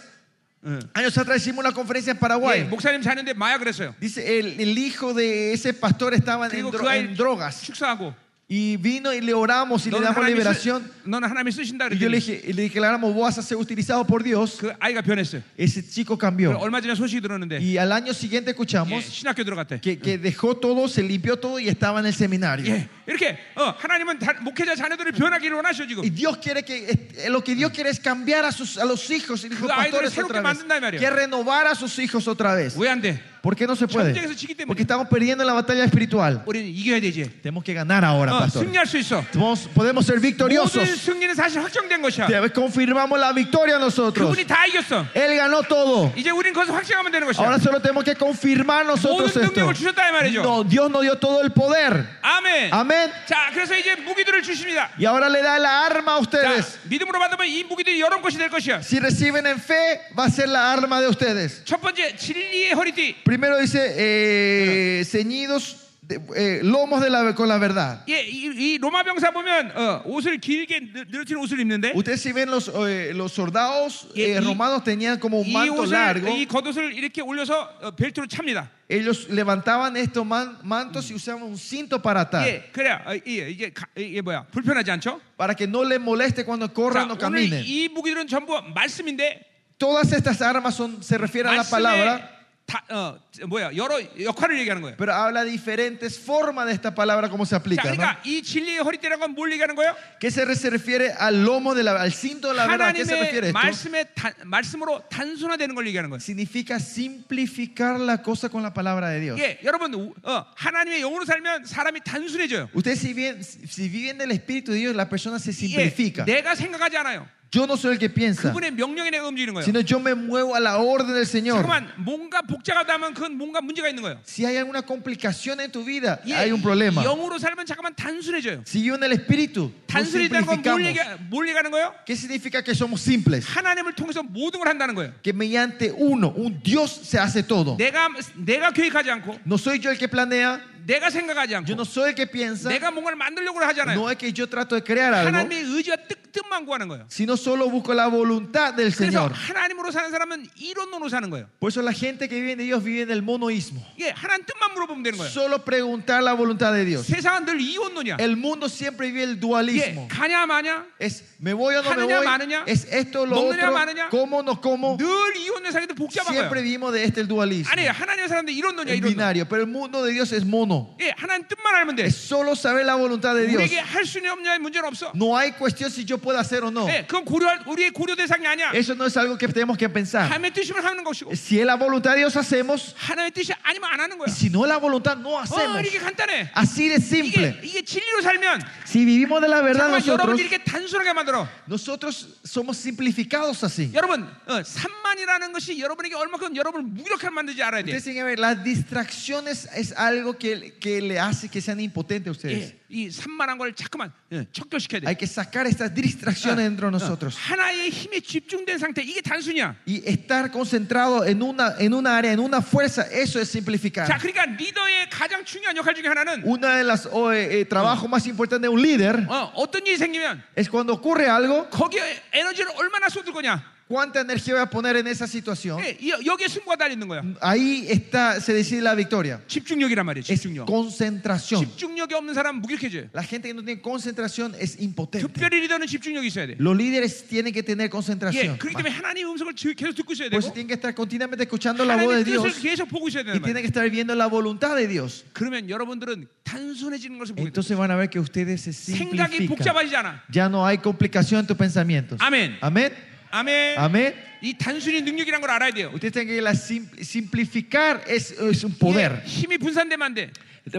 años atrás, hicimos una conferencia en
예,
Paraguay.
목사님 자는데 마야 그랬어요.
Dice, el, el hijo de ese pastor estaba en,
그리고
dro-
그
en
아이
drogas.
축사하고
Y vino y le oramos y le
너는
damos
하나님이,
liberación.
쓰, 너는 하나님이 쓰신다
Y yo le
그랬더니
dije, y le declaramos, vos vas a ser utilizado por Dios.
그 아이가 변했어요.
Ese chico
그래서
cambió.
얼마 전에 소식이 들었는데
Y al año siguiente
예,
escuchamos
신학교 들어갔대.
que, que dejó todo, se limpió todo y estaba en el seminario.
예, 이렇게 어, 하나님은 다- 목회자 자녀들을 변하기를 원하셔 지금.
Y Dios quiere que, eh, lo que Dios quiere es cambiar a, sus, a los hijos y los
그
pastores
아이들을
otra
새롭게
vez.
만든단 말이에요.
Que renovar a sus hijos otra vez.
왜 안 돼?
¿Por qué no se puede?
전쟁에서 지기 때문에.
Porque estamos perdiendo la batalla espiritual.
우리는 이겨야 되지.
Tenemos que ganar ahora,
어,
pastor.
승리할 수 있어.
Podemos- podemos ser
모든
victoriosos.
승리는 사실 확정된 것이야.
Te- Confirmamos la victoria nosotros.
네, 그분이 다 이겼어.
Él ganó todo.
이제 우리는 그것을 확정하면 되는 것이야.
Ahora solo tenemos que confirmar nosotros
모든
esto.
능력을 주셨다 이 말이죠.
No, Dios nos dio todo el poder.
아멘.
Amén.
자, 그래서 이제 무기들을 주십니다.
Y ahora le da la arma
자,
a ustedes.
믿음으로 받으면 이 무기들이 여러 것이 될 것이야.
Si reciben en fe, va a ser la arma de ustedes.
첫 번째 진리의 허리띠.
Primero dice, eh, ceñidos de- eh, lomos de la, con la verdad.
예, 이, 이 로마 병사 보면 어, 옷을 길게 늘- 늘어뜨린 옷을 입는데
Ustedes si ven los, eh, los soldados
Y-
eh,
y-
romanos tenían como un
이
manto largo.
옷을 이 겉옷을 이렇게 올려서 어, 벨트로 찹니다.
Ellos levantaban estos man- mantos y usaban un cinto para atar.
예, 그래야 어, 이- 이게 가- 이게 뭐야 불편하지 않죠?
para que no les moleste cuando
자,
corran o
오늘
caminen.
이 무기들은 전부 말씀인데
Todas estas armas son, se refieren a la palabra,
말씀에 다, 어, 뭐야 여러 역할을 얘기하는 거예요.
pero habla de diferentes formas de esta palabra, cómo se
자,
aplica.
그러니까
¿no?
이 진리의 허리띠라는 건 뭘 얘기하는 거예요?
¿Qué se, re- se refiere al lomo, de la, al cinto de la verdad? ¿A ¿Qué se refiere
하나님의
esto?
말씀에 단- 말씀으로 단순화되는 걸 얘기하는 거예요.
Significa simplificar la cosa con la palabra de Dios.
예, 여러분 우- 어, 하나님의 영으로 살면 사람이 단순해져요.
Ustedes si, bien, si viven del Espíritu de Dios, la persona se
예,
simplifica.
내가 생각하지 않아요.
Yo no soy el que piensa,
그분의 명령에 내가 움직이는 거예요.
sino yo me 무evo a la orden del Señor.
잠깐만 뭔가 복잡하다면 그건 뭔가 문제가 있는 거예요.
Si hay alguna complicación en tu vida,
예,
hay un problema.
영으로 살면 잠깐만 단순해져요.
Si viven del Espíritu, nos
단순해지는 건뭘
simplificamos.
얘기, 뭘 얘기하는 거예요?
¿Qué significa que somos simples?
하나님을 통해서 모든 걸 한다는 거예요.
Que mediante uno, un Dios se hace todo.
내가 내가 계획하지 않고
No soy yo el que planea,
내가 생각하지 않고
yo no soy el que piensa,
내가 뭔가를 만들려고 하잖아요.
no es que yo trato de crear algo,
하나님의 의지와 뜻, 뜻만 구하는 거예요.
sino solo busco la voluntad del
그래서
Señor.
하나님으로 사는 사람은 이론으로 사는 거예요.
Por eso la gente que vive en Dios vive en el monoísmo.
이게 하나님 뜻만 물어보면 되는 거예요.
Solo preguntar la voluntad de Dios.
세상은 늘 이혼론이야.
El mundo siempre vive el
이게
dualismo.
가냐 마냐
Es me voy o no me
¿Ha느냐,
voy,
마느냐?
es esto o lo
¿먹느냐,
otro,
마느냐?
como no como.
늘 이혼론 사기도 복잡한
Siempre
거예요.
vivimos de este el dualismo,
아니 하나님의 사람들 이론론이야
el
이론론.
binario. Pero el mundo de Dios es mono.
예, 하나님 뜻만 알면 돼.
Es solo saber la voluntad de Dios.
우리에게 할 수냐 없냐의 문제는 없어.
No hay cuestión si yo puedo hacer o no.
예, 그건 고려할 우리의 고려 대상이 아니야.
Eso no es algo que tenemos que pensar.
하나님의 뜻이면 하는 것이고
Si es la voluntad de Dios, hacemos.
하나님의 뜻이 아니면 안 하는 거야.
Y si no es la voluntad, no
어,
hacemos.
이게 간단해.
Así de
이게
simple.
이게 진리로 살면
Si vivimos de la verdad
정말
nosotros,
여러분이 이렇게 단순하게 만들어.
nosotros somos simplificados así.
여러분, 어, 3만 시간이라는 것이 여러분에게 얼마큼 여러분을 무력하게 만들지 알아야 돼.
Ustedes tienen que ver, las distracciones es algo que, que le hace que sean impotentes a ustedes.
예, 이 산만한 걸 자꾸만 예, 척결시켜야 돼. 어,
Hay que sacar estas distracciones
Ah,
dentro de nosotros.
하나의 힘에 집중된 상태 이게 단순이야.
Y estar concentrado en una, en una área, en una fuerza, eso es
자,
simplificar.
그러니까 리더의 가장 중요한 역할 중에 하나는
Uno de los eh, trabajos más importantes de un líder
어, 어떤 일이 생기면
es cuando ocurre algo,
거기에 에너지를 얼마나 쏟을 거냐.
cuánta energía voy a poner en esa situación.
예, 이- 여기에 승부가 달리는 거야.
Mm. Ahí está, se decide la victoria.
집중력이란 말이야.
Es
집중력.
concentración.
집중력이 없는 사람 무기력해져요.
La gente que no tiene concentración es
네,
impotente.
특별히 리더는 집중력이 있어야 돼.
Los líderes tienen que tener
예,
concentración.
그렇기 때문에 하나님의 음성을 지- 계속 듣고 있어야 되고
Por eso tienen que estar continuamente escuchando la voz de
하나님의
Dios
뜻을 계속 보고 있어야
y
되는
tienen
말이야.
que estar viendo la voluntad de Dios.
그러면 여러분들은 단순해지는 것을 보게 돼.
Entonces van a ver que ustedes se
생각이
simplifican.
복잡하지 않아.
Ya no hay complicación en tus pensamientos.
아멘.
Amén.
아멘.
Amén.
이 단순히 능력이란 걸 알아야 돼요.
Ustedes tienen que la sim- simplificar es, es un
예,
poder.
힘이 분산되면 안 돼.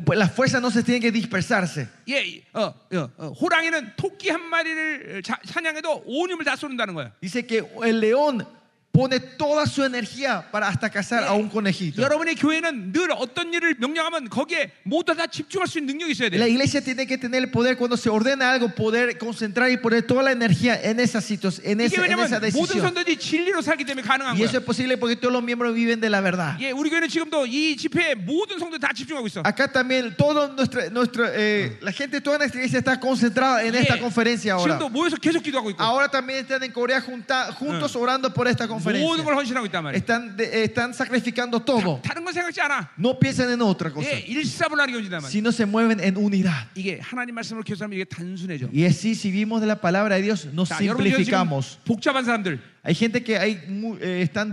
Pues Las fuerzas no se tienen que dispersarse.
예, 어, 어, 어, 호랑이는 토끼 한 마리를 자- 사냥해도 온 힘을 다 쏟는다는 거야.
Dice que el león pone toda su energía para hasta cazar a un conejito.
여러분의 교회는 늘 어떤 일을 명령하면 거기에 모두 다 집중할 수 있는 능력이 있어야 돼.
La iglesia tiene que tener el poder cuando se ordena algo, poder concentrar y poner toda la energía en esa situación, en
이게
esa, en
왜냐면
esa
모든
decisión.
선도들이 진리로 살기 때문에 가능한
Y
거야.
eso es posible porque todos los miembros viven de la verdad.
예, 우리 교회는 지금도 이 집회에 모든 성도 다 집중하고 있어.
Acá también todo nuestra, nuestra, eh, la gente toda nuestra iglesia está concentrada en
예,
esta conferencia ahora.
지금도 모여서 계속 기도하고 있고
Ahora también están en Corea junta- juntos orando por esta
모든
conferencia.
걸 헌신하고 있단 말이야.
Están, de- eh, están sacrificando todo.
다른 건 생각지 않아.
No piensan en otra cosa,
예, 일사분란하게 움직인단 말이야.
sino se mueven en unidad.
이게 hacer 말씀으로 교수하면 이게 단순해져.
Y así, si vimos de la palabra de Dios, nos
자, 여러분 지금
simplificamos.
복잡한 사람들
Hay gente que hay, mu- eh, están
그건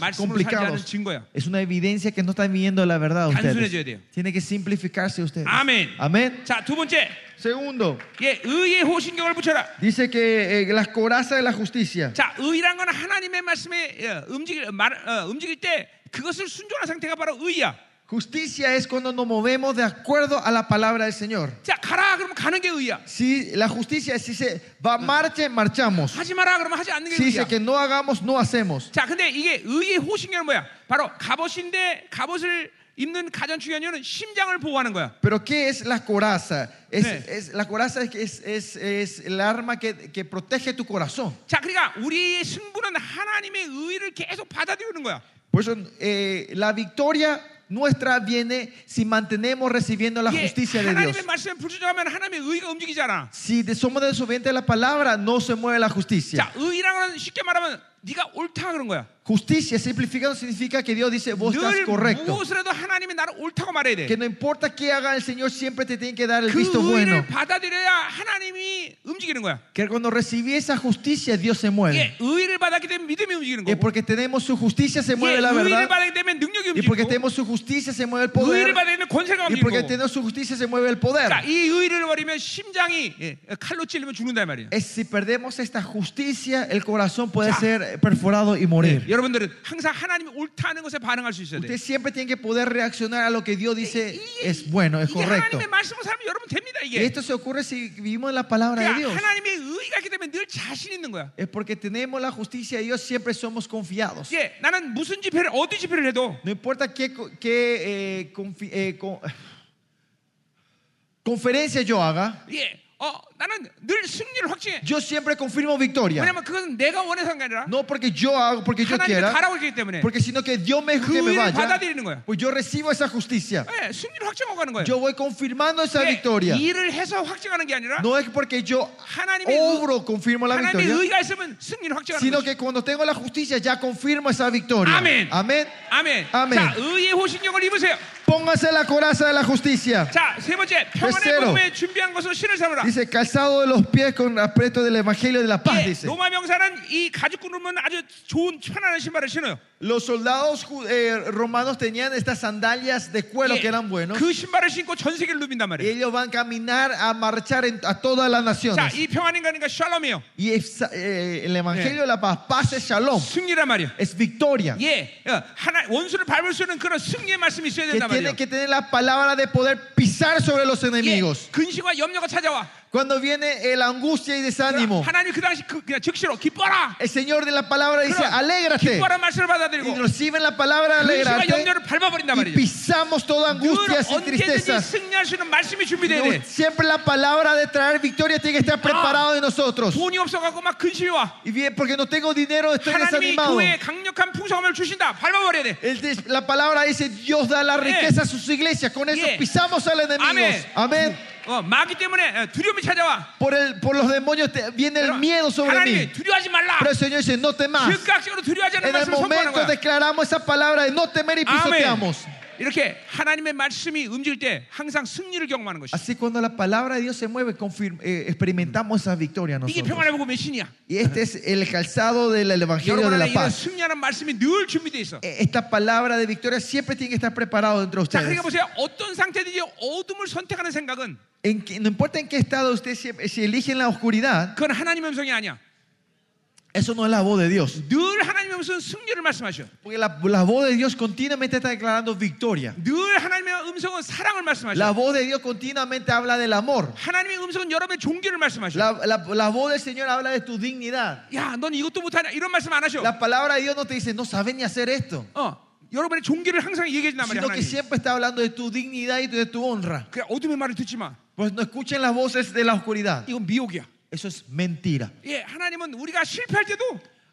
말씀으로 살지 않은
complicados.
증거야.
Es una evidencia que no están viviendo la verdad
단순해져야 돼요.
ustedes. Tiene que simplificarse ustedes.
아멘.
Amén.
자, 두 번째.
Segundo,
예, 의의 호신경을 붙여라.
dice que eh, las corazas de la justicia.
자, 의란 건 하나님의 말씀에 예, 움직일 말, 어, 움직일 때 그것을 순종한 상태가 바로 의야.
Justicia es cuando nos movemos de acuerdo a la palabra del Señor.
자, 가라 그러면 가는 게 의야.
Si la justicia es si se va a marche, marchamos.
하지 마라 그러면 하지 않는 게
Si dice
의야.
que no hagamos, no hacemos.
자, 근데 이게 의의 호신경은 뭐야? 바로 갑옷인데 갑옷을 입는 가장 중요한 이유는 심장을 보호하는 거야.
Pero ¿qué es la coraza? Es,
Sí.
es- la coraza es, es, es, es el arma que, que protege tu corazón.
자, 그러니까 우리의 승부는 하나님의 의를 계속 받아들이는 거야.
Por eso eh, la victoria nuestra viene si mantenemos recibiendo la
이게
justicia de Dios.
하나님의 말씀에 불순종하면 하나님의 의가 움직이잖아.
Si de- somos desobedientes a la palabra, no se mueve la
자,
justicia.
의라는 건 쉽게 말하면 네가 옳다 그런 거야.
Justicia simplificado significa que Dios dice, vos estás
늘
correcto.
무엇을 해도 하나님이 나를 옳다고 말해야 돼.
Que no importa qué haga el Señor, siempre te tiene que dar el
그
visto bueno.
의를 받아들여야 하나님이 움직이는 거야.
Que cuando recibí esa justicia, Dios se
이게
mueve.
의를 받았기 때문에 믿음이 움직이는
Y
거고.
porque tenemos su justicia, se
이게
mueve la
의를
verdad.
받았기 때문에 능력이
Y porque
움직이고.
tenemos su justicia, se mueve el
의를
poder.
받았기 때문에 권세가
Y porque
움직이고.
tenemos su justicia, se mueve el poder.
자, 이 의를 버리면 심장이 예, 칼로 찔리면 죽는다 이 말이야.
Es si perdemos esta justicia, el corazón puede
Ya.
ser perforado y
예,
morir.
여러분들은 항상 하나님이 옳다는 것에 반응할 수 있어야 돼.
Usted siempre tiene que poder reaccionar a lo que Dios dice es bueno, es
이게
correcto.
하나님의 말씀을 살면 여러분 됩니다
Y
이게.
esto se ocurre si vivimos en la palabra de
그러니까
Dios.
하나님의 의가 있기 때문에 늘 자신 있는 거야.
Es porque tenemos la justicia de Dios, siempre somos confiados.
예, 나는 무슨 집회를 어디 집회를 해도
No importa qué, co- qué, eh, confi- eh, con- conferencia yo haga,
예, 어, 나는 늘 승리를 확증해.
yo siempre confirmo victoria.
왜냐면 그건 내가 원해서 한게 아니라
No porque yo hago, porque yo
하나님이
quiera,
가라고 했기 때문에
porque sino que Dios me,
그
que me
의를
vaya,
받아들이는 거야.
pues yo recibo esa justicia.
예, 승리를 확정하고 가는 거예요.
Yo voy confirmando esa
예,
victoria.
일을 해서 확정하는 게 아니라
No es porque yo
하나님의 의-
obro, confirmo la
하나님의
victoria.
의가 있으면 승리를 확정하는
sino
거죠.
que cuando tengo la justicia ya confirmo esa victoria.
Amén.
Amén.
아멘.
아멘.
자, 의의 호신경을 입으세요.
Póngase la coraza de la justicia.
자, 세 번째, 평안의
Tercero.
몸에 준비한 것으로 신을 삼으라.
Dice, calzado de los pies con apreto del evangelio de la paz,
예,
dice.
로마 명사는 이 가죽 구르면 아주 좋은 편안한 신발을 신어요.
Los soldados ju- eh, romanos tenían estas sandalias de cuero
예,
que eran buenos.
그 신발을 신고 전 세계를 누빈단
Y
말이에요.
ellos van a caminar a marchar en- a todas las
자,
naciones.
예, 이 평안인가니까 샬롬이에요.
Y es- eh, el evangelio de la paz, paz es shalom,
승리란 말이에요.
es victoria.
예, 어, 하나 원수를 밟을 수 있는 그런 승리의 말씀이 있어야
Que
된단 말이에요.
tiene que tener la palabra de poder pisar sobre los
예,
enemigos.
근심과 염려가 찾아와.
Cuando viene la angustia y desánimo,
하나님 그 당시 그, 그냥 즉시로 기뻐라.
el Señor de la palabra dice,
그럼
alégrate.
기뻐라 말씀을
Y
받아들이고
reciben la palabra de
근심과
alegrarte
염려를 밟아버린단
y
말이죠.
pisamos toda
늘
angustia y
언제든지
tristezas.
승리할 수 있는 말씀이 준비돼야 돼.
Siempre la palabra de traer victoria tiene que estar preparado de nosotros.
돈이 없어갖고 막 근심이 와.
Y bien, porque no tengo dinero, estoy
하나님이
desanimado.
교회에 강력한 풍성함을 주신다. 밟아버려야 돼.
El des- la palabra dice, Dios da la riqueza a sus iglesias. Con eso
Yeah.
pisamos al enemigo.
Amén.
Amén.
어, 마귀 때문에 어, 두려움이 찾아와.
Por, el, por los demonios te- viene el
그럼
miedo sobre mí.
하나님이 두려워하지 말라.
Pero el Señor dice, no temas.
즉각적으로 두려워하지 않는
En el
말씀을 선포하는
momento
거야.
declaramos esa palabra de no temer y
아멘.
pisoteamos.
이렇게 하나님의 말씀이 움직일 때 항상 승리를 경험하는 것이.
Así cuando la palabra de Dios se mueve, confirm- eh, experimentamos esa victoria
이게
nosotros.
평안의 복음의 신이야.
Y este es el calzado del Evangelio
여러분
de
안에
la
이런
paz.
승리하는 말씀이 늘 준비되어 있어.
Eh, Esta palabra de victoria siempre tiene que estar preparado dentro de
자, 그러니까
ustedes.
보세요. 어떤 상태든지 어둠을 선택하는 생각은
En que- no importa en qué estado ustedes si, si eligen la oscuridad,
그건 하나님의 음성이 아니야.
eso no es la voz de Dios.
늘 하나님의 음성은 승리를 말씀하셔.
Porque la, la voz de Dios continuamente está declarando victoria.
늘 하나님의 음성은 사랑을
La
말씀하셔.
voz de Dios continuamente habla del amor.
하나님의 음성은 여러분의 종교를 말씀하셔.
La, la- la voz del Señor habla de tu dignidad.
야, 넌 이것도 못하냐? 이런 말씀 안 하셔.
La palabra de Dios no te dice, no sabes ni hacer esto.
어, 여러분의 종교를 항상 얘기해준단 말이야.
Sino que
하나님.
siempre está hablando de tu dignidad y de tu honra.
그냥 어둠의 말을 듣지 마.
Pues no escuchen las voces de la oscuridad.
이건 미혹이야.
Eso es mentira.
예, 하나님은 우리가 실패할 때도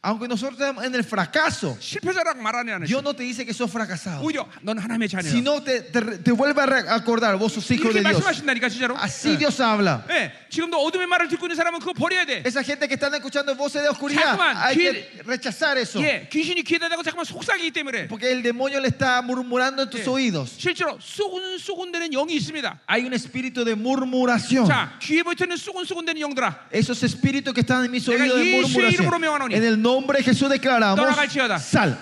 Aunque nosotros estamos en el fracaso,
실패자라고 말하네 안 하셔.
Dios no te dice que sos fracasado.
오히려 넌 하나님의 자녀야.
Sino te, te, te vuelve a recordar, vos sos hijo
이렇게
de Dios.
말씀하신다니까 진짜로.
Así
예.
Dios habla.
예, 지금도 어둠의 말을 듣고 있는 사람은 그거 버려야 돼.
Esa gente que están escuchando voces de oscuridad,
Chacuán,
hay que
quiere-
rechazar eso.
예, 귀신이 귀에 대다고 잠깐만 속삭이기 때문에.
Porque el demonio le está murmurando en tus
예.
oídos.
실제로 쏘곤쏘곤대는 영이 있습니다.
Hay un espíritu de murmuración.
자, 귀에 붙어있는 쏘곤쏘곤대는 영들아.
Esos espíritus que están en mis
Venga,
oídos de
Yeshua
murmuración.
이름으로 명하노니.
En el nombre de Jesús declaramos:
Toragalchiada.
Sal.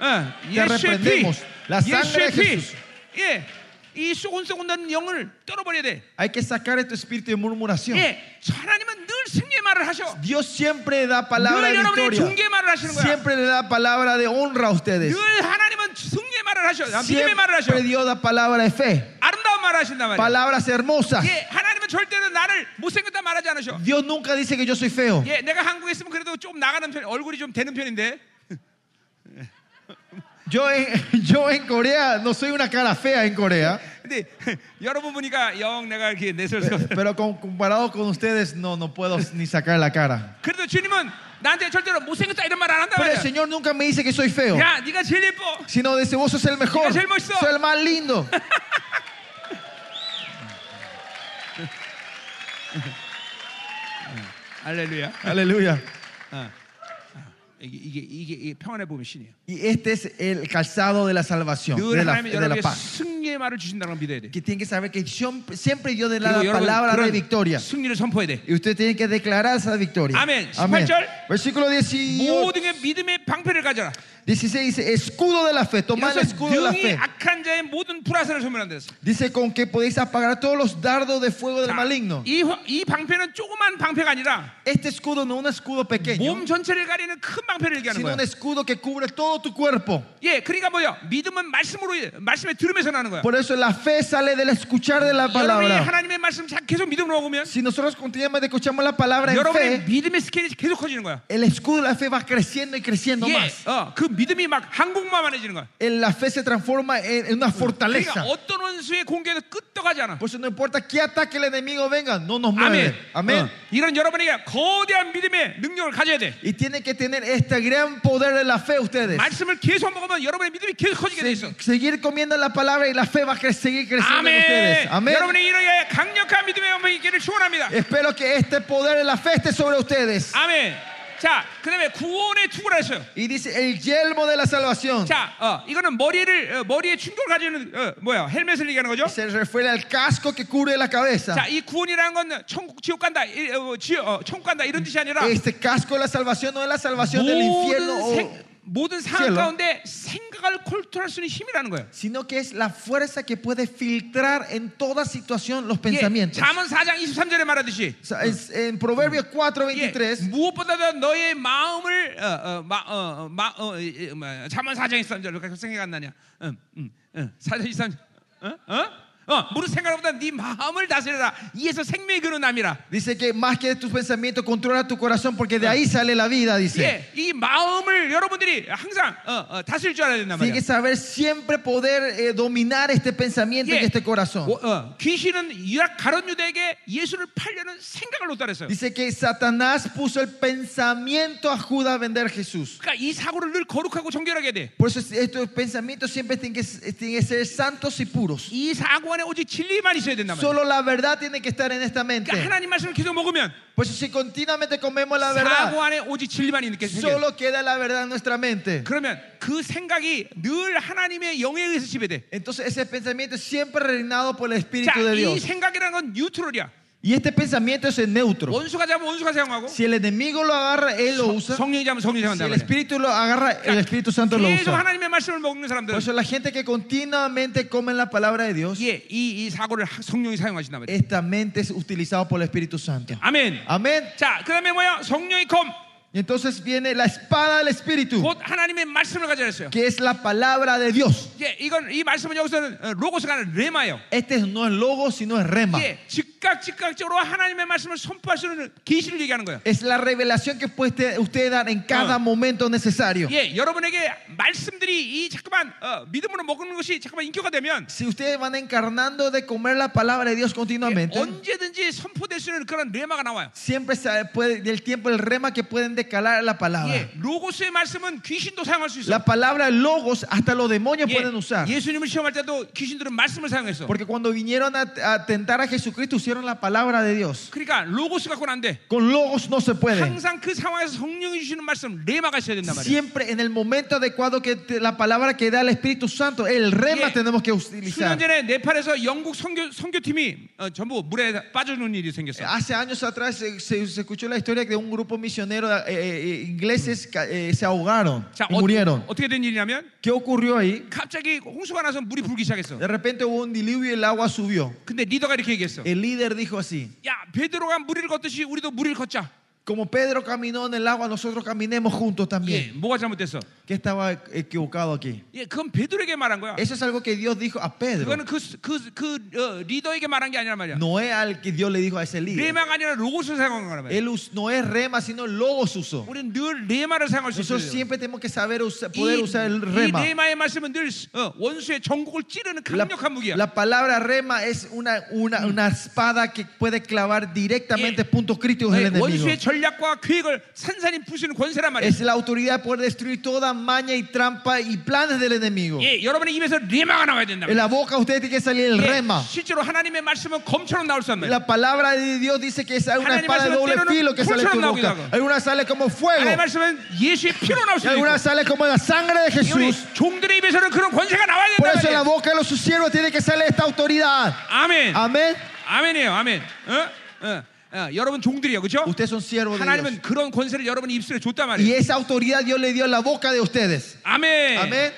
예,
Te
예수의 피,
reprendemos. La sangre
예수의
de
피.
Jesús.
예, 이 쏘곤쏘곤대는 영을 떨어버려야 돼.
Hay que sacar este espíritu de murmuración.
예, 하나님은 늘 승리의 말을 하셔.
Dios siempre da palabra
늘
de
여러분의
victoria.
종교의 말을 하시는 거야.
Siempre le da palabra de honra a ustedes.
늘 하나님은 승리의 말을 하셔. 아, 믿음의 말을 하셔.
Siempre Dios da palabra de fe.
아름다운 말을 하신단 말이야.
Palabras hermosas.
예, 하나님은 절대로 나를 못생겼다 말하지 않으셔.
Dios nunca dice que yo soy feo.
예, 내가 한국에 있으면 그래도 좀 나가는 편, 얼굴이 좀 되는 편인데.
Yo en, yo en Corea no soy una cara fea en Corea,
근데 여러분 보니까 영 내가 이렇게 내설 수 없어.
pero con- comparado con ustedes no, no puedo ni sacar la cara.
그래도 주님은 나한테 절대로 못생겼다 이런 말 안 한다
Pero el
말이야.
Señor nunca me dice que soy feo,
야, 네가 제일 예뻐.
sino dice vos sos el mejor,
Es el mejor.
sos el más lindo.
할렐루야.
Aleluya.
어. 어. 이게 이게 이게, 이게 평안의 복음의 신이에요.
Y este es el calzado de la salvación, de
늘
la,
하나님이
de la
여러분에게
paz.
승리의 말을 주신다는 걸 믿어야 돼.
Que tienen que saber que siempre siempre Dios le da
그리고
la palabra de
여러분 그런
victoria.
승리를 선포해야 돼.
Y usted tiene que declarar esa victoria.
Amén.
Amén.
18.
Versículo 18,
모든 게 믿음의 방패를 가져라.
16 dice, escudo de la fe, tomad el
이것은
escudo de la
능히
fe.
악한 자의 모든 불화살을 소멸한다 했어.
Dice con que podéis apagar todos los dardos de fuego del
자,
maligno.
이, 화- 이 방패는 조그만 방패가 아니라
Este escudo no es un escudo pequeño,
몸 전체를 가리는 큰 방패를 얘기하는
sino
거야.
un escudo que cubre todo tu cuerpo.
예, 그러니까 뭐야? 믿음은 말씀으로 말씀의 들음에서 나는 거야.
Por eso la fe sale del escuchar de la
여러분이
palabra.
하나님의 말씀 자- 계속 믿음으로 먹으면
Si nosotros continuamente escuchamos la palabra en
여러분의
fe,
믿음의 스케일이 계속 커지는 거야.
el escudo de la fe va creciendo y creciendo
예,
más.
어, 그 믿음이 막 항공만만해지는 거야.
El- La fe se transforma en en una
그러니까
fortaleza.
어떤 원수의 공격에도 끄떡하지 않아.
Por eso no importa qué ataque el enemigo venga, no nos
아멘.
mueve. Amén.
어, 이런 여러분에게 거대한 믿음의 능력을 가져야 돼.
Y tienen que tener este gran poder de la fe ustedes.
말씀을 계속 먹으면 여러분의 믿음이 계속 커지게 돼 있어.
Se- seguir comiendo la palabra y la fe va a cre-
네.
seguir creciendo en ustedes.
아멘. 네.
Amén.
여러분의 이런 강력한 믿음의 영광이 있기를 축원합니다.
Espero que este poder de la fe esté sobre ustedes.
아멘. 자, 그다음에 구원의 투구라 했어요.
Y dice el yelmo de la salvación.
자, 어, 이거는 머리를 어, 머리에 충격을 가지는 어, 뭐야? 헬멧을 얘기하는 거죠?
Se refiere al casco que cubre la cabeza.
자, 이 구원이라는 건 천국 지옥 간다. 이, 어, 지, 어, 천국 간다 이런 뜻이 아니라
Este casco de la salvación no es la salvación del infierno,
모든
o-
생, 모든 상황
cielo.
가운데 생각을 컨트롤할 수 있는 힘이라는 거예요.
sino que es la fuerza que puede filtrar en toda situación los
예,
pensamientos.
잠언 4장 23절에 말하듯이
O sea, es- en Proverbios 4,
예,
23.
무엇보다도 너의 마음을 어, 어, 마, 어, 어, 마, 어, 이, 이, 뭐, 잠언 4장 23절 생각 안 나냐? 응, 응, 응. 4장 23절. 어? 어? 어, 무릇 생각보다 네 마음을 다스려라. 이에서 생명이 그로 남이라.
Dice que más que tus pensamientos, controla tu corazón porque de ahí sale la vida, dice.
예, 이 마음을 여러분들이 항상 어, 어, 다스릴 줄 알아야 된단
Tiene que
말이야.
saber siempre poder eh, dominar este pensamiento y
예,
este corazón.
어, 어, 귀신은 유학 가론 유대에게 예수를 팔려는 생각을 놓다 그랬어요.
Dice que Satanás puso el pensamiento a Judas a vender a Jesús.
그러니까 이 사고를 늘 거룩하고 정결하게 해야 돼.
Por eso estos pensamientos siempre tienen que, tienen que ser santos y puros.
이 사고 안에 오직 진리만 있어야 된단 말이야.
Solo la verdad tiene que estar en esta mente.
그러니까 하나님 말씀을 계속 먹으면
Por eso si continuamente comemos la
사고
verdad,
안에 오직 진리만 있는 게 생겨.
solo queda la verdad en nuestra mente.
그러면 그 생각이 늘 하나님의 영에 의해서 지배돼.
Entonces ese pensamiento es siempre reinado por el Espíritu
자,
de
이
Dios.
생각이라는 건 뉴트럴이야.
Y este pensamiento es el neutro.
원수가 잡으면 원수가 사용하고
Si el enemigo lo agarra, él lo usa.
성령이 잡으면 성령이
Si
사용한다.
el
말이야.
Espíritu lo agarra, el Espíritu Santo lo
계속
usa.
하나님의 말씀을 먹는 사람들.
Por eso la gente que continuamente come la palabra de Dios,
예, 이, 이 사고를 하- 성령이 사용하신단 말이야.
esta mente es utilizada por el Espíritu Santo.
아멘. 음.
Amén.
자, 그다음에 뭐야? 성령의 검.
Y entonces viene la espada del Espíritu,
곧 하나님의 말씀을 가져야 했어요.
que es la palabra de Dios.
예, 이건 이 말씀은 여기서는 어, 로고스가 아니라 레마예요.
Este no es logo, sino es rema.
예, 즉각 즉각적으로 하나님의 말씀을 선포할 수 있는 계시를 얘기하는 거예요.
Es la revelación que puede usted- usted dar en cada
Ah.
momento necesario.
예, 여러분에게 말씀들이 이 잠깐만 어, 믿음으로 먹는 것이 잠깐만 인격화 되면
Si ustedes van encarnando de comer la palabra de Dios continuamente,
예, 언제든지 선포될 수 있는 그런 레마가 나와요.
siempre se puede, del tiempo el rema que pueden decalar la palabra.
예, 로고스의 말씀은 귀신도 사용할 수 있어.
La palabra logos hasta los demonios pueden usar.
예, 예수님을 시험할 때도 귀신들은 말씀을 사용했어.
Porque cuando vinieron a, a tentar a Jesucristo usaron la palabra de Dios.
그러니까 로고스 갖고는 안 돼.
Con logos no se puede.
항상 그 상황에서 성령이 주시는 말씀 레마가 있어야 된단 말이야.
Siempre en el momento adecuado que te- la palabra que da el Espíritu Santo, el rema
Yeah.
tenemos que
수년
utilizar.
전에 네팔에서 영국 선교 선교팀이 어, 전부 물에 빠져는 일이 생겼어.
Hace años atrás se, se- se escuchó la historia de un grupo misionero eh, eh, ingleses ca- eh, se ahogaron
자,
y murieron.
어, 떻게된 일이냐면
¿Qué ocurrió ahí?
갑자기 홍수가 나서 물이 불기 시작했어.
De repente hubo un diluvio y el agua subió.
근데 리더가 이렇게 얘기했어.
El líder dijo así,
야, 베드로가 물을 걷듯이 우리도 물을 걷자.
como Pedro caminó en el agua, nosotros caminemos juntos
예,
también.
뭐가 잘못됐어?
¿Qué estaba equivocado aquí?
예, 그건 베드로에게 말한 거야.
Eso es algo que Dios dijo a Pedro.
그거는 그 그 그 리더에게 말한 게 아니란 말이야.
No es al que Dios le dijo a ese líder.
레마가 아니라 로고스 사용한 거란 말이야.
Él us- no es rema, sino logos usó.
우리는 늘 레마를 사용할 수
Nosotros
있어요.
siempre tenemos que saber usar-
이,
poder usar el
이
rema.
레마의 말씀은 늘 어, 원수의 전국을 찌르는
La,
강력한 무기야.
la palabra rema es una, una, una espada que puede clavar directamente
Yeah.
puntos críticos
네,
del enemigo.
원수의 전략과 계획을 산산히 부수는 권세란 말이야.
Es la autoridad de poder destruir toda maña y trampa y planes del enemigo.
예, 여러분의 입에서 레마가 나와야 된다.
En la boca usted tiene que salir el rema.
실제로 하나님의 말씀은 검처럼 나올 수 없는.
La palabra de Dios dice que es una
하나님의
espada de doble
말씀은
filo que sale de tu
때로는 불처럼
boca.
나오기도 하고.
Algunas sale como
하나님의
fuego.
말씀은 예수의 피로 나올
Y
수 있는.
algunas sale como la sangre de
우리
Jesús.
종들의 입에서는 그런 권세가 나와야
Por eso en la
된다.
boca de los sus siervos tiene que salir esta autoridad.
아멘.
Amén.
아멘이에요. 아멘. 어? 어, 어, 여러분 종들이에요. 그렇죠?
Ustedes son siervos de Dios.
하나님은 그런 권세를 여러분 입술에 줬단
Y
말이에요.
esa autoridad Dios le dio en la boca de ustedes.
예. 아멘.
Amén.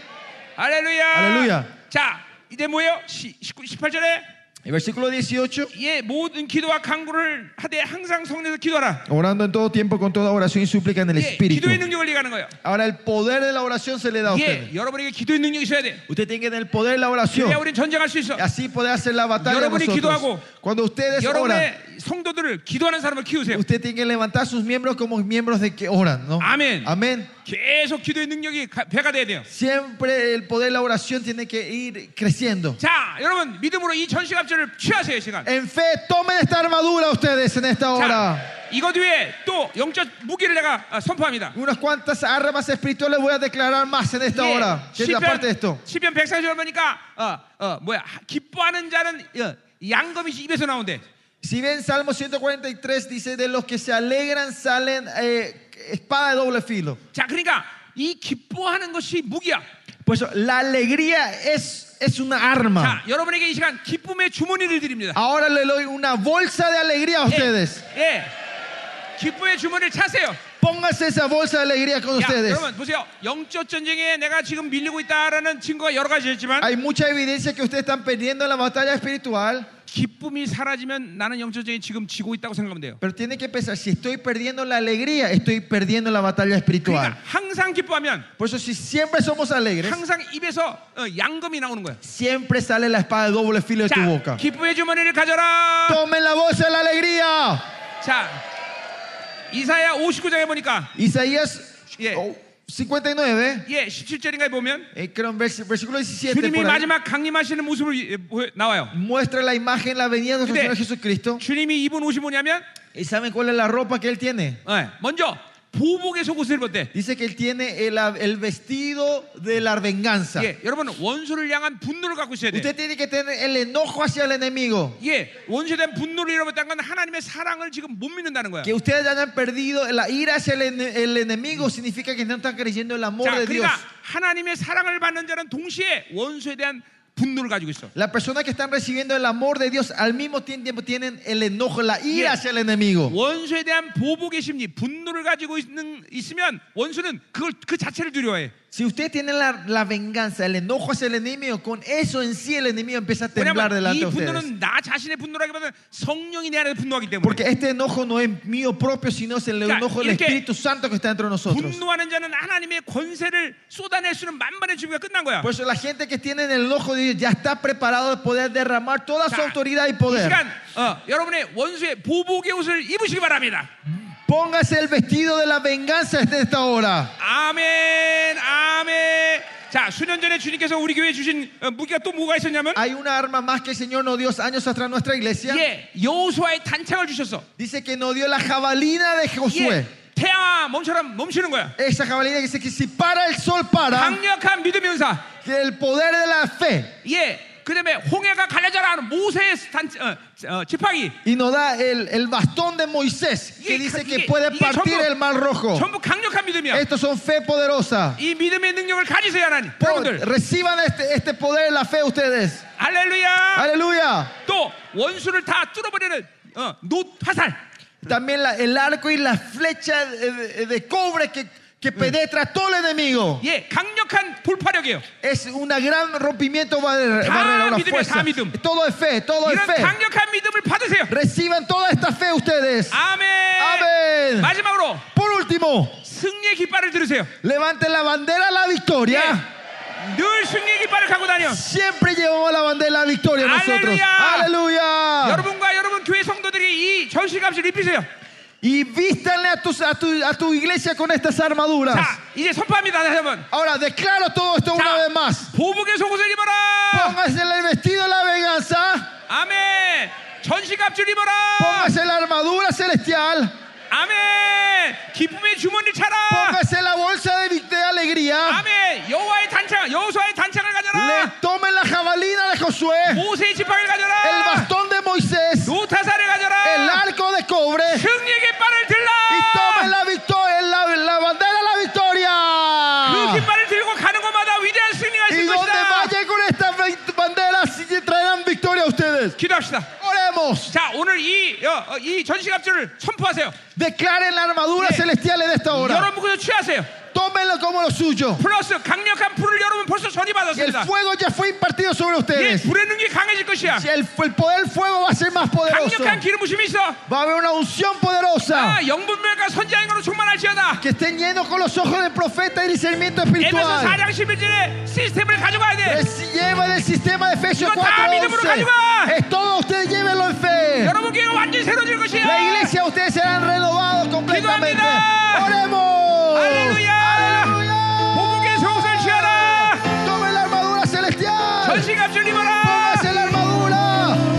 할렐루야.
할렐루야.
자, 이제 뭐예요? 시, 19, 18절에
El versículo 18.
예, 모든 기도와 간구를 하되 항상 성령에서 기도하라.
Orando en todo tiempo con toda oración y súplica en el
예,
Espíritu.
기도의 능력을 얘기하는 거예요.
Ahora el poder de la oración se le da
예,
a ustedes.
여러분에게 기도의 능력이 있어야 돼.
Usted tiene que tener el poder de la
그래야
oración.
우린 전쟁할 수 있어.
Así poder hacer la batalla
여러분이
nosotros.
기도하고
Cuando ustedes oran,
여러분의 성도들을 기도하는 사람을 키우세요.
usted tiene que levantar sus miembros como miembros de que oran, ¿no?
Amén.
Amén.
계속 기도의 능력이 가- 배가 돼야 돼요.
Siempre el poder de la oración tiene que ir creciendo.
자, 여러분 믿음으로 이 전시갑절을 취하세요, 이 시간.
En fe, tomen esta armadura ustedes en esta hora.
자, 이것 위에 또 영적 무기를 내가 아, 선포합니다.
Unas cuantas armas espirituales voy a declarar más en esta hora. Que es la parte de esto.
네. 시편 140절 보니까 어, 어, 뭐야 하- 기뻐하는 자는 어, 양검이 입에서 나온대.
Si bien Salmo 143 dice, de los que se alegran salen eh, espada de doble filo.
자, 그러니까 이 기뻐하는 것이 무기야.
Pues la alegría es, es una arma.
자, 여러분에게 이 시간 기쁨의 주머니를 드립니다.
Ahora le doy una bolsa de alegría a ustedes.
예, 예. 기쁨의 주머니를 차세요.
Pónganse esa bolsa de alegría
야,
con ustedes.
여러분 보세요. 영적 전쟁에 내가 지금 밀리고 있다라는 증거가 여러 가지였지만
Hay mucha evidencia que ustedes están perdiendo en la batalla espiritual.
기쁨이 사라지면 나는 영적인 지금 지고 있다고 생각하면 돼요.
Pero tiene que pensar, si estoy perdiendo la alegría, estoy perdiendo la batalla
그러니까
espiritual.
항상 기뻐하면
Por eso si siempre somos alegres,
항상 입에서 어, 양금이 나오는 거야.
siempre sale la espada de doble filo de tu
자,
boca.
기쁨의 주머니를 가져라.
Tomen la voz de la alegría.
자, 이사야 59장에 보니까
Isaías
Yeah.
oh, 59,
예, 17절인가에 보면
eh, creo en vers- versículo 17,
주님이
por ahí,
마지막 강림하시는 모습을 예, 보여- 나와요.
muestra la imagen, la venida de nuestro
Mire.
Señor Jesucristo.
주님이 입은 옷이 뭐냐면
¿Y saben cuál es la ropa que él tiene?
예, 먼저 보복의 속옷을 입었대.
Dice que él tiene el, el vestido de la venganza.
예, 여러분 원수를 향한 분노를 갖고 있어야 돼.
Usted tiene que tener el enojo hacia el enemigo.
예, 원수에 대한 분노를 잃어버렸다는 건 하나님의 사랑을 지금 못 믿는다는 거야.
Que ustedes hayan perdido la ira hacia el, ene- el enemigo
Mm.
significa que no están creyendo en el amor
자,
de Dios.
그러니까 하나님의 사랑을 받는 자는 동시에 원수에 대한 분노를 가지고 있어.
Las personas que están recibiendo el amor de Dios al mismo tiempo tienen el enojo, la ira
Yeah.
hacia el enemigo.
원수에 대한 보복의 심리, 분노를 가지고 있는 있으면 원수는 그걸 그 자체를 두려워해.
Si usted tiene la, la venganza, el enojo hacia el enemigo, con eso en sí el enemigo empieza a temblar
왜냐하면
delante
이
de ustedes.
분노는 나 자신의 분노라기보다는 성령이 내 안에 분노하기 때문에.
Porque este enojo no es mío propio, sino es el
Ya,
enojo
y
del
es que-
Espíritu Santo que está dentro de nosotros.
분노하는 자는 하나님의 권세를 쏟아낼 수는 만반의 준비가 끝난 거야.
Por eso la gente que tiene el enojo de Dios ya está preparado de poder derramar toda su
자,
autoridad y
이
poder.
시간 어, 여러분의 원수의 보복의 옷을 입으시기 바랍니다.
Póngase el vestido de la venganza desde esta hora.
아멘, 아멘. 자, 수년 전에 주님께서 우리 교회에 주신 어, 무기가 또 뭐가 있었냐면,
Hay una arma más que el Señor nos dio años atrás en nuestra iglesia.
예, 여호수아의 단창을 주셨어.
Dice que nos dio la jabalina de Josué.
예, 태양아 멈춰라 멈추는 거야.
Esa jabalina que dice que si para el sol para,
강력한 믿음의 은사.
que el poder de la fe.
예, 그다음에 홍해가 갈려져라 하는 모세의 단, 어, 어, 지팡이.
Y nos da el, el bastón de Moisés,
Y-
que dice
y-
que puede
y-
partir
y-
el mar rojo.
전부 강력한 믿음이야.
Estos son fe poderosa.
이 믿음의 능력을 가지세요 하나님.
Po-
여러분들,
Reciban este, este poder de la fe ustedes.
할렐루야.
Aleluya.
또 원수를 다 뚫어버리는 어, 노 화살.
También la- el arco y la flecha de, de- de cobre que, que penetra a todo el enemigo.
예, 강력한 돌파력이에요.
Es un gran rompimiento barrera,
Da
barrera, una
믿음이야,
fuerza.
da 믿음.
Todo es fe, todo es
이런
fe.
강력한 믿음을 받으세요.
Reciban toda esta fe ustedes.
아멘.
Amén.
마지막으로
Por último,
승리의 깃발을 들으세요.
levanten la bandera de la victoria.
예, 늘 승리의 깃발을 갖고 다녀.
Siempre llevamos la bandera de la victoria nosotros.
Aleluya.
Aleluya.
여러분과 여러분 교회 성도들이 이 전시값을 입히세요.
Y vístanle a tus- a tu, a tu iglesia con estas armaduras.
자, 이제 선포합니다, 다시 한번.
Ahora, declaro todo esto una
자,
vez más.
보복의 속옷을 입어라.
Póngase el vestido de la venganza.
Ah. 아멘. 전시갑줄 어. 입어라.
Póngase la armadura
Ah.
celestial.
아멘. 기쁨의 주머니를 차라.
Póngase la bolsa de, vic- de alegría.
아멘. 여호와의 단창, 여호수아의 단창을
Le
가져라.
tomen la jabalina de Josué.
모세의 지팡이를
El
가져라.
bastón de Moisés.
노타사를
El
가져라.
arco de cobre.
승리의 깃발을
Y
들라.
tomen la victoria. La, la bandera de la
그
victoria.
깃발을 들고 가는 곳마다 위대한 승리가
Y
있을
donde
것이다.
vayan con estas ve- banderas sí traerán victoria a ustedes.
기도합시다.
Oremos.
자, 오늘 이, 어, 어, 이 전시갑주를 선포하세요.
Declaren la armadura
Sí.
celestial en esta hora.
여러분께서 취하세요.
Tómenlo como lo suyo.
플러스 강력한 불을 여러분 벌써 전이
Y el
받았습니다.
fuego ya fue impartido sobre
예,
ustedes.
불의 능력이 강해질 것이야.
Si El, el poder del fuego va a ser
예.
más poderoso.
강력한 기름 부심이 있어.
Va a haber una unción poderosa.
아, 영분별과 선지자인으로 충만할지어다.
Que estén llenos con los ojos del profeta y
에베소
discernimiento espiritual.
4장 11절에 시스템을 가져가야 돼.
Reci- Llevan el sistema de Efesios
Digo, "Ah, mira, pero
4:11.
calma".
Es todo, ustedes llévenlo en fe.
여러분 교회가 완전히 새로워질 예, 것이야.
La iglesia, ustedes serán renovados completamente.
Gidoamida.
Oremos.
Aleluya.
Aleluya.
보복의 속옷을 취하라.
Tomen la armadura celestial.
전시갑주를 입어라.
Pónganse la armadura.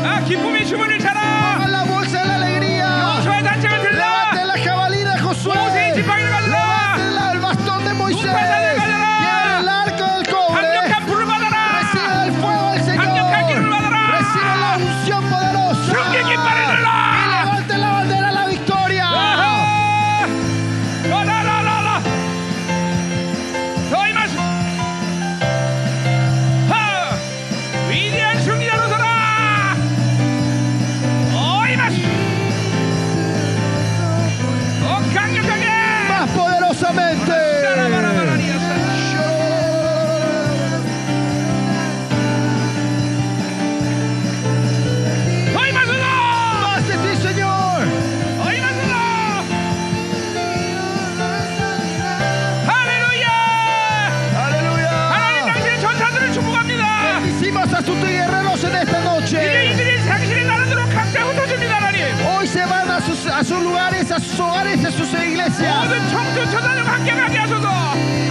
아, 기쁨의 주문을 차라.
Pongan la bolsa de la alegría.
소의 단체가 들라.
Levanten la jabalina de
모세의
Josué.
지팡이를 가져라.
Levanten la- el bastón de Moisés.
pasaje, galera.
Lleven el arco del cobre.
강력한 불을 받아라.
Recibe el fuego del Señor.
강력한 기름을 받아라.
Recibe la unción poderosa.
승리의 깃발을
Y
들라.
levante la bandera a la victoria.
아하! 라라라라! 아.
sus lugares, a sus hogares, a sus iglesias.
모든 청주 천사님 함께 가게 하소서.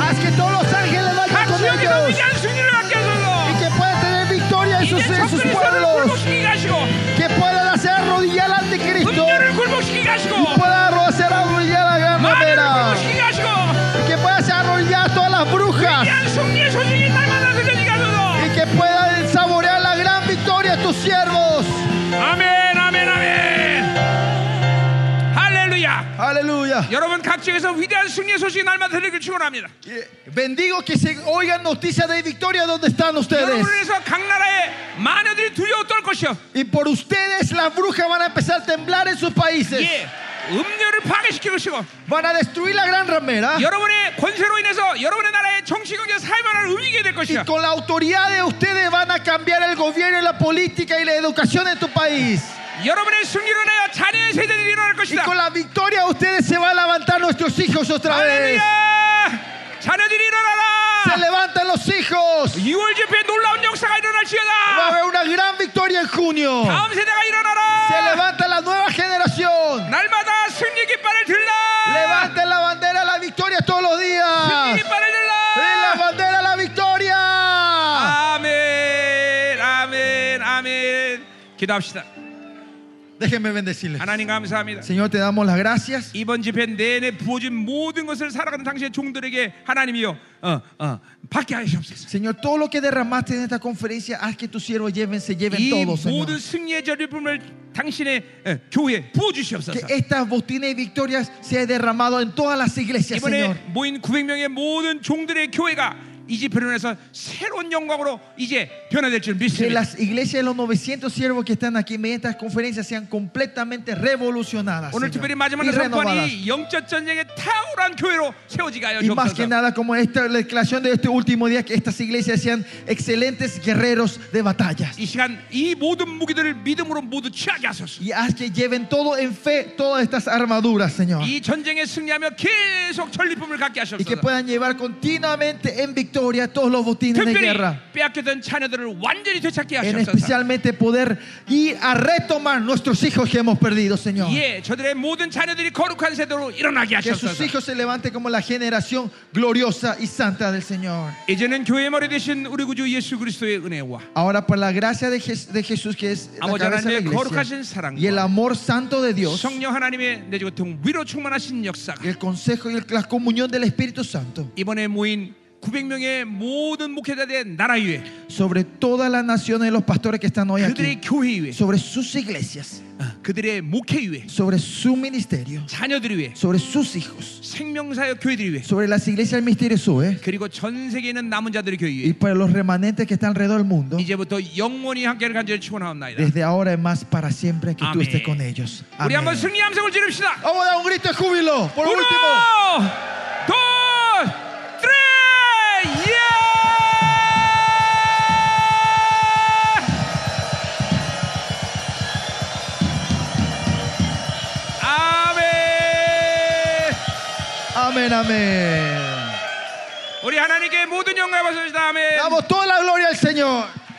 Haz que todos los ángeles vayan con
같이 여기
ellos
넘치지 않은 승리를 갖게
y
하소서.
que puedan tener victoria en sus,
이제
en sus
청주에서를
pueblos.
굴복시키게 하시고
Que puedan hacer arrodillar ante Cristo.
음녀를 굴복시키게 하시고
Puedan hacer arrodillar a la gran
마녀를
ramera.
굴복시키게 하시고
Que puedan hacer arrodillar a todas las brujas.
이한 승리의 소식이 날마다 들리게 하소서.
Y que puedan saborear la gran victoria de tus siervos.
아멘 아멘 아멘. 할렐루야.
Aleluya.
여러분 각 지역에서 위대한 승리의 소식이 날마다 들리길 축원합니다.
Bendigo que se oigan noticias de victoria donde están ustedes.
여러분을 위해서 각 나라의 마녀들이 두려워 떨 것이요.
Y por ustedes las brujas van a empezar a temblar en sus países.
예. 음료를 파괴시킬 것이고
Van a destruir la gran ramera.
여러분의 권세로 인해서 여러분의 나라의 정치 경제 사회 변화를 움직이게 될
Y
것이야.
con la autoridad de ustedes van a cambiar el gobierno, la política y la educación de tu país.
여러분의 승리로 인하여 자녀의 세대들이 일어날
Y
것이다.
con la victoria de ustedes se van a levantar nuestros hijos otra vez.
할렐루야! 자녀들이
Se
일어나라.
levantan los hijos.
6월 집회 놀라운 역사가
Va a
일어날지어다.
haber una gran victoria en junio.
다음 세대가
Se
일어나라.
levanta la nueva generación.
날마다 승리 깃발을 들라.
Levanten la bandera de la victoria todos los días.
승리 깃발을
¡Y la
들라.
bandera de la victoria!
Ah. 아멘, 아멘, 아멘. 기도합시다.
Déjenme bendecirles.
하나님 감사합니다.
Señor, te damos las gracias.
이번 집회 내내 부어진 모든 것을 살아가는 당신의 종들에게 하나님이여 어, 어, 받게 하시옵소서.
Señor, todo lo que derramaste en esta conferencia, haz que tus siervos lleven, se lleven
이
todo,
모든
Señor.
승리의 저리품을 당신의 에, 교회에 부어주시옵소서.
Que estas botines y victorias se han derramado en todas las iglesias,
이번에
Señor.
모인 900명의 모든 종들의 교회가 이 집회를 통해서 새로운 영광으로 이제 변화될 줄
Que
믿습니다.
las iglesias de los 900 siervos que están aquí mediante estas conferencias sean completamente revolucionadas
오늘
Señor,
특별히 마지막
y renovadas.
선포이 영적 전쟁의 탁월한 교회로 세워지게 하여
Y más que
주옵소서.
nada, como esta la declaración de este último día, que estas iglesias sean excelentes guerreros de batallas.
이 시간 이 모든 무기들을 믿음으로 모두 취하게 하소서.
Y haz que lleven todo en fe todas estas armaduras, Señor.
이 전쟁에 승리하며 계속 전리품을 갖게
y que
하시옵소서.
puedan llevar continuamente en victoria todos los botines de
특별히
guerra.
빼앗겼던 자녀들을 완전히 되찾게
En
하시옵소서.
especialmente poder ir a retomar nuestros hijos que hemos perdido, Señor.
예, 저들의 모든 자녀들이 거룩한 세대로 일어나게
Que sus
하시옵소서.
hijos se levanten como la generación gloriosa y santa del Señor.
이제는 교회의 머리 되신 우리 구주 예수 그리스도의 은혜와
Ahora, por la gracia de, Jes- de Jesús, que es la
Amor
cabeza de
grande,
la
거룩하신
iglesia,
사랑과
y el amor santo de Dios,
성령 하나님의 내주고 통 위로 충만하신
y
역사가
el consejo y el- la comunión del Espíritu Santo
이번에 모인 900명의 모든 목회자들의 나라 위에
sobre todas las naciones de los pastores que están hoy aquí,
그들의 교회 위에
sobre sus iglesias,
어, 그들의 목회 위에
sobre su ministerio,
자녀들 위에
sobre sus hijos.
생명사역 교회들 위에
sobre las iglesias del misterio sube
그리고 전 세계에 있는 남은 자들의 교회
y
위에
para los remanentes que están alrededor del mundo
이제부터 영원히 함께를 간절히 축원하옵나이다.
desde ahora en más para siempre que tú
Amén.
estés con ellos
우리
Amén.
한번
vamos
승리 함성을 지릅시다.
a dar un grito de júbilo por
우노
último
돈 트레 예 아멘
amén amén
우리 하나님께 모든 영광을 받습니다 아멘
damos toda la gloria al Señor